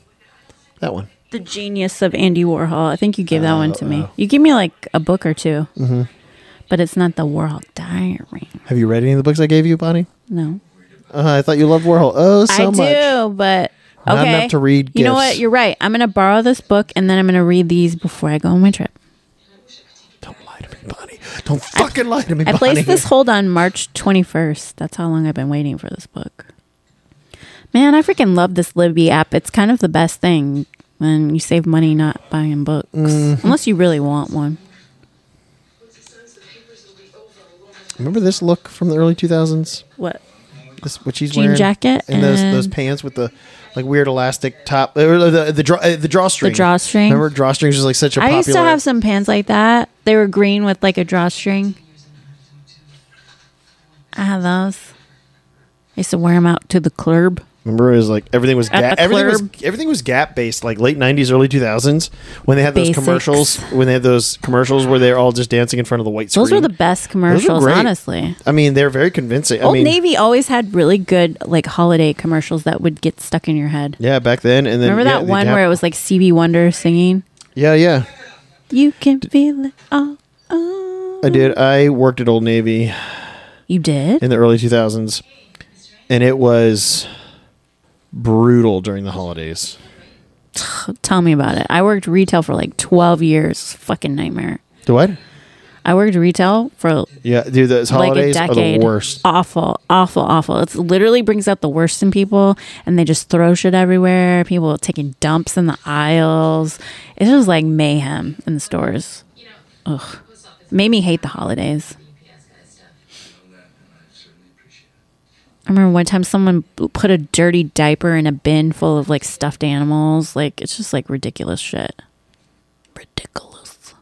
Speaker 1: That one.
Speaker 2: The genius of Andy Warhol. I think you gave that one to me.
Speaker 1: oh.
Speaker 2: You gave me like a book or 2 Mm-hmm. But it's not the Warhol diary.
Speaker 1: Have you read any of the books I gave you, Bonnie?
Speaker 2: No.
Speaker 1: Uh, I thought you loved Warhol. Oh, so
Speaker 2: I
Speaker 1: much.
Speaker 2: do, but. Okay.
Speaker 1: Not enough to read
Speaker 2: You know
Speaker 1: gifts.
Speaker 2: what? You're right. I'm going to borrow this book and then I'm going to read these before I go on my trip.
Speaker 1: Don't lie to me, Bonnie. Don't fucking lie to me,
Speaker 2: I
Speaker 1: Bonnie.
Speaker 2: placed this hold on March 21st. That's how long I've been waiting for this book. Man, I freaking love this Libby app. It's kind of the best thing when you save money not buying books,
Speaker 1: Mm-hmm.
Speaker 2: unless you really want one.
Speaker 1: Remember this look from the early 2000s?
Speaker 2: What?
Speaker 1: This what she's
Speaker 2: Jean
Speaker 1: wearing,
Speaker 2: jacket
Speaker 1: and, those those
Speaker 2: and-
Speaker 1: pants with the like weird elastic top, or the the, the, draw, uh, the drawstring.
Speaker 2: The drawstring.
Speaker 1: Remember drawstrings was like such a
Speaker 2: I
Speaker 1: popular.
Speaker 2: used to have some pants like that. They were green with like a drawstring. I had those. I used to wear them out to the club.
Speaker 1: Remember it was like everything was
Speaker 2: At
Speaker 1: gap,
Speaker 2: the
Speaker 1: everything was
Speaker 2: club.
Speaker 1: everything was gap based, like late 90s, early 2000s when they had those
Speaker 2: Basics.
Speaker 1: commercials. When they had those commercials where they're all just dancing in front of the white screen.
Speaker 2: Those were the best commercials,
Speaker 1: great.
Speaker 2: honestly.
Speaker 1: I mean, they're very convincing. I
Speaker 2: Old
Speaker 1: mean,
Speaker 2: Navy always had really good like holiday commercials that would get stuck in your head.
Speaker 1: yeah, back then, and then
Speaker 2: Remember
Speaker 1: yeah,
Speaker 2: that
Speaker 1: they'd
Speaker 2: one
Speaker 1: have-
Speaker 2: where it was like CB Wonder singing?
Speaker 1: yeah, yeah.
Speaker 2: You can feel it all. all."
Speaker 1: I did. I worked at Old Navy
Speaker 2: You did?
Speaker 1: in the early 2000s and it was brutal during the holidays
Speaker 2: t- tell me about it. I worked retail for like 12 years. Fucking nightmare.
Speaker 1: Do what?
Speaker 2: I worked retail for
Speaker 1: Yeah, dude, those holidays
Speaker 2: like a
Speaker 1: are the
Speaker 2: decade.
Speaker 1: worst.
Speaker 2: Awful, awful, awful. It's literally brings out the worst in people, and they just throw shit everywhere. People are taking dumps in the aisles. It's just like mayhem in the stores. Ugh, made me hate the holidays. I remember one time someone b- put a dirty diaper in a bin full of like stuffed animals. Like it's just like ridiculous shit. Ridiculous.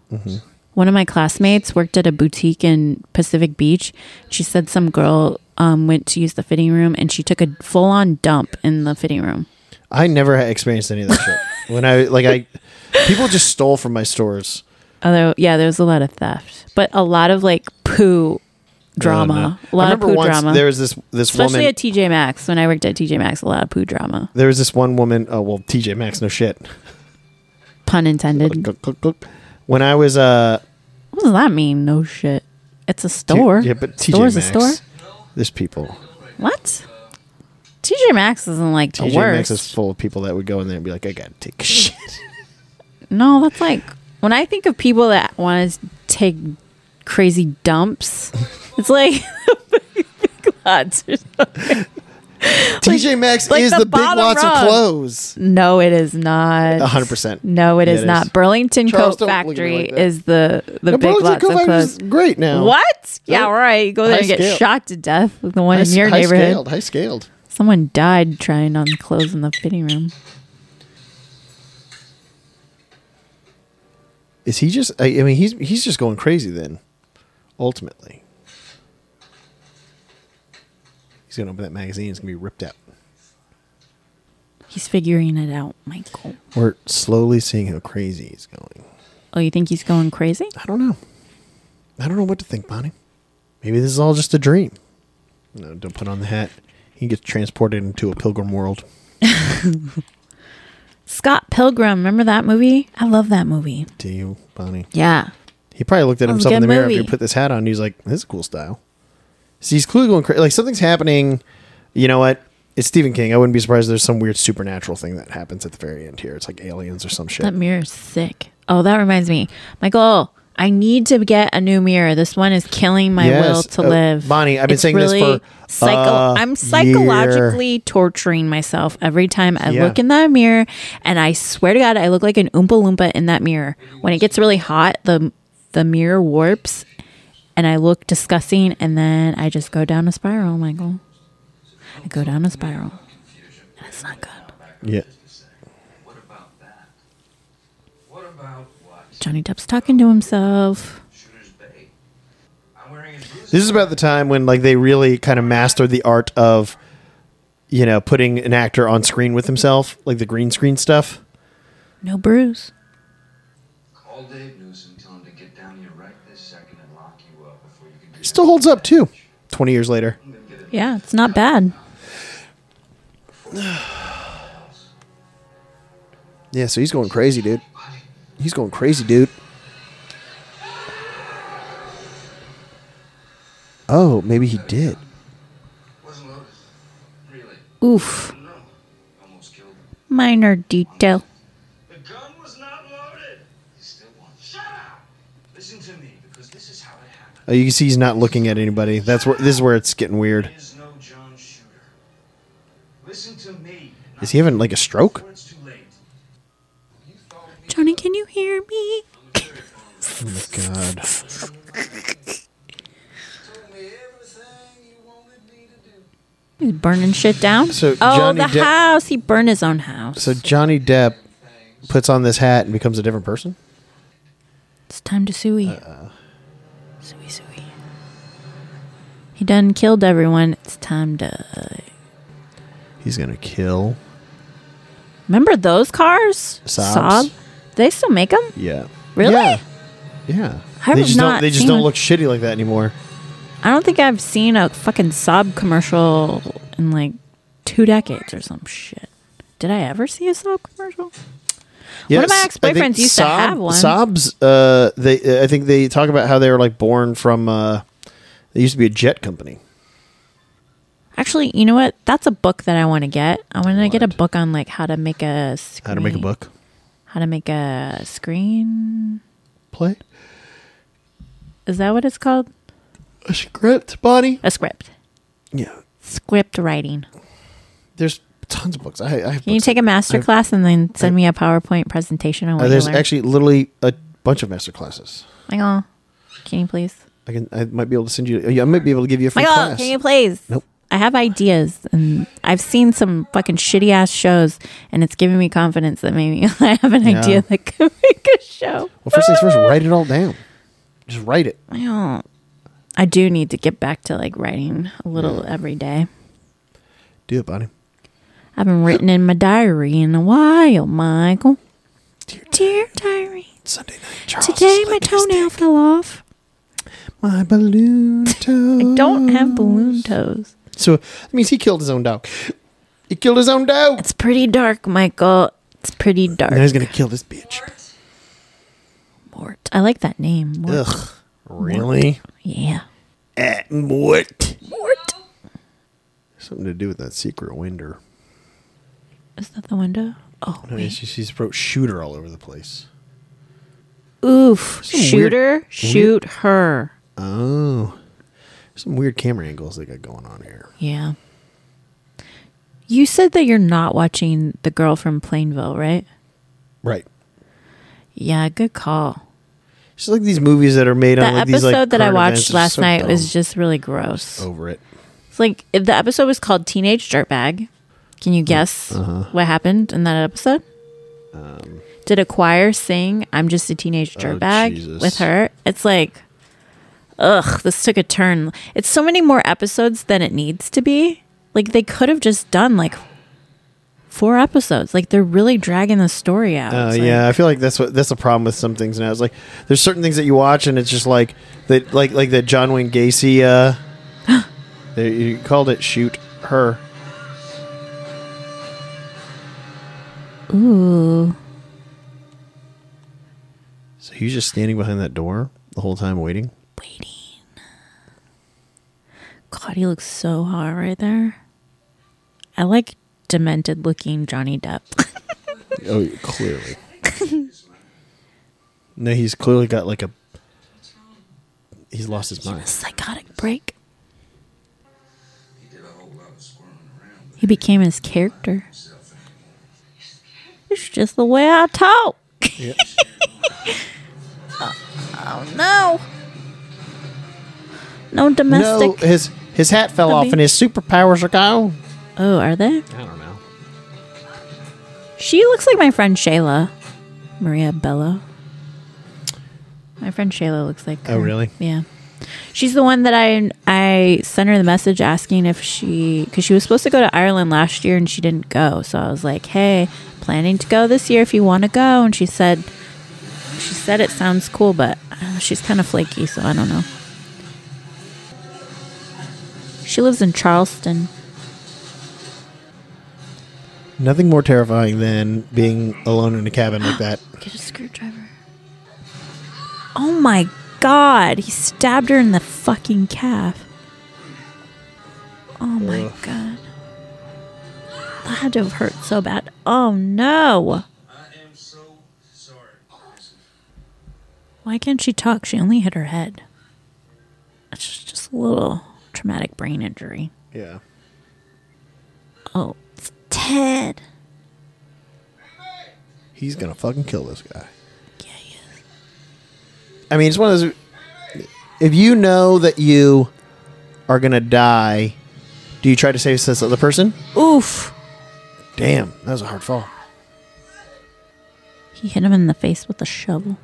Speaker 2: One of my classmates worked at a boutique in Pacific Beach. She said some girl um, went to use the fitting room and she took a full on dump in the fitting room.
Speaker 1: I never had experienced any of that shit. When I like, I people just stole from my stores.
Speaker 2: Although, yeah, there was a lot of theft, but a lot of like poo drama.
Speaker 1: Oh,
Speaker 2: A
Speaker 1: no.
Speaker 2: lot
Speaker 1: I
Speaker 2: of
Speaker 1: remember
Speaker 2: poo
Speaker 1: once
Speaker 2: drama.
Speaker 1: there was this this
Speaker 2: Especially
Speaker 1: woman.
Speaker 2: at TJ Maxx. When I worked at TJ Maxx, a lot of poo drama.
Speaker 1: there was this one woman. Oh well, TJ Maxx, no shit.
Speaker 2: Pun intended.
Speaker 1: Click, click, click. When I was uh,
Speaker 2: What does that mean? No shit. It's a
Speaker 1: t-
Speaker 2: store.
Speaker 1: yeah, but TJ
Speaker 2: Store's a
Speaker 1: Maxx,
Speaker 2: store?
Speaker 1: There's people.
Speaker 2: What? TJ Maxx isn't like the
Speaker 1: TJ
Speaker 2: worst.
Speaker 1: Maxx is full of people that would go in there and be like, I gotta take a shit.
Speaker 2: No, that's like when I think of people that want to take crazy dumps. It's like God,
Speaker 1: TJ Maxx
Speaker 2: like
Speaker 1: is
Speaker 2: the
Speaker 1: the, big
Speaker 2: bottom
Speaker 1: lots
Speaker 2: rung.
Speaker 1: of clothes.
Speaker 2: no, it is not.
Speaker 1: 100%.
Speaker 2: No, it
Speaker 1: Yeah,
Speaker 2: is
Speaker 1: it
Speaker 2: not.
Speaker 1: is.
Speaker 2: Burlington
Speaker 1: Charles,
Speaker 2: Coat
Speaker 1: don't look at me
Speaker 2: Factory
Speaker 1: like that.
Speaker 2: is the the
Speaker 1: The
Speaker 2: big
Speaker 1: Burlington
Speaker 2: lots of
Speaker 1: Coat Factory
Speaker 2: clothes.
Speaker 1: is great now.
Speaker 2: What? Yeah,
Speaker 1: Nope.
Speaker 2: right. Go there
Speaker 1: High
Speaker 2: and get
Speaker 1: scale.
Speaker 2: shot to death. The one
Speaker 1: High,
Speaker 2: in your
Speaker 1: high
Speaker 2: neighborhood.
Speaker 1: scaled. High scaled.
Speaker 2: Someone died trying on clothes in the fitting room.
Speaker 1: Is he just? I, I mean, he's he's just going crazy. Then, ultimately, he's gonna open that magazine. It's gonna be ripped out.
Speaker 2: He's figuring it out, Michael.
Speaker 1: We're slowly seeing how crazy he's going.
Speaker 2: Oh, you think he's going crazy?
Speaker 1: I don't know. I don't know what to think, Bonnie. Maybe this is all just a dream. No, don't put on the hat. He gets transported into a pilgrim world.
Speaker 2: Scott Pilgrim, remember that movie? I love that movie.
Speaker 1: Do you, Bonnie?
Speaker 2: Yeah.
Speaker 1: He probably looked at
Speaker 2: That was
Speaker 1: himself
Speaker 2: a
Speaker 1: in
Speaker 2: good
Speaker 1: the mirror
Speaker 2: movie.
Speaker 1: after he put this hat on. And he's like, "This is a cool style." So he's clearly going crazy. Like something's happening. You know what? It's Stephen King. I wouldn't be surprised. if There's some weird supernatural thing that happens at the very end here. It's like aliens or some shit.
Speaker 2: That mirror's sick. Oh, that reminds me. Michael, I need to get a new mirror. This one is killing my
Speaker 1: Yes.
Speaker 2: will to
Speaker 1: Uh,
Speaker 2: live.
Speaker 1: Bonnie, I've been saying this for uh,
Speaker 2: psycho-
Speaker 1: a
Speaker 2: I'm psychologically torturing myself every time I
Speaker 1: Yeah.
Speaker 2: look in that mirror and I swear to God I look like an oompa loompa in that mirror. When it gets really hot, the the mirror warps and I look disgusting and then I just go down a spiral, Michael. I go down a spiral. And it's not good.
Speaker 1: yeah.
Speaker 5: What about that? What about what?
Speaker 2: Johnny Depp's talking to himself.
Speaker 5: Shooter's Bay. I'm wearing his boots.
Speaker 1: This is about the time when like they really kind of mastered the art of, you know, putting an actor on screen with himself, like the green screen stuff.
Speaker 2: No bruise.
Speaker 5: Call Dave Newsom, tell him to get down here right this second and lock you up before you can do
Speaker 1: Still holds up too. Twenty years later.
Speaker 5: I'm gonna get it
Speaker 2: Yeah, it's not bad.
Speaker 1: Yeah, so he's going crazy, dude. He's going crazy, dude. Oh, maybe he did.
Speaker 5: Wasn't loaded. Really?
Speaker 2: Oof.
Speaker 5: No. Almost killed him.
Speaker 2: Minor detail.
Speaker 5: The gun was not loaded. He still wants. Shut up! Listen to me, because this is how it happened.
Speaker 1: Oh, you can see he's not looking at anybody. That's where this is where it's getting weird.
Speaker 5: There is no John Shooter. Listen to me.
Speaker 1: Is he having like a stroke?
Speaker 5: Before it's too late. You followed me.
Speaker 2: Johnny, can you hear me?
Speaker 1: Oh God.
Speaker 5: Told me everything you wanted me to do.
Speaker 2: He's burning shit down.
Speaker 1: So
Speaker 2: oh,
Speaker 1: Johnny
Speaker 2: the
Speaker 1: Depp-
Speaker 2: house. He burned his own house.
Speaker 1: So Johnny Depp puts on this hat and becomes a different person.
Speaker 2: it's time to suey.
Speaker 1: Uh-uh.
Speaker 2: Suey, suey. He done killed everyone. It's time to.
Speaker 1: He's gonna kill.
Speaker 2: Remember those cars?
Speaker 1: Saabs.
Speaker 2: They still make them?
Speaker 1: Yeah.
Speaker 2: Really?
Speaker 1: Yeah. Yeah.
Speaker 2: I
Speaker 1: they
Speaker 2: have
Speaker 1: just
Speaker 2: not
Speaker 1: don't. They just
Speaker 2: seen
Speaker 1: don't
Speaker 2: one.
Speaker 1: look shitty like that anymore.
Speaker 2: I don't think I've seen a fucking Saab commercial in like two decades or some shit. Did I ever see a Saab commercial?
Speaker 1: Yeah,
Speaker 2: One of my
Speaker 1: s- I
Speaker 2: ex-boyfriends
Speaker 1: think
Speaker 2: used to have one.
Speaker 1: Saab's, uh, they, I think they talk about how they were like born from. Uh, they used to be a jet company.
Speaker 2: I Actually, you know what? That's a book that I want to get. I want to get a
Speaker 1: What?
Speaker 2: book on like how to make a screen,
Speaker 1: How to make a book
Speaker 2: how to make a screen.
Speaker 1: play
Speaker 2: Is that what it's called?
Speaker 1: a script, Bonnie.
Speaker 2: A script,
Speaker 1: Yeah,
Speaker 2: script writing.
Speaker 1: there's tons of books. I, I have
Speaker 2: Can you
Speaker 1: books.
Speaker 2: take a master
Speaker 1: I've-
Speaker 2: class and then send
Speaker 1: I-
Speaker 2: me a PowerPoint presentation on
Speaker 1: Uh,
Speaker 2: what you
Speaker 1: there's
Speaker 2: learned?
Speaker 1: actually literally a bunch of master classes.
Speaker 2: Michael, can you please?
Speaker 1: I can. I might be able to send you. yeah, I might be able to give you a free
Speaker 2: Michael,
Speaker 1: class.
Speaker 2: can you please?
Speaker 1: Nope.
Speaker 2: I have ideas, and I've seen some fucking shitty ass shows, and it's giving me confidence that maybe I have an
Speaker 1: Yeah.
Speaker 2: idea that could make a show.
Speaker 1: well, first things first, write it all down. Just write it.
Speaker 2: Well, I do need to get back to like writing a little every day.
Speaker 1: Do it, Bonnie.
Speaker 2: I haven't written in my diary in a while, Michael.
Speaker 1: Dear-
Speaker 2: Dear diary,
Speaker 1: Sunday night. Charles
Speaker 2: today
Speaker 1: is
Speaker 2: my
Speaker 1: licking his
Speaker 2: toenail
Speaker 1: dick.
Speaker 2: fell off.
Speaker 1: My balloon toe.
Speaker 2: I don't
Speaker 1: Mm.
Speaker 2: have balloon toes.
Speaker 1: So that means he killed his own dog. He killed his own dog.
Speaker 2: It's pretty dark, Michael. It's pretty dark.
Speaker 1: Now he's gonna kill this bitch.
Speaker 2: Mort. I like that name. Mort.
Speaker 1: Ugh. Really?
Speaker 2: Yeah.
Speaker 1: At Mort.
Speaker 2: Mort.
Speaker 1: Something to do with that secret winder.
Speaker 2: Is that the window? Oh,
Speaker 1: I mean,
Speaker 2: wait.
Speaker 1: she, she's wrote shooter all over the place.
Speaker 2: Oof.
Speaker 1: Some weird-
Speaker 2: Shoot her. Shoot her.
Speaker 1: Oh. Some weird camera angles they got going on here.
Speaker 2: Yeah. You said that you're not watching The Girl from Plainville, right?
Speaker 1: Right.
Speaker 2: Yeah, good call.
Speaker 1: It's just like these movies that are made
Speaker 2: The
Speaker 1: on like
Speaker 2: episode
Speaker 1: these like
Speaker 2: that I
Speaker 1: current events.
Speaker 2: watched
Speaker 1: It's
Speaker 2: last
Speaker 1: so
Speaker 2: night was
Speaker 1: dumb. Oh.
Speaker 2: just really gross.
Speaker 1: over it.
Speaker 2: It's like if the episode was called Teenage Dirtbag. Can
Speaker 1: Mm.
Speaker 2: you guess
Speaker 1: Uh-huh.
Speaker 2: what happened in that episode?
Speaker 1: Um.
Speaker 2: Did a choir sing "I'm Just a Teenage Dirtbag"
Speaker 1: Oh, Jesus.
Speaker 2: with her? It's like, ugh, this took a turn. It's so many more episodes than it needs to be. Like they could have just done like four episodes. Like they're really dragging the story out.
Speaker 1: Uh,
Speaker 2: It's like,
Speaker 1: yeah, I feel like that's what that's the problem with some things now. It's like there's certain things that you watch and it's just like that, like like that John Wayne Gacy. Uh, they, you called it shoot her.
Speaker 2: Ooh.
Speaker 1: So he was just standing behind that door the whole time waiting.
Speaker 2: waiting. God, he looks so hot right there. I like demented looking Johnny Depp.
Speaker 1: Oh, clearly. no, he's clearly got like a. He's lost his mind.
Speaker 2: Psychotic break.
Speaker 5: He did a whole lot of squirming around
Speaker 2: He became his character.
Speaker 5: himself anymore.
Speaker 2: It's just the way I talk.
Speaker 1: Yeah.
Speaker 2: Oh no. No
Speaker 1: No, eh.
Speaker 2: domestic.
Speaker 1: his his hat fell off
Speaker 2: Puppy.
Speaker 1: and his superpowers are gone.
Speaker 2: Oh, are they?
Speaker 1: I don't know.
Speaker 2: She looks like my friend Shayla. Maria Bello. My friend Shayla looks like
Speaker 1: Oh,
Speaker 2: her.
Speaker 1: really?
Speaker 2: Yeah. She's the one that I I sent her the message asking if she cuz she was supposed to go to Ireland last year and she didn't go. So I was like, "Hey, planning to go this year if you want to go." And she said she said it sounds cool, but I don't know, she's kind of flaky, so I don't know. She lives in Charleston.
Speaker 1: Nothing more terrifying than being alone in a cabin like that.
Speaker 2: Get a screwdriver. Oh my god, he stabbed her in the fucking calf. Oh my
Speaker 1: Ugh.
Speaker 2: god. That had to have hurt so bad. Oh no.
Speaker 5: I am so sorry. Listen,
Speaker 2: Why can't she talk? She only hit her head. It's just, just a little traumatic brain injury.
Speaker 1: Yeah.
Speaker 2: Oh, it's Ted.
Speaker 1: He's gonna fucking kill this guy.
Speaker 2: Yeah, he is.
Speaker 1: I mean, it's one of those. If you know that you are gonna die, do you try to save this other person?
Speaker 2: Oof.
Speaker 1: Damn, that was a hard fall.
Speaker 2: He hit him in the face with a shovel.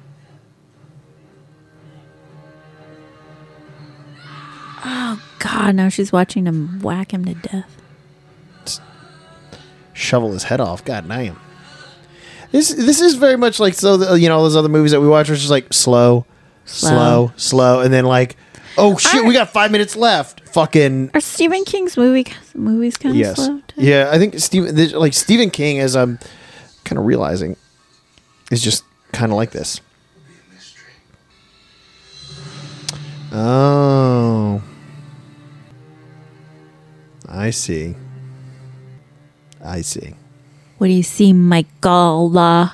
Speaker 2: Oh God! Now she's watching him whack him to death.
Speaker 1: Shovel his head off. God damn. This this is very much like so the, you know those other movies that we watch, which is like slow, slow,
Speaker 2: Slow.
Speaker 1: slow, and then like, oh shit,
Speaker 2: Our-
Speaker 1: we got five minutes left. Fucking
Speaker 2: Are Stephen King's movie movies kind of
Speaker 1: yes,
Speaker 2: slow? Too?
Speaker 1: yeah. I think Stephen this- like Stephen King, as I'm kind of realizing, is just kind of like this.
Speaker 5: it'll be a mystery.
Speaker 1: Oh. I see. I see.
Speaker 2: What do you see, Michael? Uh,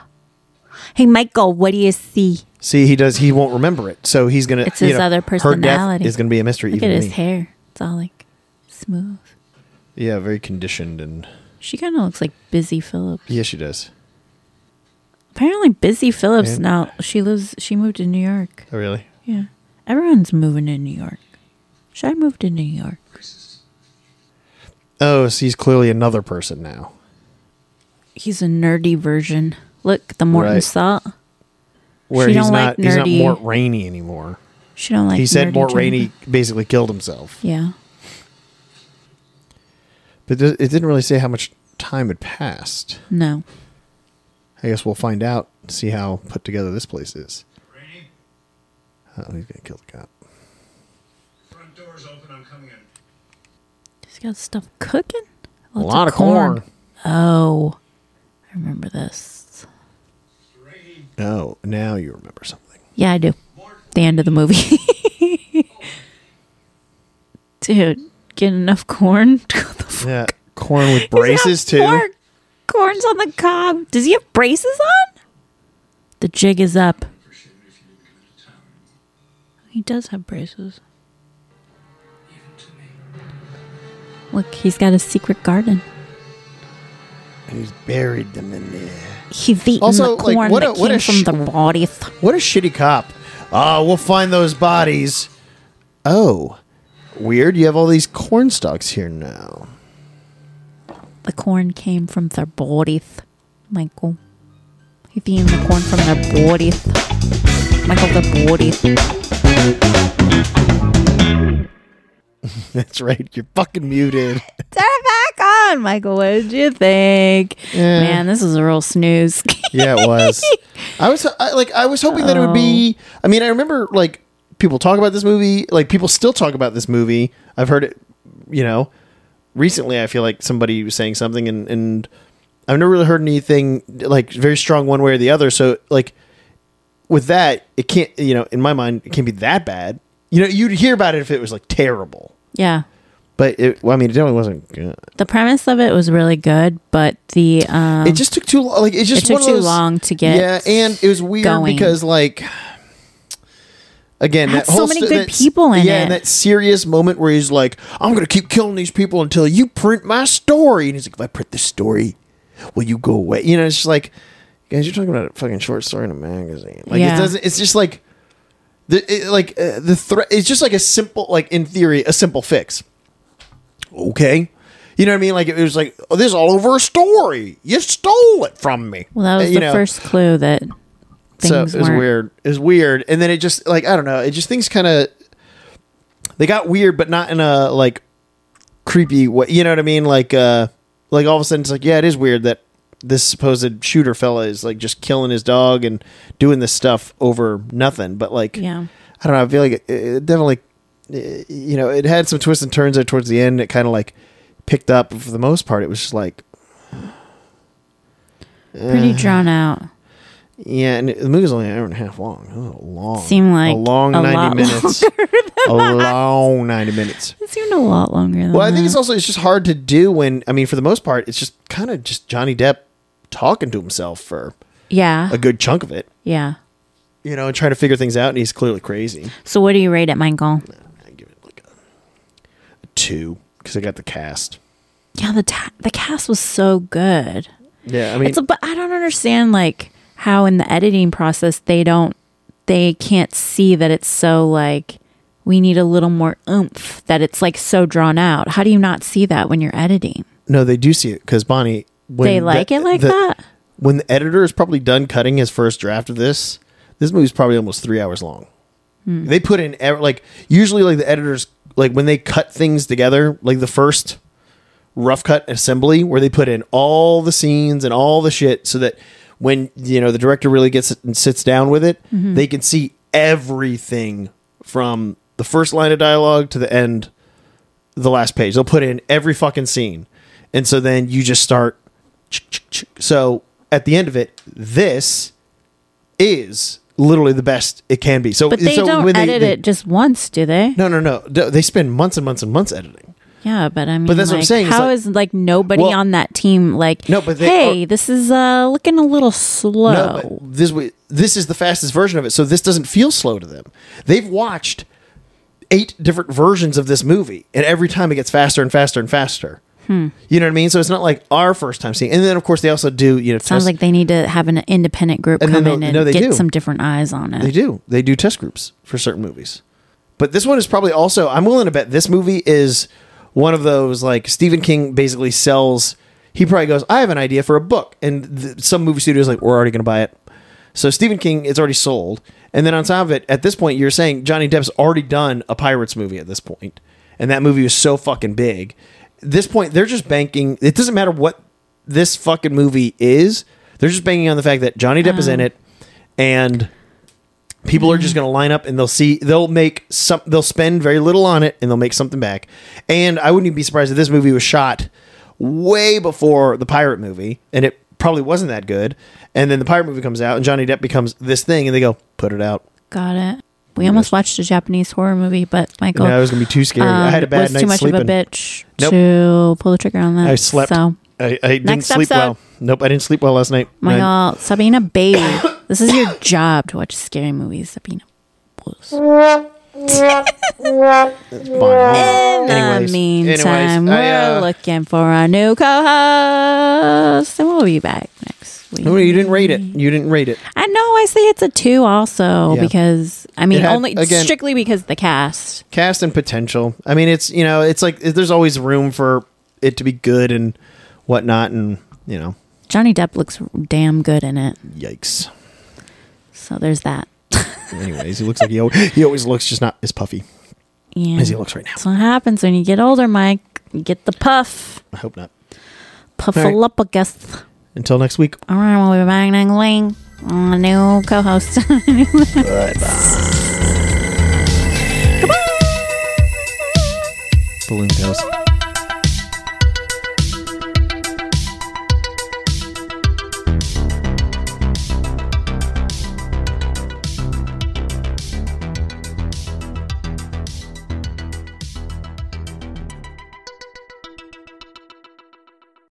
Speaker 2: hey, Michael, what do you see?
Speaker 1: See, he does. He won't remember it, so he's gonna.
Speaker 2: It's
Speaker 1: you
Speaker 2: his
Speaker 1: know,
Speaker 2: other
Speaker 1: Her
Speaker 2: personality.
Speaker 1: death is gonna be a mystery.
Speaker 2: Look
Speaker 1: even
Speaker 2: at
Speaker 1: to
Speaker 2: his
Speaker 1: me.
Speaker 2: hair. It's all like smooth.
Speaker 1: Yeah, very conditioned and
Speaker 2: She kind of looks like Busy Phillips.
Speaker 1: yeah, she does.
Speaker 2: Apparently, Busy Phillips
Speaker 1: Yeah.
Speaker 2: now she lives. She moved to New York.
Speaker 1: Oh, really?
Speaker 2: Yeah, everyone's moving to New York. Should I move to New York?
Speaker 1: Oh, so he's clearly another person now.
Speaker 2: He's a nerdy version. Look, the Morton
Speaker 1: Right.
Speaker 2: salt.
Speaker 1: Where
Speaker 2: She
Speaker 1: he's
Speaker 2: don't
Speaker 1: not
Speaker 2: like
Speaker 1: he's not
Speaker 2: nerdy-
Speaker 1: Mort Rainey anymore.
Speaker 2: She don't like.
Speaker 1: he said
Speaker 2: nerdy
Speaker 1: Mort
Speaker 2: gender.
Speaker 1: Rainey basically killed himself,
Speaker 2: Yeah,
Speaker 1: but th- it didn't really say how much time had passed.
Speaker 2: no.
Speaker 1: I guess we'll find out. See how put together this place is.
Speaker 5: Rainey,
Speaker 1: Oh, he's gonna kill the cop.
Speaker 5: front door's open. I'm coming in.
Speaker 2: He's got stuff cooking.
Speaker 1: a lot of corn.
Speaker 2: Oh, I remember this.
Speaker 5: Mr. Rainey,
Speaker 1: Oh, now you remember something.
Speaker 2: Yeah, I do. The end of the movie. Dude, get enough corn. What the fuck?
Speaker 1: Yeah, corn with
Speaker 2: Does he have
Speaker 1: braces too.
Speaker 2: fork? Corn's on the cob. Does he have braces on? The jig is up. He does have braces. Look, he's got a secret garden.
Speaker 1: He's buried them in there.
Speaker 2: He's eaten
Speaker 1: Also,
Speaker 2: the
Speaker 1: like,
Speaker 2: corn
Speaker 1: what
Speaker 2: that
Speaker 1: a- what
Speaker 2: came
Speaker 1: a
Speaker 2: from
Speaker 1: sh-
Speaker 2: the bodies.
Speaker 1: What a shitty cop. Uh, we'll find those bodies. Oh, weird. You have all these corn stalks here now.
Speaker 2: The corn came from their bodies, Michael. He's eating the corn from their bodies. Michael, the bodies.
Speaker 1: That's right. You're fucking muted.
Speaker 2: Turn it back on, Michael. What did you think?
Speaker 1: Yeah.
Speaker 2: Man, this is a real snooze.
Speaker 1: Yeah, it was. I was I, like, I was hoping that it would be. I mean, I remember like people talk about this movie. Like people still talk about this movie. I've heard it. You know, recently I feel like somebody was saying something, and and I've never really heard anything like very strong one way or the other. So like with that, it can't. You know, in my mind, it can't be that bad. You know, you'd hear about it if it was like terrible.
Speaker 2: yeah.
Speaker 1: But it, well, I mean, it definitely wasn't good.
Speaker 2: The premise of it was really good, but the um
Speaker 1: it just took too long. Like it's just
Speaker 2: it took
Speaker 1: one of
Speaker 2: too
Speaker 1: those-
Speaker 2: long to get
Speaker 1: Yeah, and it was weird
Speaker 2: going.
Speaker 1: because like again,
Speaker 2: It
Speaker 1: that
Speaker 2: had so
Speaker 1: whole
Speaker 2: many
Speaker 1: st-
Speaker 2: good
Speaker 1: that s-
Speaker 2: people in
Speaker 1: yeah, and
Speaker 2: it.
Speaker 1: that serious moment where he's like, "I'm gonna keep killing these people until you print my story," and he's like, "If I print this story, will you go away?" You know, it's just like, guys, you're talking about a fucking short story in a magazine. Like
Speaker 2: Yeah.
Speaker 1: it doesn't. It's just like. The, it, like uh, the threat, it's just like a simple, like in theory, a simple fix okay. You know what I mean? Like it was like oh, this is all over a story. You stole it from me.
Speaker 2: Well, that was
Speaker 1: Uh, you
Speaker 2: the
Speaker 1: know,
Speaker 2: first clue that things
Speaker 1: So it was
Speaker 2: weren't.
Speaker 1: weird. It was weird, and then it just like I don't know. It just things kind of they got weird, but not in a like creepy way. You know what I mean? Like uh, like all of a sudden it's like yeah, it is weird that this supposed shooter fella is like just killing his dog and doing this stuff over nothing. But like
Speaker 2: Yeah.
Speaker 1: I don't know. I feel like it, it definitely, uh, you know, it had some twists and turns there towards the end. It kind of like picked up. For the most part, it was just like,
Speaker 2: Pretty drawn out.
Speaker 1: yeah. And it- the movie's only an hour and a half long. That was a long.
Speaker 2: Seemed like
Speaker 1: a long
Speaker 2: a lot
Speaker 1: ninety minutes. A long ninety minutes.
Speaker 2: It seemed a lot longer than
Speaker 1: Well, I think
Speaker 2: that.
Speaker 1: it's also it's just hard to do when I mean, for the most part, it's just kind of just Johnny Depp talking to himself for
Speaker 2: Yeah.
Speaker 1: a good chunk of it.
Speaker 2: Yeah.
Speaker 1: You know, and trying to figure things out, and he's clearly crazy.
Speaker 2: So what do you rate it, Michael?
Speaker 1: I give it like a two because I got the cast.
Speaker 2: Yeah, the ta- the cast was so good.
Speaker 1: Yeah, I mean,
Speaker 2: It's a, but I don't understand like how in the editing process they don't they can't see that it's so like we need a little more oomph that it's like so drawn out. How do you not see that when you're editing?
Speaker 1: No, they do see it because Bonnie. When
Speaker 2: they
Speaker 1: the-
Speaker 2: like it like
Speaker 1: the-
Speaker 2: that.
Speaker 1: When the editor is probably done cutting his first draft of this, this movie's probably almost three hours long. They put in ev- like usually like the editors like when they cut things together like the first rough cut assembly where they put in all the scenes and all the shit so that when you know the director really gets it and sits down with it,
Speaker 2: Mm-hmm.
Speaker 1: they can see everything from the first line of dialogue to the end the last page. They'll put in every fucking scene. And so then you just start. So at the end of it, this is literally the best it can be. So,
Speaker 2: But they
Speaker 1: so
Speaker 2: don't
Speaker 1: when
Speaker 2: edit
Speaker 1: they-
Speaker 2: it just once, do they?
Speaker 1: No, no, no. D- They spend months and months and months editing.
Speaker 2: Yeah, but I mean,
Speaker 1: that's what I'm
Speaker 2: like,
Speaker 1: saying, it's
Speaker 2: How
Speaker 1: like-
Speaker 2: is like nobody
Speaker 1: Well-
Speaker 2: on that team like?
Speaker 1: No, but they
Speaker 2: hey,
Speaker 1: are-
Speaker 2: this is uh looking a little slow.
Speaker 1: No, but this wa- this is the fastest version of it, so this doesn't feel slow to them. They've watched eight different versions of this movie, and every time it gets faster and faster and faster.
Speaker 2: Hmm.
Speaker 1: You know what I mean? So it's not like our first time seeing. And then of course they also do. You know,
Speaker 2: Sounds
Speaker 1: test-
Speaker 2: like they need to have an independent group
Speaker 1: And
Speaker 2: come
Speaker 1: then
Speaker 2: in
Speaker 1: they'll-
Speaker 2: and
Speaker 1: no, they
Speaker 2: get
Speaker 1: do.
Speaker 2: some different eyes on it.
Speaker 1: They do. They do test groups for certain movies. But this one is probably also, I'm willing to bet this movie is one of those like Stephen King basically sells, he probably goes, I have an idea for a book. And th- some movie studios like, we're already going to buy it. So Stephen King, it's already sold. And then on top of it, at this point, you're saying Johnny Depp's already done a Pirates movie at this point. And that movie was so fucking big. At this point, they're just banking, it doesn't matter what this fucking movie is, they're just banking on the fact that Johnny Depp is in it and people are
Speaker 2: Mm.
Speaker 1: just going to line up and they'll see they'll make some they'll spend very little on it and they'll make something back and i wouldn't even be surprised if this movie was shot way before the pirate movie and it probably wasn't that good and then the pirate movie comes out and johnny depp becomes this thing and they go put it out
Speaker 2: Got it. We almost watched a Japanese horror movie, but Michael
Speaker 1: and i was going to be too scared i
Speaker 2: um,
Speaker 1: had a bad
Speaker 2: was
Speaker 1: night
Speaker 2: too much
Speaker 1: sleeping
Speaker 2: of a bitch
Speaker 1: Nope.
Speaker 2: to pull the trigger on that.
Speaker 1: i slept
Speaker 2: So,
Speaker 1: I, I didn't
Speaker 2: Next
Speaker 1: sleep well
Speaker 2: episode.
Speaker 1: nope i didn't sleep well last night
Speaker 2: my
Speaker 1: I-
Speaker 2: God, Sabina, baby, this is your job to watch scary movies, Sabina. Puss.
Speaker 1: Fine.
Speaker 2: In
Speaker 1: Anyways,
Speaker 2: the
Speaker 1: anyways,
Speaker 2: meantime,
Speaker 1: I,
Speaker 2: we're
Speaker 1: uh,
Speaker 2: looking for a new co-host, and we'll be back next week.
Speaker 1: no, you didn't rate it you didn't rate it
Speaker 2: I know. I say it's a two, also
Speaker 1: Yeah.
Speaker 2: because I mean,
Speaker 1: It had-
Speaker 2: only
Speaker 1: again-
Speaker 2: strictly because of the cast.
Speaker 1: cast and potential. I mean, it's you know, it's like there's always room for it to be good and whatnot, and you know,
Speaker 2: Johnny Depp looks damn good in it,
Speaker 1: yikes.
Speaker 2: so there's that.
Speaker 1: Anyways, he looks like he always, he always looks just not as puffy
Speaker 2: Yeah,
Speaker 1: as he looks right now.
Speaker 2: that's what happens when you get older, Mike. You get the puff,
Speaker 1: I hope not.
Speaker 2: puffalopagus.
Speaker 1: Until next week.
Speaker 2: All right, we'll be back next week on a new co-host.
Speaker 1: Balloon Tales.